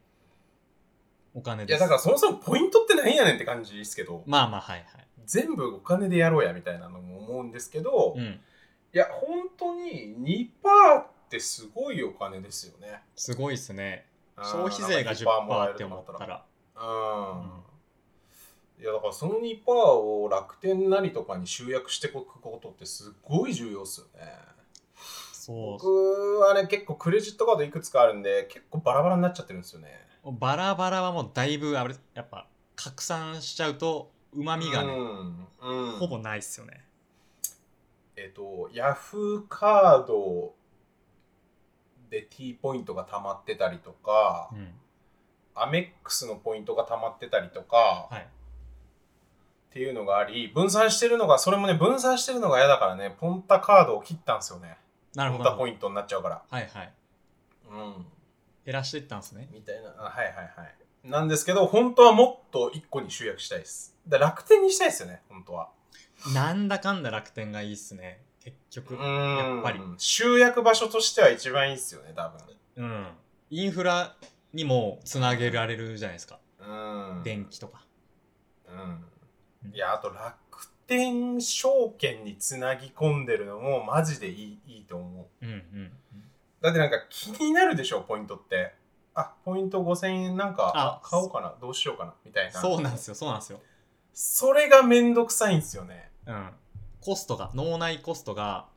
[SPEAKER 1] お金
[SPEAKER 2] い
[SPEAKER 1] で
[SPEAKER 2] や、
[SPEAKER 1] す。
[SPEAKER 2] だからそもそもポイントってなんやねんって感じですけど、
[SPEAKER 1] まあまあ、はいはい。
[SPEAKER 2] 全部お金でやろうやみたいなのも思うんですけど、
[SPEAKER 1] う
[SPEAKER 2] い
[SPEAKER 1] ん。
[SPEAKER 2] や、本当に2%ってすごいお金ですよね。
[SPEAKER 1] すごいですね。
[SPEAKER 2] うん
[SPEAKER 1] 消費税が10%って思った。ら。
[SPEAKER 2] うん。いやだからその2%を楽天なりとかに集約していくことってすごい重要っすよね。
[SPEAKER 1] そう。
[SPEAKER 2] 僕はね結構クレジットカードいくつかあるんで結構バラバラになっちゃってるんですよね。
[SPEAKER 1] バラバラはもうだいぶ、あれ、やっぱ、拡散しちゃうと、うまみがね、
[SPEAKER 2] うんうん
[SPEAKER 1] ほぼないっすよね。
[SPEAKER 2] えっと、ヤフーカードで T ポイントが溜まってたりとか
[SPEAKER 1] う、ん。
[SPEAKER 2] アメックスのポイントが溜まってたりとか、
[SPEAKER 1] はい。
[SPEAKER 2] っていうのがあり、分散してるのが、それもね、分散してるのが嫌だからね、ポンタカードを切ったんですよね。
[SPEAKER 1] なる
[SPEAKER 2] ポ
[SPEAKER 1] ほ
[SPEAKER 2] ン
[SPEAKER 1] ど。
[SPEAKER 2] タポイントになっちゃうから。
[SPEAKER 1] はいはい。
[SPEAKER 2] うん。
[SPEAKER 1] 減らしていったんですね。
[SPEAKER 2] みたいな。あはいはいはい。なんですけど、本当はもっと1個に集約したいです。だから楽天にしたいですよね、本当は。
[SPEAKER 1] なんだかんだ楽天がいいっすね。結局。
[SPEAKER 2] うん。
[SPEAKER 1] やっぱり。
[SPEAKER 2] 集約場所としては一番いいですよね、多分。
[SPEAKER 1] うん。インフラにもつなげられるじゃないですか。
[SPEAKER 2] うん。
[SPEAKER 1] 電気とか。
[SPEAKER 2] うん、いやあと楽天証券につなぎ込んでるのもマジでいいいいと思う
[SPEAKER 1] うんうん。
[SPEAKER 2] だってなんか気になるでしょポイントってあポイント5000円なんか
[SPEAKER 1] あ
[SPEAKER 2] 買おうかなどうしようかなみたいな
[SPEAKER 1] そうなんですよ、そうなんですよ。
[SPEAKER 2] それがめんどくさいんですよね
[SPEAKER 1] うん。コストが、脳内コストが、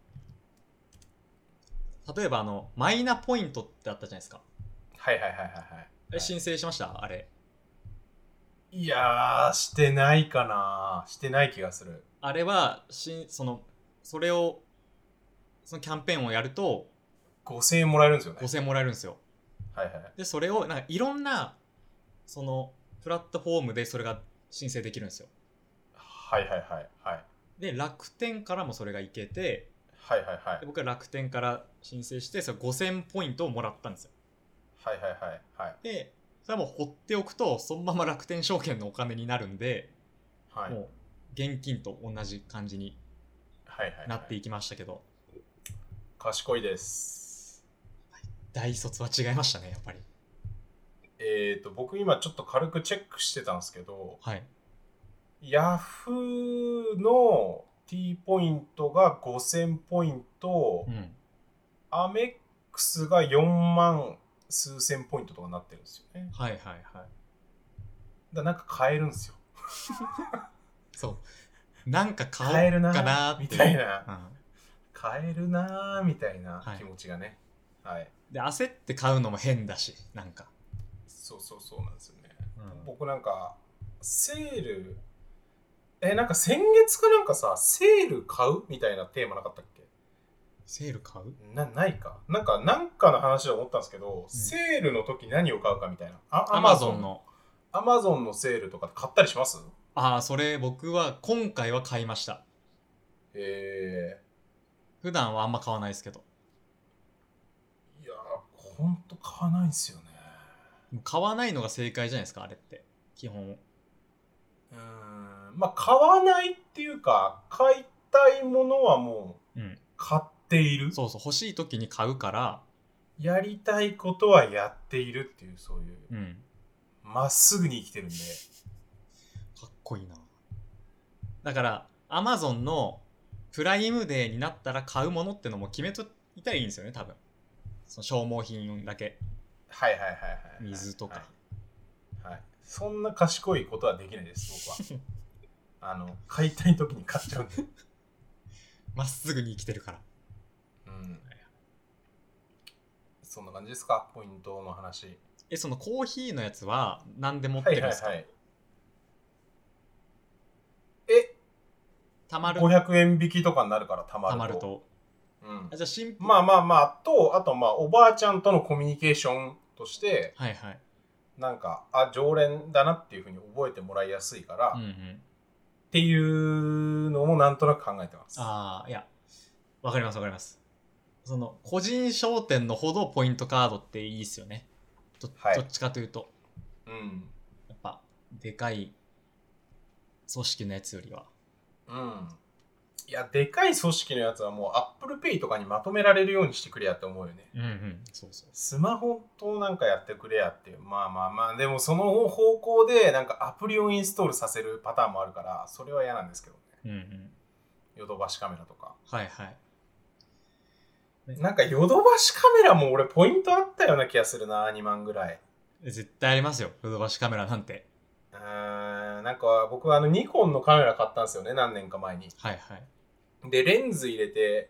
[SPEAKER 1] 例えばあの、マイナポイントってあったじゃないですか。
[SPEAKER 2] はいはいはいはいはい
[SPEAKER 1] あれ申請しましたあれ。
[SPEAKER 2] いやーしてないかなしてない気がする
[SPEAKER 1] あれはしそのそれをそのキャンペーンをやると
[SPEAKER 2] 5000円もらえるんですよね
[SPEAKER 1] 5000円もらえるんですよ
[SPEAKER 2] はいはい
[SPEAKER 1] でそれをなんかいろんなそのプラットフォームでそれが申請できるんですよ
[SPEAKER 2] はいはいはいはい
[SPEAKER 1] で楽天からもそれがいけて
[SPEAKER 2] はいはいはい
[SPEAKER 1] で僕は楽天から申請してそれ5000ポイントをもらったんですよ
[SPEAKER 2] はいはいはいはい
[SPEAKER 1] でそれはもう放っておくとそのまま楽天証券のお金になるんで、
[SPEAKER 2] はい
[SPEAKER 1] もう現金と同じ感じに
[SPEAKER 2] はいはい、はい、
[SPEAKER 1] なっていきましたけど、
[SPEAKER 2] 賢いです
[SPEAKER 1] 大卒は違いましたねやっぱり
[SPEAKER 2] えっ、と僕今ちょっと軽くチェックしてたんですけど
[SPEAKER 1] はい
[SPEAKER 2] ヤフーの T ポイントが5000ポイント、
[SPEAKER 1] うん
[SPEAKER 2] アメックスが4万数千ポイントとかなってるんですよね
[SPEAKER 1] はいはいはい
[SPEAKER 2] だからなんか買えるんですよ
[SPEAKER 1] そうなんか
[SPEAKER 2] 買
[SPEAKER 1] 買
[SPEAKER 2] え
[SPEAKER 1] お
[SPEAKER 2] る
[SPEAKER 1] う
[SPEAKER 2] な
[SPEAKER 1] かなーって
[SPEAKER 2] みたいな
[SPEAKER 1] うん
[SPEAKER 2] 買えるなーみたいな
[SPEAKER 1] はい
[SPEAKER 2] 気持ちがねはい、
[SPEAKER 1] で焦って買うのも変だしなんか、
[SPEAKER 2] そうそうそうなんですよね僕なんかセールえなんか先月かなんかさセール買うみたいなテーマなかったっけ
[SPEAKER 1] セール買う
[SPEAKER 2] なないかなんかなんかの話で思ったんですけど、セールの時何を買うかみたいなあ
[SPEAKER 1] アマゾンの
[SPEAKER 2] アマゾンのセールとか買ったりします
[SPEAKER 1] ああそれ僕は今回は買いました
[SPEAKER 2] え
[SPEAKER 1] 普段はあんま買わないですけど
[SPEAKER 2] ー、いやーほんと買わないんですよね
[SPEAKER 1] 買わないのが正解じゃないですかあれって基本
[SPEAKER 2] うーんまあ買わないっていうか買いたいものはもう
[SPEAKER 1] うん
[SPEAKER 2] 買っている、
[SPEAKER 1] そうそう欲しい時に買うから
[SPEAKER 2] やりたいことはやっているっていうそういう
[SPEAKER 1] うん
[SPEAKER 2] まっすぐに生きてるんで
[SPEAKER 1] かっこいいなだからアマゾンのプライムデーになったら買うものってのも決めといたらいいんですよね多分その消耗品だけ
[SPEAKER 2] はいはいはいはい
[SPEAKER 1] 水とか
[SPEAKER 2] はい、はいそんな賢いことはできないです僕
[SPEAKER 1] <laughs>
[SPEAKER 2] はあの買いたい時に買っちゃうんで、
[SPEAKER 1] まっすぐに生きてるから
[SPEAKER 2] うん、そんな感じですかポイントの話
[SPEAKER 1] えそのコーヒーのやつは何で持って
[SPEAKER 2] は
[SPEAKER 1] る
[SPEAKER 2] い
[SPEAKER 1] ん
[SPEAKER 2] は
[SPEAKER 1] で
[SPEAKER 2] い
[SPEAKER 1] すか、
[SPEAKER 2] はいえ
[SPEAKER 1] たまる
[SPEAKER 2] 500円引きとかになるからたま
[SPEAKER 1] た
[SPEAKER 2] ると
[SPEAKER 1] まると
[SPEAKER 2] うん
[SPEAKER 1] あ、じゃあシンプル
[SPEAKER 2] まあまあまあとあとまあおばあちゃんとのコミュニケーションとして
[SPEAKER 1] はいはい
[SPEAKER 2] なんかあ常連だなっていうふうに覚えてもらいやすいから、
[SPEAKER 1] うんう
[SPEAKER 2] っ
[SPEAKER 1] ん
[SPEAKER 2] ていうのもなんとなく考えてます
[SPEAKER 1] ああいやわかりますわかりますその個人商店のほどポイントカードっていいっすよねど,、
[SPEAKER 2] はい
[SPEAKER 1] どっちかというと
[SPEAKER 2] うん
[SPEAKER 1] やっぱでかい組織のやつよりは
[SPEAKER 2] うんいやでかい組織のやつはもうアップルペイとかにまとめられるようにしてくれやって思うよね
[SPEAKER 1] うんうんそうそう
[SPEAKER 2] スマホとなんかやってくれやっていうまあまあまあでもその方向でなんかアプリをインストールさせるパターンもあるからそれは嫌なんですけどね
[SPEAKER 1] うんうん
[SPEAKER 2] ヨドバシカメラとか
[SPEAKER 1] はいはい
[SPEAKER 2] なんかヨドバシカメラも俺ポイントあったような気がするな2万ぐらい
[SPEAKER 1] え絶対ありますよヨドバシカメラなんて
[SPEAKER 2] うーんなんか僕はあのニコンのカメラ買ったんですよね何年か前に
[SPEAKER 1] はいはい
[SPEAKER 2] でレンズ入れて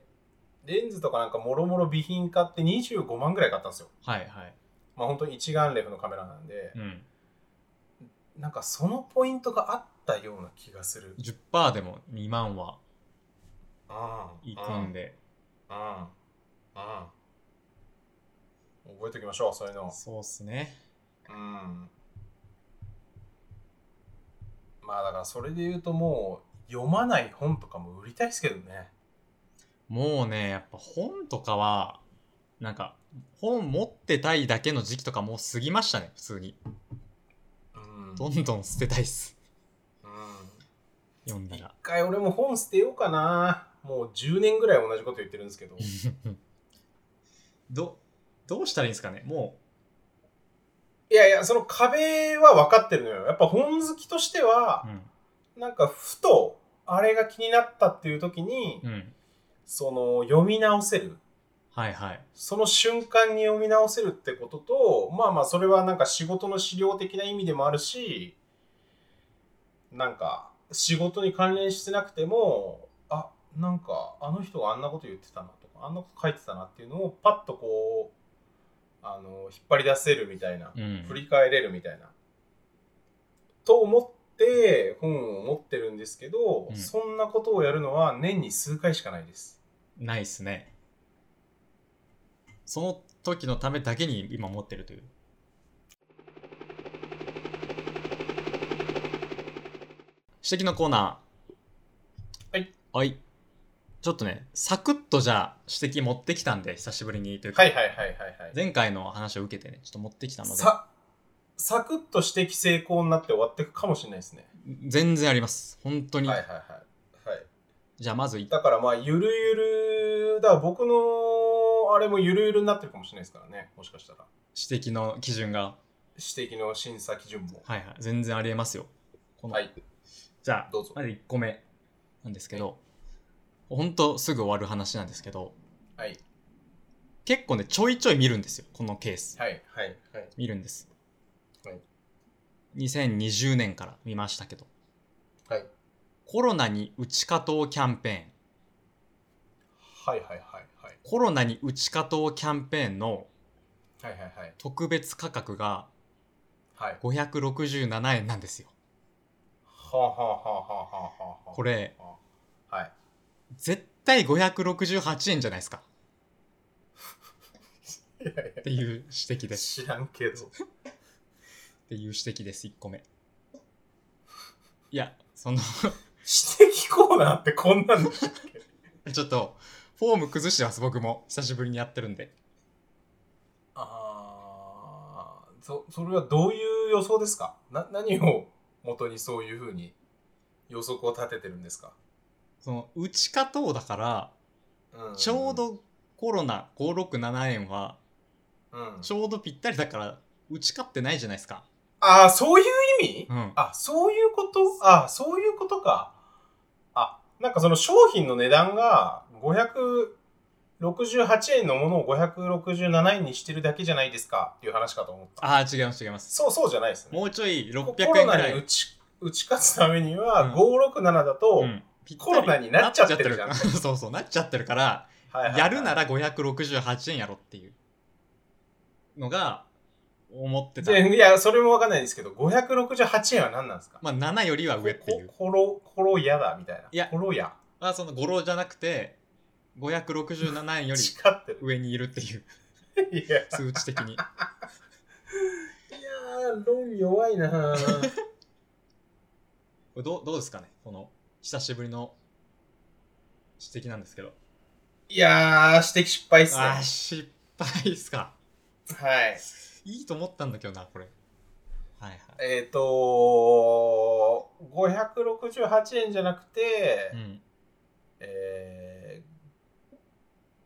[SPEAKER 2] レンズとかなんかもろもろ備品買って25万ぐらい買ったんですよ
[SPEAKER 1] はいはい
[SPEAKER 2] まあ本当に一眼レフのカメラなんで、
[SPEAKER 1] うん
[SPEAKER 2] なんかそのポイントがあったような気がする
[SPEAKER 1] 10%でも2万は
[SPEAKER 2] うん
[SPEAKER 1] いくんで
[SPEAKER 2] うんうんうん覚えておきましょうそういうの
[SPEAKER 1] そうっすね
[SPEAKER 2] うんまあだからそれで言うともう読まない本とかも売りたいですけどね
[SPEAKER 1] もうねやっぱ本とかはなんか本持ってたいだけの時期とかもう過ぎましたね普通に
[SPEAKER 2] うん
[SPEAKER 1] どんどん捨てたいっす
[SPEAKER 2] うん
[SPEAKER 1] 読んだ
[SPEAKER 2] 一
[SPEAKER 1] ら
[SPEAKER 2] 回俺も本捨てようかなもう10年ぐらい同じこと言ってるんですけど
[SPEAKER 1] どどうしたらいいんですかねも
[SPEAKER 2] いやいやその壁は分かってるのよやっぱ本好きとしては
[SPEAKER 1] う、うん
[SPEAKER 2] なんかふとあれが気になったっていう時に、
[SPEAKER 1] うん
[SPEAKER 2] その読み直せる
[SPEAKER 1] はいはい
[SPEAKER 2] その瞬間に読み直せるってこととまあまあそれはなんか仕事の資料的な意味でもあるしなんか仕事に関連してなくてもあなんかあの人があんなこと言ってたなとかあんなこと書いてたなっていうのをパッとこうあの引っ張り出せるみたいな、
[SPEAKER 1] うん
[SPEAKER 2] 振り返れるみたいなと思って本を持ってるんですけど、
[SPEAKER 1] うん
[SPEAKER 2] そんなことをやるのは年に数回しかないです。
[SPEAKER 1] ないっすねその時のためだけに今持ってるという指摘のコーナー
[SPEAKER 2] はい
[SPEAKER 1] はいちょっとねサクッとじゃあ指摘持ってきたんで久しぶりにというか、
[SPEAKER 2] はいはいはいはいはい。
[SPEAKER 1] 前回の話を受けてねちょっと持ってきたので
[SPEAKER 2] さサクッと指摘成功になって終わっていくかもしれないですね。
[SPEAKER 1] 全然あります本当に、
[SPEAKER 2] はいはいはい。はい、
[SPEAKER 1] じゃあまずい
[SPEAKER 2] だからまあゆるゆるだから僕のあれもゆるゆるになってるかもしれないですからねもしかしたら
[SPEAKER 1] 指摘の基準が
[SPEAKER 2] 指摘の審査基準も
[SPEAKER 1] はいはい全然ありえますよこの、
[SPEAKER 2] はい
[SPEAKER 1] じゃあ
[SPEAKER 2] どうぞ
[SPEAKER 1] まず1個目なんですけど、ほんとすぐ終わる話なんですけど
[SPEAKER 2] はい
[SPEAKER 1] 結構ねちょいちょい見るんですよこのケース
[SPEAKER 2] はいはいはい
[SPEAKER 1] 見るんです、
[SPEAKER 2] はい
[SPEAKER 1] 2020年から見ましたけど
[SPEAKER 2] はい
[SPEAKER 1] コロナに打ち勝とうキャンペーン
[SPEAKER 2] はいはいはいはい
[SPEAKER 1] コロナに打ち勝とうキャンペーンの
[SPEAKER 2] はいはいはい
[SPEAKER 1] 特別価格が
[SPEAKER 2] はい
[SPEAKER 1] 567円なんですよ
[SPEAKER 2] はあはあはあはあはあはあ
[SPEAKER 1] これ
[SPEAKER 2] はい
[SPEAKER 1] 絶対568円じゃないですか
[SPEAKER 2] いやい
[SPEAKER 1] っていう指摘
[SPEAKER 2] や
[SPEAKER 1] です
[SPEAKER 2] 知らんけど
[SPEAKER 1] っていう指摘です1個目いやその
[SPEAKER 2] 指摘コーナーってこんなんでしたっけ
[SPEAKER 1] ちょっとフォーム崩してます僕も久しぶりにやってるんで
[SPEAKER 2] ああそそれはどういう予想ですかな何を元にそういうふうに予測を立ててるんですか、
[SPEAKER 1] その打ち勝とうだから
[SPEAKER 2] うん
[SPEAKER 1] ちょう、どコロナ567円は
[SPEAKER 2] うん、
[SPEAKER 1] ちょうどぴったりだから打ち勝ってないじゃないですか
[SPEAKER 2] ああそういう意味、
[SPEAKER 1] うん
[SPEAKER 2] あそういうことあそういうことかあなんかその商品の値段が568円のものを567円にしてるだけじゃないですかっていう話かと思った
[SPEAKER 1] ああ違います違います
[SPEAKER 2] そうそうじゃないですね
[SPEAKER 1] もうちょい600
[SPEAKER 2] コ
[SPEAKER 1] 円ぐ
[SPEAKER 2] ロナ
[SPEAKER 1] ら
[SPEAKER 2] に
[SPEAKER 1] い
[SPEAKER 2] 打ち打ち勝つためには、
[SPEAKER 1] うん
[SPEAKER 2] 567だと、
[SPEAKER 1] うんぴったり
[SPEAKER 2] コロナになっちゃってるじゃん
[SPEAKER 1] なっちゃってるから <laughs> そうそうなっちゃってるから
[SPEAKER 2] は
[SPEAKER 1] <laughs>
[SPEAKER 2] いはいはい
[SPEAKER 1] やるなら568円やろっていうのが思ってた
[SPEAKER 2] でいやそれもわかんないですけど568円は何なんですか、
[SPEAKER 1] まあ7よりは上っていう
[SPEAKER 2] コロコロヤだみたいない
[SPEAKER 1] や
[SPEAKER 2] コロヤ
[SPEAKER 1] あその語呂じゃなくて567円より
[SPEAKER 2] 誓ってる
[SPEAKER 1] 上にいるって <laughs> いう
[SPEAKER 2] いや
[SPEAKER 1] 数値的に
[SPEAKER 2] いやー論弱いなー
[SPEAKER 1] どうどうですかねこの久しぶりの指摘なんですけど
[SPEAKER 2] いやー指摘失敗っすね
[SPEAKER 1] あー失敗っすか
[SPEAKER 2] はい
[SPEAKER 1] いいと思ったんだけどなこれはいはい
[SPEAKER 2] えっ、ー、とー568円じゃなくて、
[SPEAKER 1] うん
[SPEAKER 2] えー、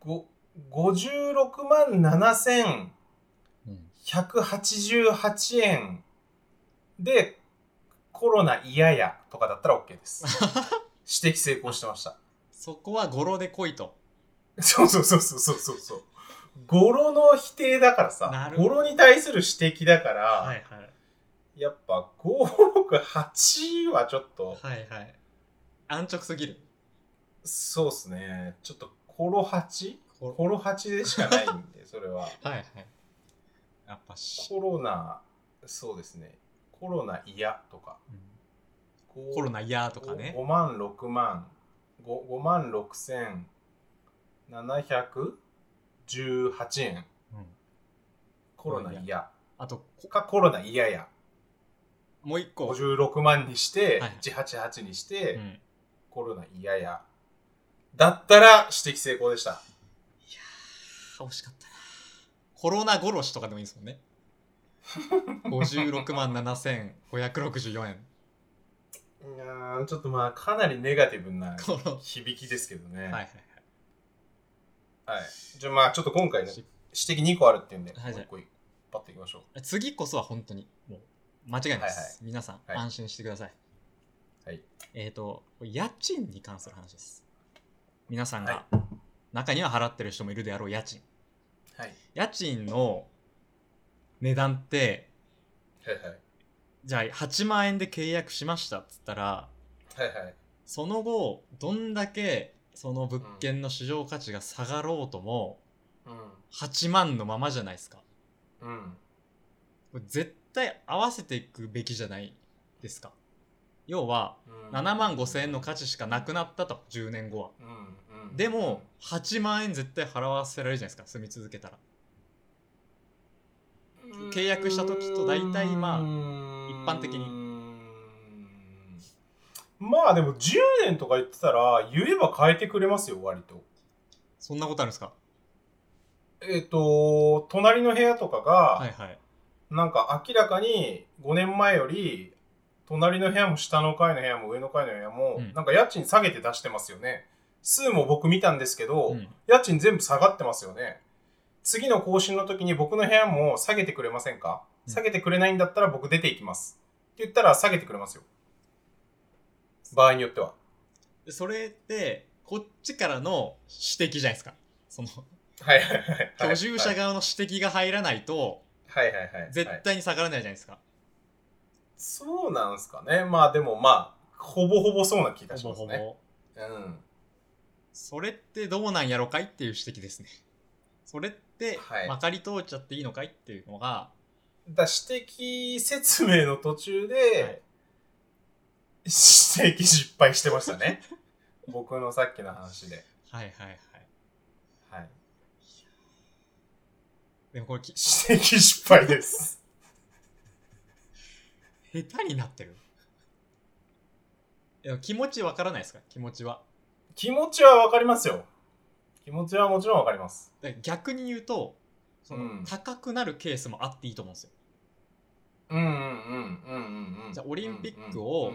[SPEAKER 2] ご56万
[SPEAKER 1] うん
[SPEAKER 2] 7188円でコロナ嫌やとかだったら OK です
[SPEAKER 1] <laughs>
[SPEAKER 2] 指摘成功してました
[SPEAKER 1] そこは語呂で来いと
[SPEAKER 2] そうそうそうそうそうそうそう。語呂の否定だから
[SPEAKER 1] な
[SPEAKER 2] さ、
[SPEAKER 1] るほ
[SPEAKER 2] 語
[SPEAKER 1] ど
[SPEAKER 2] 呂に対する指摘だから、
[SPEAKER 1] はいはい
[SPEAKER 2] やっぱ568はちょっと、
[SPEAKER 1] はいはい安直すぎる
[SPEAKER 2] そうっすね、ちょっとコロ8
[SPEAKER 1] こ
[SPEAKER 2] コロ8でしかないん
[SPEAKER 1] <laughs>
[SPEAKER 2] で、それは。
[SPEAKER 1] はいはいやっぱし、
[SPEAKER 2] コロナ、そうですね、コロナ嫌とか、
[SPEAKER 1] うん
[SPEAKER 2] コ
[SPEAKER 1] コロナ嫌とかね
[SPEAKER 2] 5万6万、5万6千718円、
[SPEAKER 1] うん
[SPEAKER 2] コロナ嫌。
[SPEAKER 1] あとこ
[SPEAKER 2] かコロナ嫌や。
[SPEAKER 1] もう一個、
[SPEAKER 2] 56万にして、
[SPEAKER 1] はい
[SPEAKER 2] 188にし
[SPEAKER 1] う
[SPEAKER 2] て、
[SPEAKER 1] ん、
[SPEAKER 2] コロナ嫌や。だったら指摘成功でした。
[SPEAKER 1] あ惜しかったなコロナ殺しとかでもいいですも
[SPEAKER 2] <laughs>
[SPEAKER 1] んね56万7564円
[SPEAKER 2] いやーちょっとまあかなりネガティブな
[SPEAKER 1] この
[SPEAKER 2] 響きですけどね。
[SPEAKER 1] はい
[SPEAKER 2] は
[SPEAKER 1] はいい。
[SPEAKER 2] じゃあまあちょっと今回ね、
[SPEAKER 1] し
[SPEAKER 2] 指摘2個あるっていうんで、
[SPEAKER 1] はい
[SPEAKER 2] もう1個パッといきましょう。
[SPEAKER 1] 次こそは本当にもう間違いないです、
[SPEAKER 2] はいはい
[SPEAKER 1] 皆さん、
[SPEAKER 2] はい
[SPEAKER 1] 安心してください
[SPEAKER 2] はい
[SPEAKER 1] えっ、と家賃に関する話です皆さんが
[SPEAKER 2] は、
[SPEAKER 1] 中には払ってる人もいるであろう家賃
[SPEAKER 2] はい。
[SPEAKER 1] 家賃の値段って
[SPEAKER 2] はいはい。
[SPEAKER 1] じゃあ8万円で契約しましたっつったら
[SPEAKER 2] はいはい。
[SPEAKER 1] その後どんだけその物件の市場価値が下がろうとも8万のままじゃないですか
[SPEAKER 2] うん。うん。
[SPEAKER 1] これ絶対合わせていくべきじゃないですか要は
[SPEAKER 2] うん
[SPEAKER 1] 7万5千円の価値しかなくなったと10年後は
[SPEAKER 2] うんうん。
[SPEAKER 1] でも8万円絶対払わせられるじゃないですか住み続けたら
[SPEAKER 2] うん、
[SPEAKER 1] 契約した時と大体まあ
[SPEAKER 2] 一
[SPEAKER 1] 一般的に
[SPEAKER 2] まあでも10年とか言ってたら言えば変えてくれますよ割と
[SPEAKER 1] そんなことあるんですか
[SPEAKER 2] えっ、と隣の部屋とかが、
[SPEAKER 1] はいはい
[SPEAKER 2] なんか明らかに5年前より隣の部屋も下の階の部屋も上の階の部屋も、
[SPEAKER 1] うん
[SPEAKER 2] なんか家賃下げて出してますよね。数も僕見たんですけど、
[SPEAKER 1] うん
[SPEAKER 2] 家賃全部下がってますよね。次の更新の時に僕の部屋も下げてくれませんか
[SPEAKER 1] うん
[SPEAKER 2] 下げてくれないんだったら僕出ていきます。って言ったら下げてくれますよ。場合によっては。
[SPEAKER 1] でそれってこっちからの指摘じゃないですかその
[SPEAKER 2] はいはいはいはい。
[SPEAKER 1] 居住者側の指摘が入らないと
[SPEAKER 2] はいはいはいはい。
[SPEAKER 1] 絶対に下がらないじゃないですか、
[SPEAKER 2] そうなんすかね。まあでもまあ、ほぼほぼそうな気がし
[SPEAKER 1] ほぼ
[SPEAKER 2] ます
[SPEAKER 1] ほ
[SPEAKER 2] ね。
[SPEAKER 1] ぼ
[SPEAKER 2] うん。
[SPEAKER 1] それってどうなんやろかいっていう指摘ですねそれって
[SPEAKER 2] はい
[SPEAKER 1] まかり通っちゃっていいのかいっていうのが、
[SPEAKER 2] だ指摘説明の途中で、
[SPEAKER 1] はい
[SPEAKER 2] 指摘失敗してました <laughs> ね。僕のさっきの話で。
[SPEAKER 1] はい、はいはい
[SPEAKER 2] はい。
[SPEAKER 1] でもこれき
[SPEAKER 2] 指摘失敗です。
[SPEAKER 1] 下手になってるでも気持ちわからないですか気持ちは
[SPEAKER 2] 気持ちはわかりますよ。気持ちはもちろんわかります。
[SPEAKER 1] だから逆に言うとその、
[SPEAKER 2] うん
[SPEAKER 1] 高くなるケースもあっていいと思うんですよ
[SPEAKER 2] うんうんうんうんうんうん。
[SPEAKER 1] じゃあオリンピックを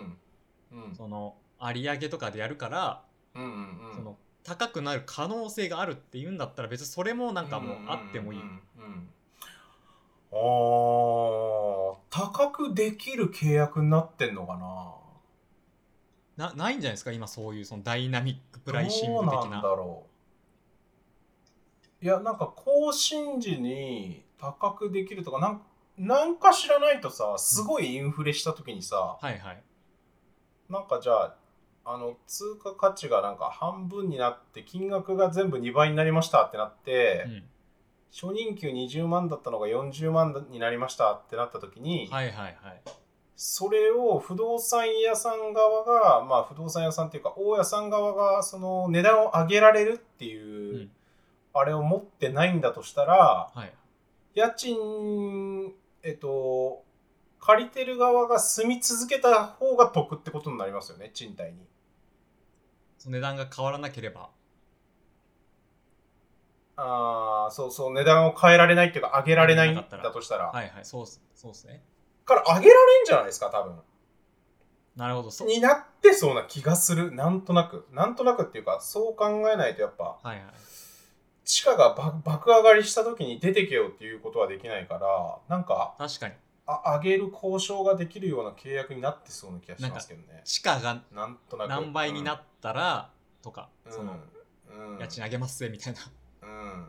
[SPEAKER 2] うんうん
[SPEAKER 1] その有明とかでやるから、
[SPEAKER 2] うんうんうん。
[SPEAKER 1] その高くなる可能性があるっていうんだったら別にそれもなんかもうあってもいい、
[SPEAKER 2] うんうんうんうんあー高くできる契約になってんのかな
[SPEAKER 1] なないんじゃないですか今そういうそのダイナミックプライシング的
[SPEAKER 2] どうなんだ
[SPEAKER 1] な
[SPEAKER 2] ろういやなんか更新時に高くできるとかなんなんか知らないとさすごいインフレした時にさ、
[SPEAKER 1] はいはい
[SPEAKER 2] なんかじゃああの通貨価値がなんか半分になって金額が全部2倍になりましたってなって、
[SPEAKER 1] うん
[SPEAKER 2] 初任給20万だったのが40万になりましたってなった時に、
[SPEAKER 1] はいはいはい
[SPEAKER 2] それを不動産屋さん側が、まあ、不動産屋さんっていうか大家さん側がその値段を上げられるっていう、
[SPEAKER 1] うん
[SPEAKER 2] あれを持ってないんだとしたら
[SPEAKER 1] はい
[SPEAKER 2] 家賃えっと借りてる側が住み続けた方が得ってことになりますよね賃貸に。
[SPEAKER 1] その値段が変わらなければ
[SPEAKER 2] ああそうそう値段を変えられないっていうか上げられないん
[SPEAKER 1] 上げられなかったら
[SPEAKER 2] だとしたら、
[SPEAKER 1] はいはいそうっすそうですね
[SPEAKER 2] から上げられんじゃないですか多分。
[SPEAKER 1] なるほどそう
[SPEAKER 2] になってそうな気がするなんとなくなんとなくっていうかそう考えないとやっぱ。
[SPEAKER 1] はいはい
[SPEAKER 2] 地価がば爆上がりした時に出てけよっていうことはできないからなんか
[SPEAKER 1] 確かに
[SPEAKER 2] あ上げる交渉ができるような契約になってそうな気がしますけどね
[SPEAKER 1] 地価が
[SPEAKER 2] なんとなく
[SPEAKER 1] 何倍になっ
[SPEAKER 2] て、
[SPEAKER 1] たらとか、
[SPEAKER 2] うん
[SPEAKER 1] その
[SPEAKER 2] うん
[SPEAKER 1] 家賃上げますぜみたいな、
[SPEAKER 2] うん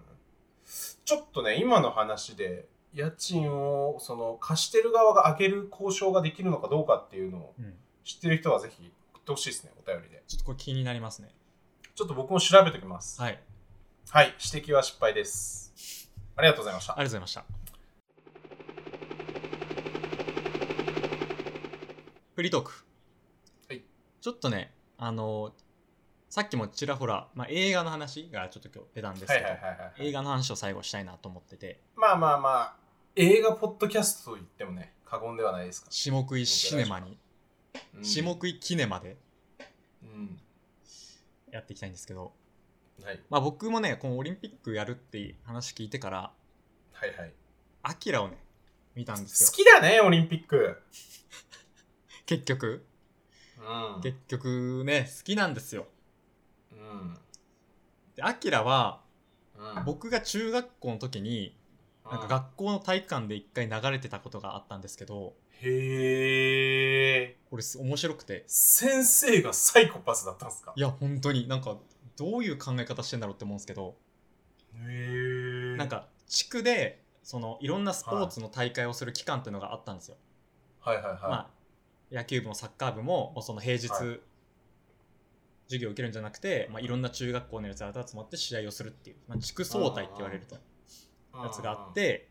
[SPEAKER 2] ちょっとね今の話で家賃をその貸してる側が上げる交渉ができるのかどうかっていうのを
[SPEAKER 1] うん、
[SPEAKER 2] 知ってる人はぜひ送ってほしいですねお便りで
[SPEAKER 1] ちょっとこれ気になりますね
[SPEAKER 2] ちょっと僕も調べておきます
[SPEAKER 1] はい
[SPEAKER 2] はい指摘は失敗ですありがとうございまし
[SPEAKER 1] あ
[SPEAKER 2] た
[SPEAKER 1] りがとうございました。フリートーク。
[SPEAKER 2] はい
[SPEAKER 1] ちょっとね、あのさっきもちらほら、まあ、映画の話がちょっと今日出たんですけ
[SPEAKER 2] は
[SPEAKER 1] ど、
[SPEAKER 2] いはいはいはい、はい
[SPEAKER 1] 映画の話を最後したいなと思ってて、
[SPEAKER 2] まあまあまあ、映画ポッドキャストと言ってもね、過言ではないですか
[SPEAKER 1] 下食いシネマに、
[SPEAKER 2] ら。うん
[SPEAKER 1] 下食いキネマで
[SPEAKER 2] うん。
[SPEAKER 1] やっていきたいんですけど、
[SPEAKER 2] はい。
[SPEAKER 1] まあ、僕もね、このオリンピックやるっていう話聞いてから、
[SPEAKER 2] はいはい。
[SPEAKER 1] アキラをね、見たんですよ
[SPEAKER 2] 好。きだね、オリンピック。
[SPEAKER 1] 結局、
[SPEAKER 2] うん。
[SPEAKER 1] 結局ね、好きなんですよ。
[SPEAKER 2] うん。
[SPEAKER 1] で、アキラは、
[SPEAKER 2] うん、
[SPEAKER 1] 僕が中学校の時になんか学校の体育館で一回流れてたことがあったんですけど
[SPEAKER 2] うんへえ。
[SPEAKER 1] これす面白くて
[SPEAKER 2] 先生がサイコパスだったんですか
[SPEAKER 1] いや本当になんかどういう考え方してんだろうって思うんですけど
[SPEAKER 2] へえ。
[SPEAKER 1] なん。か地区でそのいろんなスポーツの大会をする期間っていうのがあったんですよ、
[SPEAKER 2] はいはいはい。
[SPEAKER 1] まあ野球部もサッカー部ももうその平日、
[SPEAKER 2] はい
[SPEAKER 1] 授業を受けるんじゃなくて、まあ、いろんな中学校のやつらと集まって試合をするっていう、まあ、地区総体って言われると
[SPEAKER 2] うん
[SPEAKER 1] やつがあっ。て、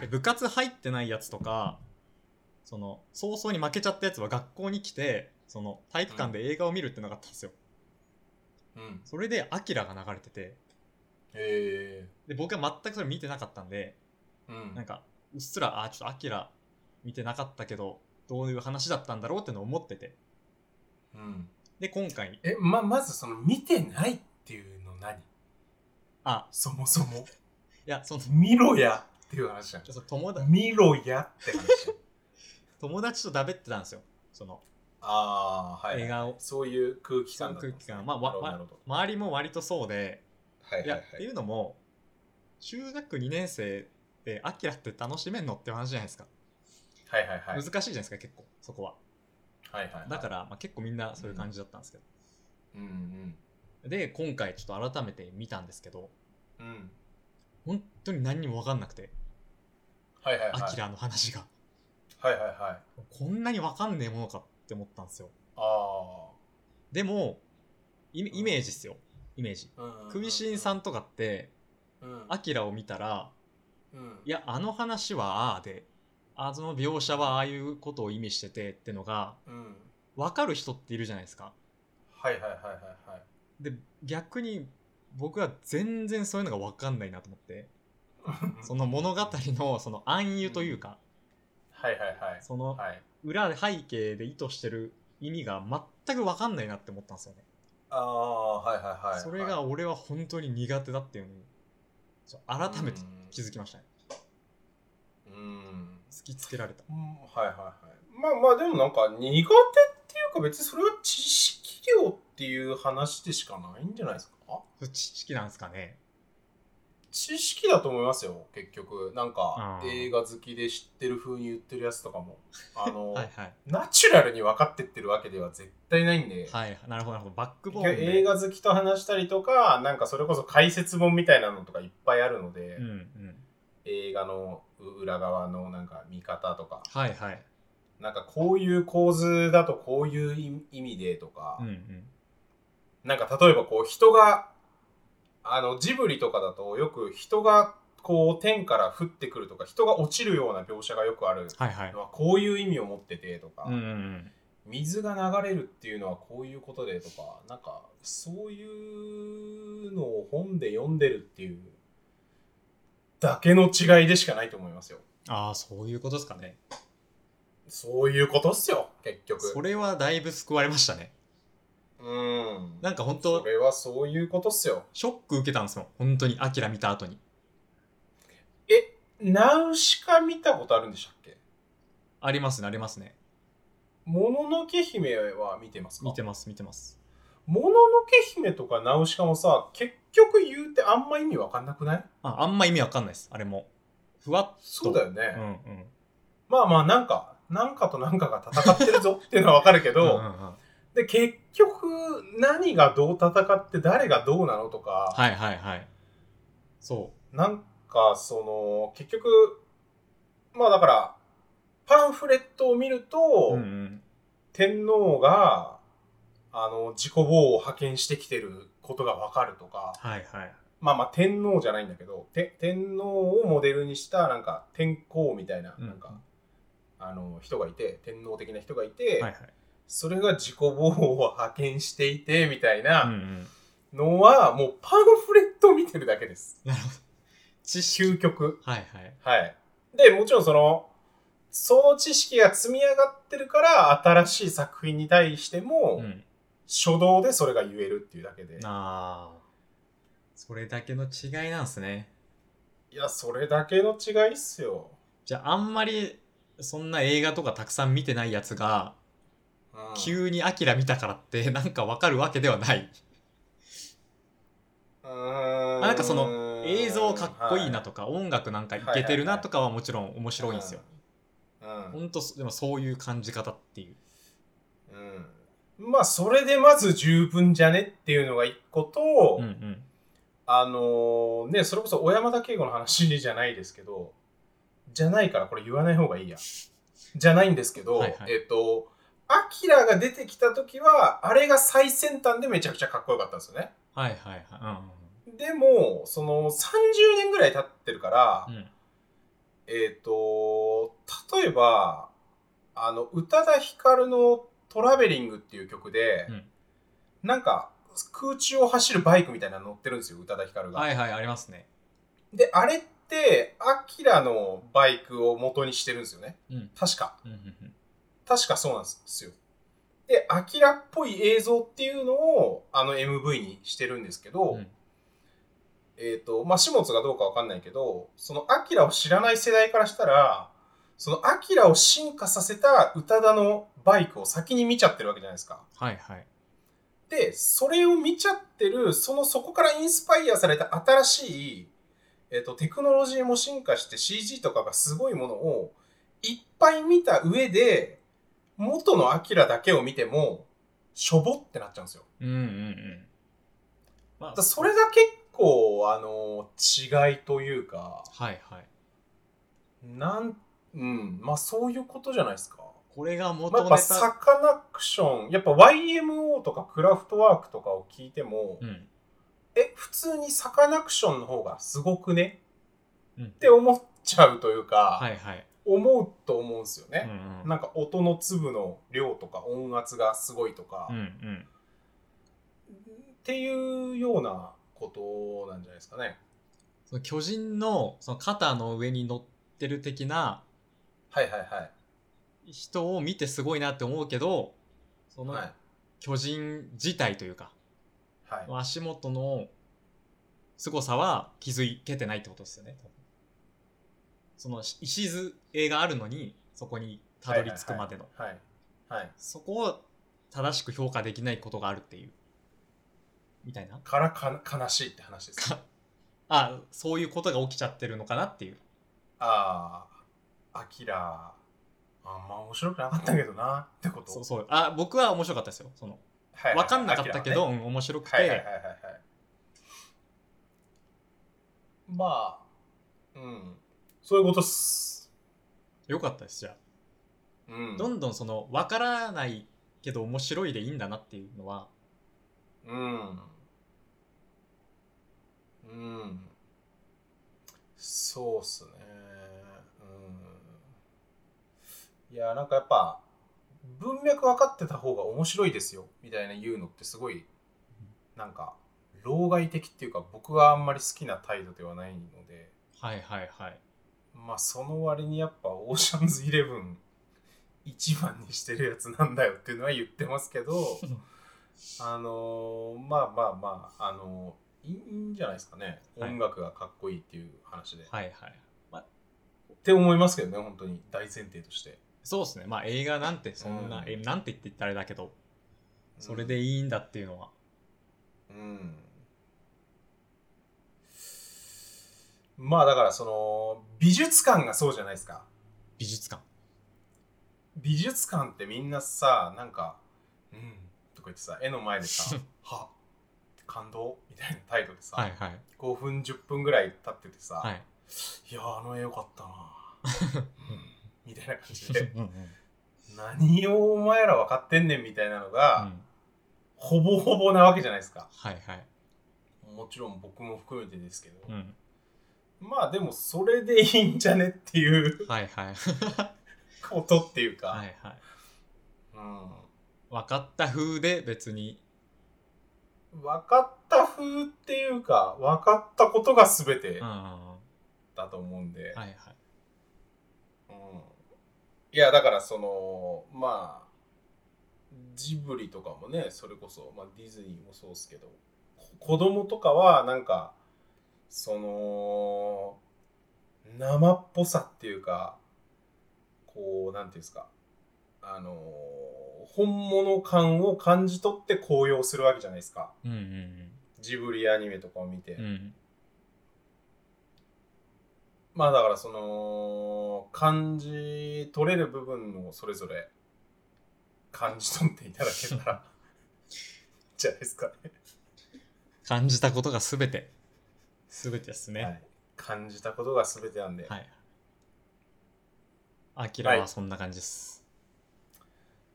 [SPEAKER 1] で部活入ってないやつとかその早々に負けちゃったやつは学校に来てその体育館で映画を見るってのがあったんですよ、
[SPEAKER 2] うん。
[SPEAKER 1] それで「アキラが流れてて
[SPEAKER 2] へえ。
[SPEAKER 1] で僕は全くそれ見てなかったんで
[SPEAKER 2] うん。
[SPEAKER 1] なんかうっすら「あーちょっとアキラ見てなかったけどどういう話だったんだろう」ってのを思ってて
[SPEAKER 2] うん、
[SPEAKER 1] で今回
[SPEAKER 2] え、ま、まずその、見てないっていうの何
[SPEAKER 1] あ
[SPEAKER 2] そもそも。
[SPEAKER 1] いやその
[SPEAKER 2] 見ろやっていう話じゃん
[SPEAKER 1] ちょ。っと友達
[SPEAKER 2] 見ろやって話。
[SPEAKER 1] 友達とだべってたんですよその
[SPEAKER 2] ああ、はい。
[SPEAKER 1] 映画を
[SPEAKER 2] そういう空気感だったんです
[SPEAKER 1] そういう空気感まあわ
[SPEAKER 2] なるほど
[SPEAKER 1] 周りも割とそうで
[SPEAKER 2] な
[SPEAKER 1] い
[SPEAKER 2] るほど。はいはい
[SPEAKER 1] や、
[SPEAKER 2] は
[SPEAKER 1] って
[SPEAKER 2] い。
[SPEAKER 1] いうのも中学2年生でアキラって楽しめんのって話じゃないですか、
[SPEAKER 2] はいはいは
[SPEAKER 1] 難
[SPEAKER 2] い。
[SPEAKER 1] しいじゃないですか結構そこは
[SPEAKER 2] はいはいはい
[SPEAKER 1] だから、まあ、結構みんなそういう感じだったんですけど、
[SPEAKER 2] うん
[SPEAKER 1] で今回ちょっと改めて見たんですけど
[SPEAKER 2] うん。うん。
[SPEAKER 1] 本当に何にも分かんなくて
[SPEAKER 2] はいはいは
[SPEAKER 1] ア
[SPEAKER 2] い。
[SPEAKER 1] キラの話が
[SPEAKER 2] はいはいはい。
[SPEAKER 1] こんなに分かんねえものかって思ったんですよ
[SPEAKER 2] あ
[SPEAKER 1] でもイメイメージっすよイメージ
[SPEAKER 2] あ。うん
[SPEAKER 1] クビシンさんとかって
[SPEAKER 2] うん。
[SPEAKER 1] アキラを見たら
[SPEAKER 2] うん
[SPEAKER 1] いやあの話はああであその描写はああいうことを意味しててってのが
[SPEAKER 2] うん。
[SPEAKER 1] 分かる人っているじゃないですか
[SPEAKER 2] はいはいはいはいはい。
[SPEAKER 1] で逆に僕は全然そういうのが分かんないなと思って <laughs> その物語のその暗喩というか、
[SPEAKER 2] はいはいはい。
[SPEAKER 1] その
[SPEAKER 2] はい。
[SPEAKER 1] 裏背景で意図してる意味が全く分かんないなって思ったんですよね、
[SPEAKER 2] ああ、はいはいはい。
[SPEAKER 1] それが俺は本当に苦手だっていうのにちょ改めて気づきましたね、
[SPEAKER 2] うん。うん。
[SPEAKER 1] 突きつけられた
[SPEAKER 2] うんはいはいはい。まあまあでもなんか苦手っていうか別にそれは知識量っていう話でしかないんじゃないですか
[SPEAKER 1] それ知識なんですかね
[SPEAKER 2] 知識だと思いますよ結局なんか
[SPEAKER 1] うん
[SPEAKER 2] 映画好きで知ってる風に言ってるやつとかもあの、
[SPEAKER 1] <laughs> はいはい
[SPEAKER 2] ナチュラルに分かってってるわけでは絶対ないんで、
[SPEAKER 1] はいなるほどなるほどバックボーンで
[SPEAKER 2] 映画好きと話したりとかなんかそれこそ解説本みたいなのとかいっぱいあるので、
[SPEAKER 1] うんうん
[SPEAKER 2] 映画の裏側のなんか見方とか
[SPEAKER 1] はいはい
[SPEAKER 2] なんかこういう構図だとこういう意意味でとか、
[SPEAKER 1] うんうん
[SPEAKER 2] なんか例えばこう人があのジブリとかだとよく人がこう天から降ってくるとか人が落ちるような描写がよくある
[SPEAKER 1] はいはい
[SPEAKER 2] のはこういう意味を持っててとか、
[SPEAKER 1] うんうんうん
[SPEAKER 2] 水が流れるっていうのはこういうことでとかなんかそういうのを本で読んでるっていうだけの違いでしかないと思いますよ
[SPEAKER 1] ああそういうことですかね
[SPEAKER 2] そういうことっすよ結局
[SPEAKER 1] それはだいぶ救われましたね
[SPEAKER 2] うん
[SPEAKER 1] なんか本
[SPEAKER 2] そ
[SPEAKER 1] 当
[SPEAKER 2] れはそういうことっすよ
[SPEAKER 1] ショック受けたんですもん本当にアキラ見た後に
[SPEAKER 2] えナウシカ見たことあるんでしたっけ
[SPEAKER 1] ありますねありますね
[SPEAKER 2] もののけ姫は見てますか
[SPEAKER 1] 見てます見てます
[SPEAKER 2] もののけ姫とかナウシカもさ結局言うてあんま意味わかんなくない
[SPEAKER 1] ああんま意味わかんないですあれもふわっ
[SPEAKER 2] そうだよね、
[SPEAKER 1] うんうん
[SPEAKER 2] まあまあなんかなんかとなんかが戦ってるぞっていうのはわかるけ
[SPEAKER 1] うんう
[SPEAKER 2] ど、
[SPEAKER 1] んうん
[SPEAKER 2] で結局何がどう戦って誰がどうなのとか、
[SPEAKER 1] はいはいはいそ
[SPEAKER 2] なんかその結局まあだからパンフレットを見ると、
[SPEAKER 1] ううんうん
[SPEAKER 2] 天皇があの自己防を派遣してきてることがわかるとか
[SPEAKER 1] はいはい
[SPEAKER 2] まあまあ天皇じゃないんだけどて天皇をモデルにしたなんか天皇みたいな,、
[SPEAKER 1] うん
[SPEAKER 2] なんかあの人がいて天皇的な人がいて、
[SPEAKER 1] はいはい
[SPEAKER 2] それが自己防を派遣していてみたい
[SPEAKER 1] うんう
[SPEAKER 2] なんのは、もうパンフレットを見てるだけです。
[SPEAKER 1] なるほど知識
[SPEAKER 2] 究極。
[SPEAKER 1] はいはい
[SPEAKER 2] はい。で、もちろんその、その知識が積み上がってるから、新しい作品に対しても、
[SPEAKER 1] うん
[SPEAKER 2] 初動でそれが言えるっていうだけで。
[SPEAKER 1] ああそれだけの違いなんですね
[SPEAKER 2] いや、それだけの違いっすよ。
[SPEAKER 1] じゃああんまりそんな映画とかたくさん見てないやつが
[SPEAKER 2] うん
[SPEAKER 1] 急に「アキラ見たからって <laughs> なんかわかるわけではない、
[SPEAKER 2] うーん
[SPEAKER 1] なんかその映像かっこいいな
[SPEAKER 2] は
[SPEAKER 1] とか、音楽なんかいけてるなとかはもちろん面白いんですよ、。
[SPEAKER 2] うん
[SPEAKER 1] ほんとそでもそういう感じ方っていう
[SPEAKER 2] うん。まあ、それでまず十分じゃねっていうのが一個と、
[SPEAKER 1] うんうん
[SPEAKER 2] あのーね、それこそ小山田圭吾の話じゃないですけど、じゃないからこれ言わない方がいいや。じゃないんですけど、
[SPEAKER 1] はいはい
[SPEAKER 2] えっと、アキラが出てきた時は、あれが最先端でめちゃくちゃかっこよかったんですよね。
[SPEAKER 1] はいはいはい
[SPEAKER 2] でも、その30年ぐらい経ってるから、
[SPEAKER 1] うんうんうん
[SPEAKER 2] えっと、例えば、あの、宇多田ヒカルのトラベリングっていう曲で、
[SPEAKER 1] うん
[SPEAKER 2] なんか空中を走るバイクみたいなの乗ってるんですよ、宇多田ヒカルが。
[SPEAKER 1] はいはいありますね
[SPEAKER 2] で、あれって、アキラのバイクを元にしてるんですよね。
[SPEAKER 1] うん
[SPEAKER 2] 確か。
[SPEAKER 1] うんうん
[SPEAKER 2] 確かそうなんですよ。で、アキラっぽい映像っていうのを、あの MV にしてるんですけど、
[SPEAKER 1] うん
[SPEAKER 2] えっ、と、まあ、始末がどうかわかんないけど、そのアキラを知らない世代からしたら、そのアキラを進化させた宇多田のバイクを先に見ちゃってるわけじゃないですか。
[SPEAKER 1] はいはい。
[SPEAKER 2] で、それを見ちゃってる、そのそこからインスパイアされた新しい、えっ、と、テクノロジーも進化して CG とかがすごいものをいっぱい見た上で、元のアキラだけを見ても、しょぼってなっちゃうんですよ。
[SPEAKER 1] うんうんうん。ま
[SPEAKER 2] だからそれが結構、あの、違いというか、
[SPEAKER 1] はいはい。
[SPEAKER 2] なん、うん、まあそういうことじゃないですか。
[SPEAKER 1] これが
[SPEAKER 2] まあ、
[SPEAKER 1] 元
[SPEAKER 2] やっ
[SPEAKER 1] ネ
[SPEAKER 2] ぱ
[SPEAKER 1] タ。
[SPEAKER 2] サカナクション、やっぱ YMO とかクラフトワークとかを聞いても、
[SPEAKER 1] うん。
[SPEAKER 2] え、普通にサカナクションの方がすごくね
[SPEAKER 1] うん
[SPEAKER 2] って思っちゃうというか、
[SPEAKER 1] はいはい。
[SPEAKER 2] 思うと思うんですよ
[SPEAKER 1] うん
[SPEAKER 2] ね。
[SPEAKER 1] うん。
[SPEAKER 2] なんか音の粒の量とか音圧がすごいとか、
[SPEAKER 1] うん
[SPEAKER 2] っ
[SPEAKER 1] うん。
[SPEAKER 2] ていうようなことなんじゃないですかね。
[SPEAKER 1] その巨人のその肩の上に乗ってる的な
[SPEAKER 2] はいはいはい。
[SPEAKER 1] 人を見てすごいなって思うけど、その
[SPEAKER 2] はい
[SPEAKER 1] 巨人自体というか、
[SPEAKER 2] はい、
[SPEAKER 1] 足元の凄さは気づけてないってことですよね。多分そのし礎があるのに、そこにたどり着くまでの。
[SPEAKER 2] はい。はい。
[SPEAKER 1] そこを正しく評価できないことがあるっていう。みたいな。
[SPEAKER 2] からか悲しいって話です。
[SPEAKER 1] かあ、そういうことが起きちゃってるのかなっていう。
[SPEAKER 2] <laughs> ああ、アキラ、あんま面白くなかったけどなってこと。
[SPEAKER 1] そうそう。あ、僕は面白かったですよ。その、
[SPEAKER 2] はいはい
[SPEAKER 1] わかんなかったけど、
[SPEAKER 2] アキラはね
[SPEAKER 1] うん面白くて、
[SPEAKER 2] はいはいはいはいはい。まあ、うん。そういうことっす。
[SPEAKER 1] よかったです、じゃあ。
[SPEAKER 2] うん。
[SPEAKER 1] どんどんその、わからないけど面白いでいいんだなっていうのは、
[SPEAKER 2] うん。うん。そうっすね。うん。いや、なんかやっぱ、文脈分かってた方が面白いですよ、みたいな言うのってすごい、なんか、老害的っていうか、僕はあんまり好きな態度ではないので、
[SPEAKER 1] はいはいはい。
[SPEAKER 2] まあ、その割にやっぱ、オーシャンズイレブン、一番にしてるやつなんだよっていうのは言ってますけ
[SPEAKER 1] <laughs>
[SPEAKER 2] ど、あのーまあまあまあ、あのーいいいいんじゃないですかね、
[SPEAKER 1] はい
[SPEAKER 2] 音楽がかっこいいっていう話で、
[SPEAKER 1] はいはい。
[SPEAKER 2] って思いますけどね本当に大前提として
[SPEAKER 1] そうですね。まあ映画なんてそんな、
[SPEAKER 2] うん
[SPEAKER 1] えなんて言って言ったらあれだけど、それでいいんだっていうのは。
[SPEAKER 2] うんまあだからその美術館がそうじゃないですか
[SPEAKER 1] 美術館。
[SPEAKER 2] 美術館ってみんなさなんか「うん」とか言ってさ絵の前
[SPEAKER 1] <laughs>
[SPEAKER 2] でさ「は感動」みたいな態度でさ、
[SPEAKER 1] はいはい。
[SPEAKER 2] 5分10分ぐらい経っててさ、
[SPEAKER 1] はい。
[SPEAKER 2] いやーあの絵よかったな
[SPEAKER 1] <laughs>
[SPEAKER 2] ぁうんみたいな感じで
[SPEAKER 1] うんうん
[SPEAKER 2] 何をお前ら分かってんねんみたいなの
[SPEAKER 1] う
[SPEAKER 2] が、
[SPEAKER 1] ん
[SPEAKER 2] ほぼほぼなわけじゃないですか
[SPEAKER 1] はいはい。
[SPEAKER 2] もちろん僕も含めてですけど、
[SPEAKER 1] うん。
[SPEAKER 2] まあでもそれでいいんじゃねっていう <laughs>
[SPEAKER 1] はいはい。
[SPEAKER 2] ことっていうか、
[SPEAKER 1] はいはい。
[SPEAKER 2] うん、
[SPEAKER 1] 分かった風で別に。
[SPEAKER 2] 分かった風っていうか分かったことが全て
[SPEAKER 1] うんうんうん。は
[SPEAKER 2] だと思うんで、
[SPEAKER 1] いはい。
[SPEAKER 2] うん、いやだからそのまあジブリとかもねそれこそ、まあ、ディズニーもそうですけどこ子供とかはなんかその生っぽさっていうかこうなんていうんですかあのー本物感を感じ取って高揚するわけじゃないですか
[SPEAKER 1] うんうん
[SPEAKER 2] ジブリアニメとかを見て、
[SPEAKER 1] うん。うん。
[SPEAKER 2] まあだからその感じ取れる部分をそれぞれ感じ取っていただけたら
[SPEAKER 1] <laughs>
[SPEAKER 2] じゃないですかね、
[SPEAKER 1] 感じたことが全て。全てですね。
[SPEAKER 2] は
[SPEAKER 1] はい
[SPEAKER 2] い、感じたことが全てなんで、。
[SPEAKER 1] アキラはそんな感じです。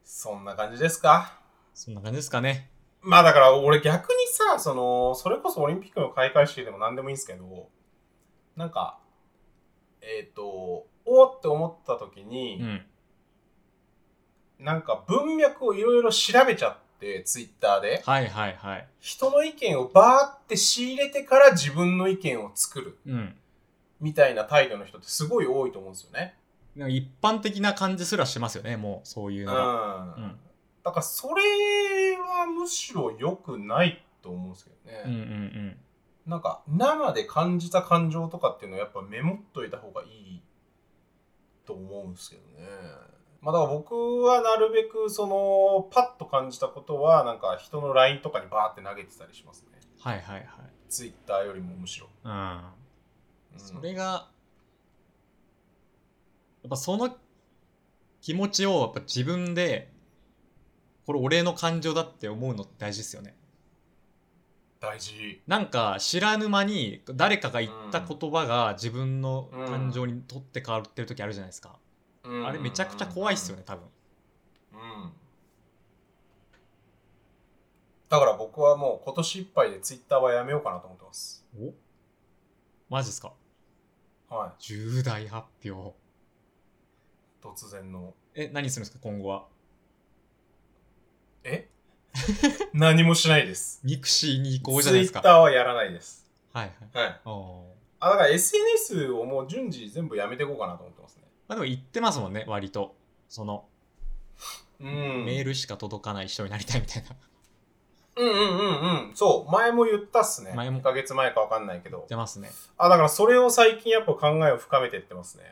[SPEAKER 2] そんな感じですか
[SPEAKER 1] そんな感じですかね。
[SPEAKER 2] まあだから俺逆にさそのそれこそオリンピックの開会式でも何でもいいんですけどなんかえっ、とおーって思った時に、
[SPEAKER 1] うん。
[SPEAKER 2] なんか文脈をいろいろ調べちゃってツイッターで、
[SPEAKER 1] はいはいはい。
[SPEAKER 2] 人の意見をバーって仕入れてから自分の意見を作る
[SPEAKER 1] うん。
[SPEAKER 2] みたいな態度の人ってすごい多いと思うんですよね。
[SPEAKER 1] なんか一般的な感じすらしますよね、もうそういう
[SPEAKER 2] うん。
[SPEAKER 1] のが。
[SPEAKER 2] だからそれはむしろ良くないと思うんですけどね。
[SPEAKER 1] うんうんうん。
[SPEAKER 2] なんか生で感じた感情とかっていうのはやっぱメモっといた方がいいと思うんですけどね。まあ、だから僕はなるべくそのパッと感じたことはなんか人の LINE とかにバーって投げてたりしますね。
[SPEAKER 1] はいはい
[SPEAKER 2] Twitter よりもむしろ。
[SPEAKER 1] はい。
[SPEAKER 2] う
[SPEAKER 1] うんん。それが、やっぱその気持ちをやっぱ自分で、これ俺の感情だって思うのって大事ですよね。
[SPEAKER 2] 大事。
[SPEAKER 1] なんか知らぬ間に誰かが言った言葉が自分の感情に取って変わってる時あるじゃないですか。あれめちゃくちゃ怖いっすよね、多分。
[SPEAKER 2] うんだから僕はもう今年いっぱいでツイッターはやめようかなと思ってます。
[SPEAKER 1] おマジっすか
[SPEAKER 2] は
[SPEAKER 1] 重大発表。
[SPEAKER 2] い。突然の。
[SPEAKER 1] え、何するんですか、今後は。
[SPEAKER 2] え何もしないです。
[SPEAKER 1] ミクシーに移
[SPEAKER 2] ツ
[SPEAKER 1] 行じゃない
[SPEAKER 2] イ
[SPEAKER 1] です
[SPEAKER 2] ッ
[SPEAKER 1] か。
[SPEAKER 2] ターはやらないです。
[SPEAKER 1] はいはい。
[SPEAKER 2] はい。
[SPEAKER 1] おー
[SPEAKER 2] あ、だから SNS をもう順次全部やめていこうかなと思ってますね。
[SPEAKER 1] まあでも言ってますもんね、割と。その、
[SPEAKER 2] うん。
[SPEAKER 1] メールしか届かない人になりたいみたいな。 <laughs>
[SPEAKER 2] うんうんうんうん。そう。前も言ったっすね。
[SPEAKER 1] 前も
[SPEAKER 2] 1ヶ月前かわかんないけど。
[SPEAKER 1] 出ますね。
[SPEAKER 2] あ、だからそれを最近やっぱ考えを深めていってますね。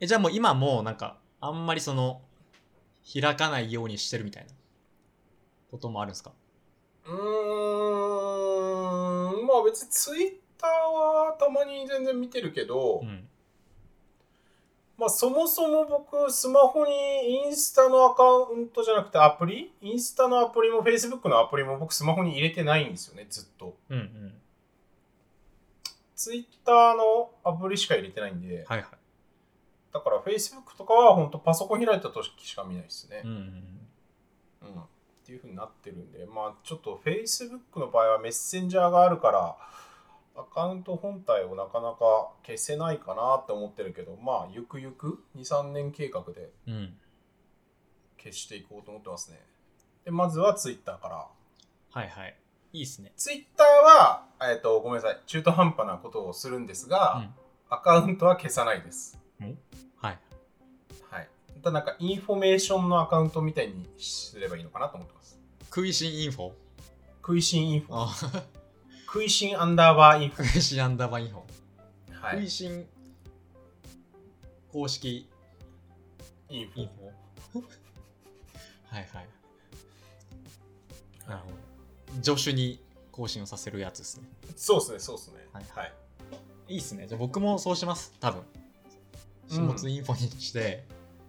[SPEAKER 1] え、じゃあもう今もうなんか、あんまりその、開かないようにしてるみたいな、こともあるんですか
[SPEAKER 2] うーん。まあ別にツイッターはたまに全然見てるけど、
[SPEAKER 1] うん。
[SPEAKER 2] まあそもそも僕スマホにインスタのアカウントじゃなくてアプリインスタのアプリも Facebook のアプリも僕スマホに入れてないんですよね、ずっと。
[SPEAKER 1] うんうん。
[SPEAKER 2] ツイッターのアプリしか入れてないんで、
[SPEAKER 1] はいは
[SPEAKER 2] だから Facebook とかは本当パソコン開いた時しか見ないですね。
[SPEAKER 1] い。うんうんうん。
[SPEAKER 2] うん、っていうふうになってるんで、まあ、ちょっと Facebook の場合はメッセンジャーがあるから、アカウント本体をなかなか消せないかなって思ってるけど、まあ、ゆくゆく2、3年計画で
[SPEAKER 1] うん。
[SPEAKER 2] 消していこうと思ってますね。で、まずは Twitter から。
[SPEAKER 1] はいはい。いいっすね。
[SPEAKER 2] Twitter は、えっ、と、ごめんなさい、中途半端なことをするんです
[SPEAKER 1] う
[SPEAKER 2] が、
[SPEAKER 1] ん。
[SPEAKER 2] アカウントは消さないです。
[SPEAKER 1] はい。
[SPEAKER 2] はい。ただなんか、インフォメーションのアカウントみたいにすればいいのかなと思ってます。
[SPEAKER 1] 食いしんインフォ
[SPEAKER 2] 食いしんインフォ。
[SPEAKER 1] ああ、
[SPEAKER 2] 食いしんアンダーバーインフ
[SPEAKER 1] <laughs> 食いしんアンダーバーインフォ。
[SPEAKER 2] ォ。は
[SPEAKER 1] 食
[SPEAKER 2] い
[SPEAKER 1] い。しん公式
[SPEAKER 2] インフ
[SPEAKER 1] イン
[SPEAKER 2] ォ
[SPEAKER 1] フ。ォ。はいはい。なるほど。助手に更新をさせるやつですね。
[SPEAKER 2] そうですね、そうですね。
[SPEAKER 1] はい
[SPEAKER 2] はい。
[SPEAKER 1] いいっすね。じゃあ僕もそうします、多分。
[SPEAKER 2] うん
[SPEAKER 1] 始末インフォにして、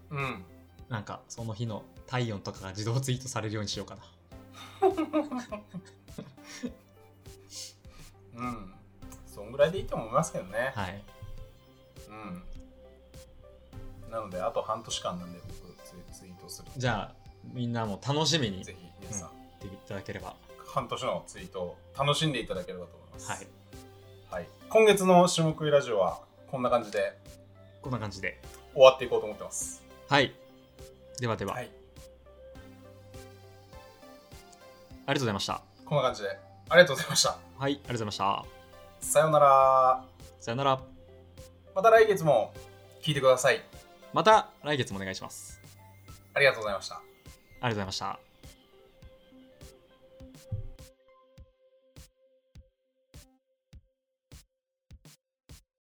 [SPEAKER 2] うん。
[SPEAKER 1] なんかその日の体温とかが自動ツイートされるようにしようかな。
[SPEAKER 2] うん。そんぐらいでいいと思いますけどね。
[SPEAKER 1] はい。
[SPEAKER 2] うん。なので、あと半年間なんで、僕、ツイツイートする。
[SPEAKER 1] じゃあ、みんなも楽しみにし
[SPEAKER 2] ぜ
[SPEAKER 1] て
[SPEAKER 2] ひ、皆さん、
[SPEAKER 1] いただければ。
[SPEAKER 2] 半年のツイートを楽しんでいただければと思います。
[SPEAKER 1] はい。。
[SPEAKER 2] はい、今月の下食いラジオは、こんな感じで
[SPEAKER 1] こんな感じで。
[SPEAKER 2] 終わっていこうと思ってます。
[SPEAKER 1] はい。ではでは、
[SPEAKER 2] は
[SPEAKER 1] あり
[SPEAKER 2] い。
[SPEAKER 1] がとうございました。
[SPEAKER 2] こんな感じで、ありがとうございました。
[SPEAKER 1] はい、ありがとうございました。
[SPEAKER 2] さようなら。
[SPEAKER 1] さよなら。
[SPEAKER 2] また来月も聞いてください。
[SPEAKER 1] また来月もお願いします。
[SPEAKER 2] ありがとうございました。
[SPEAKER 1] ありがとうございました。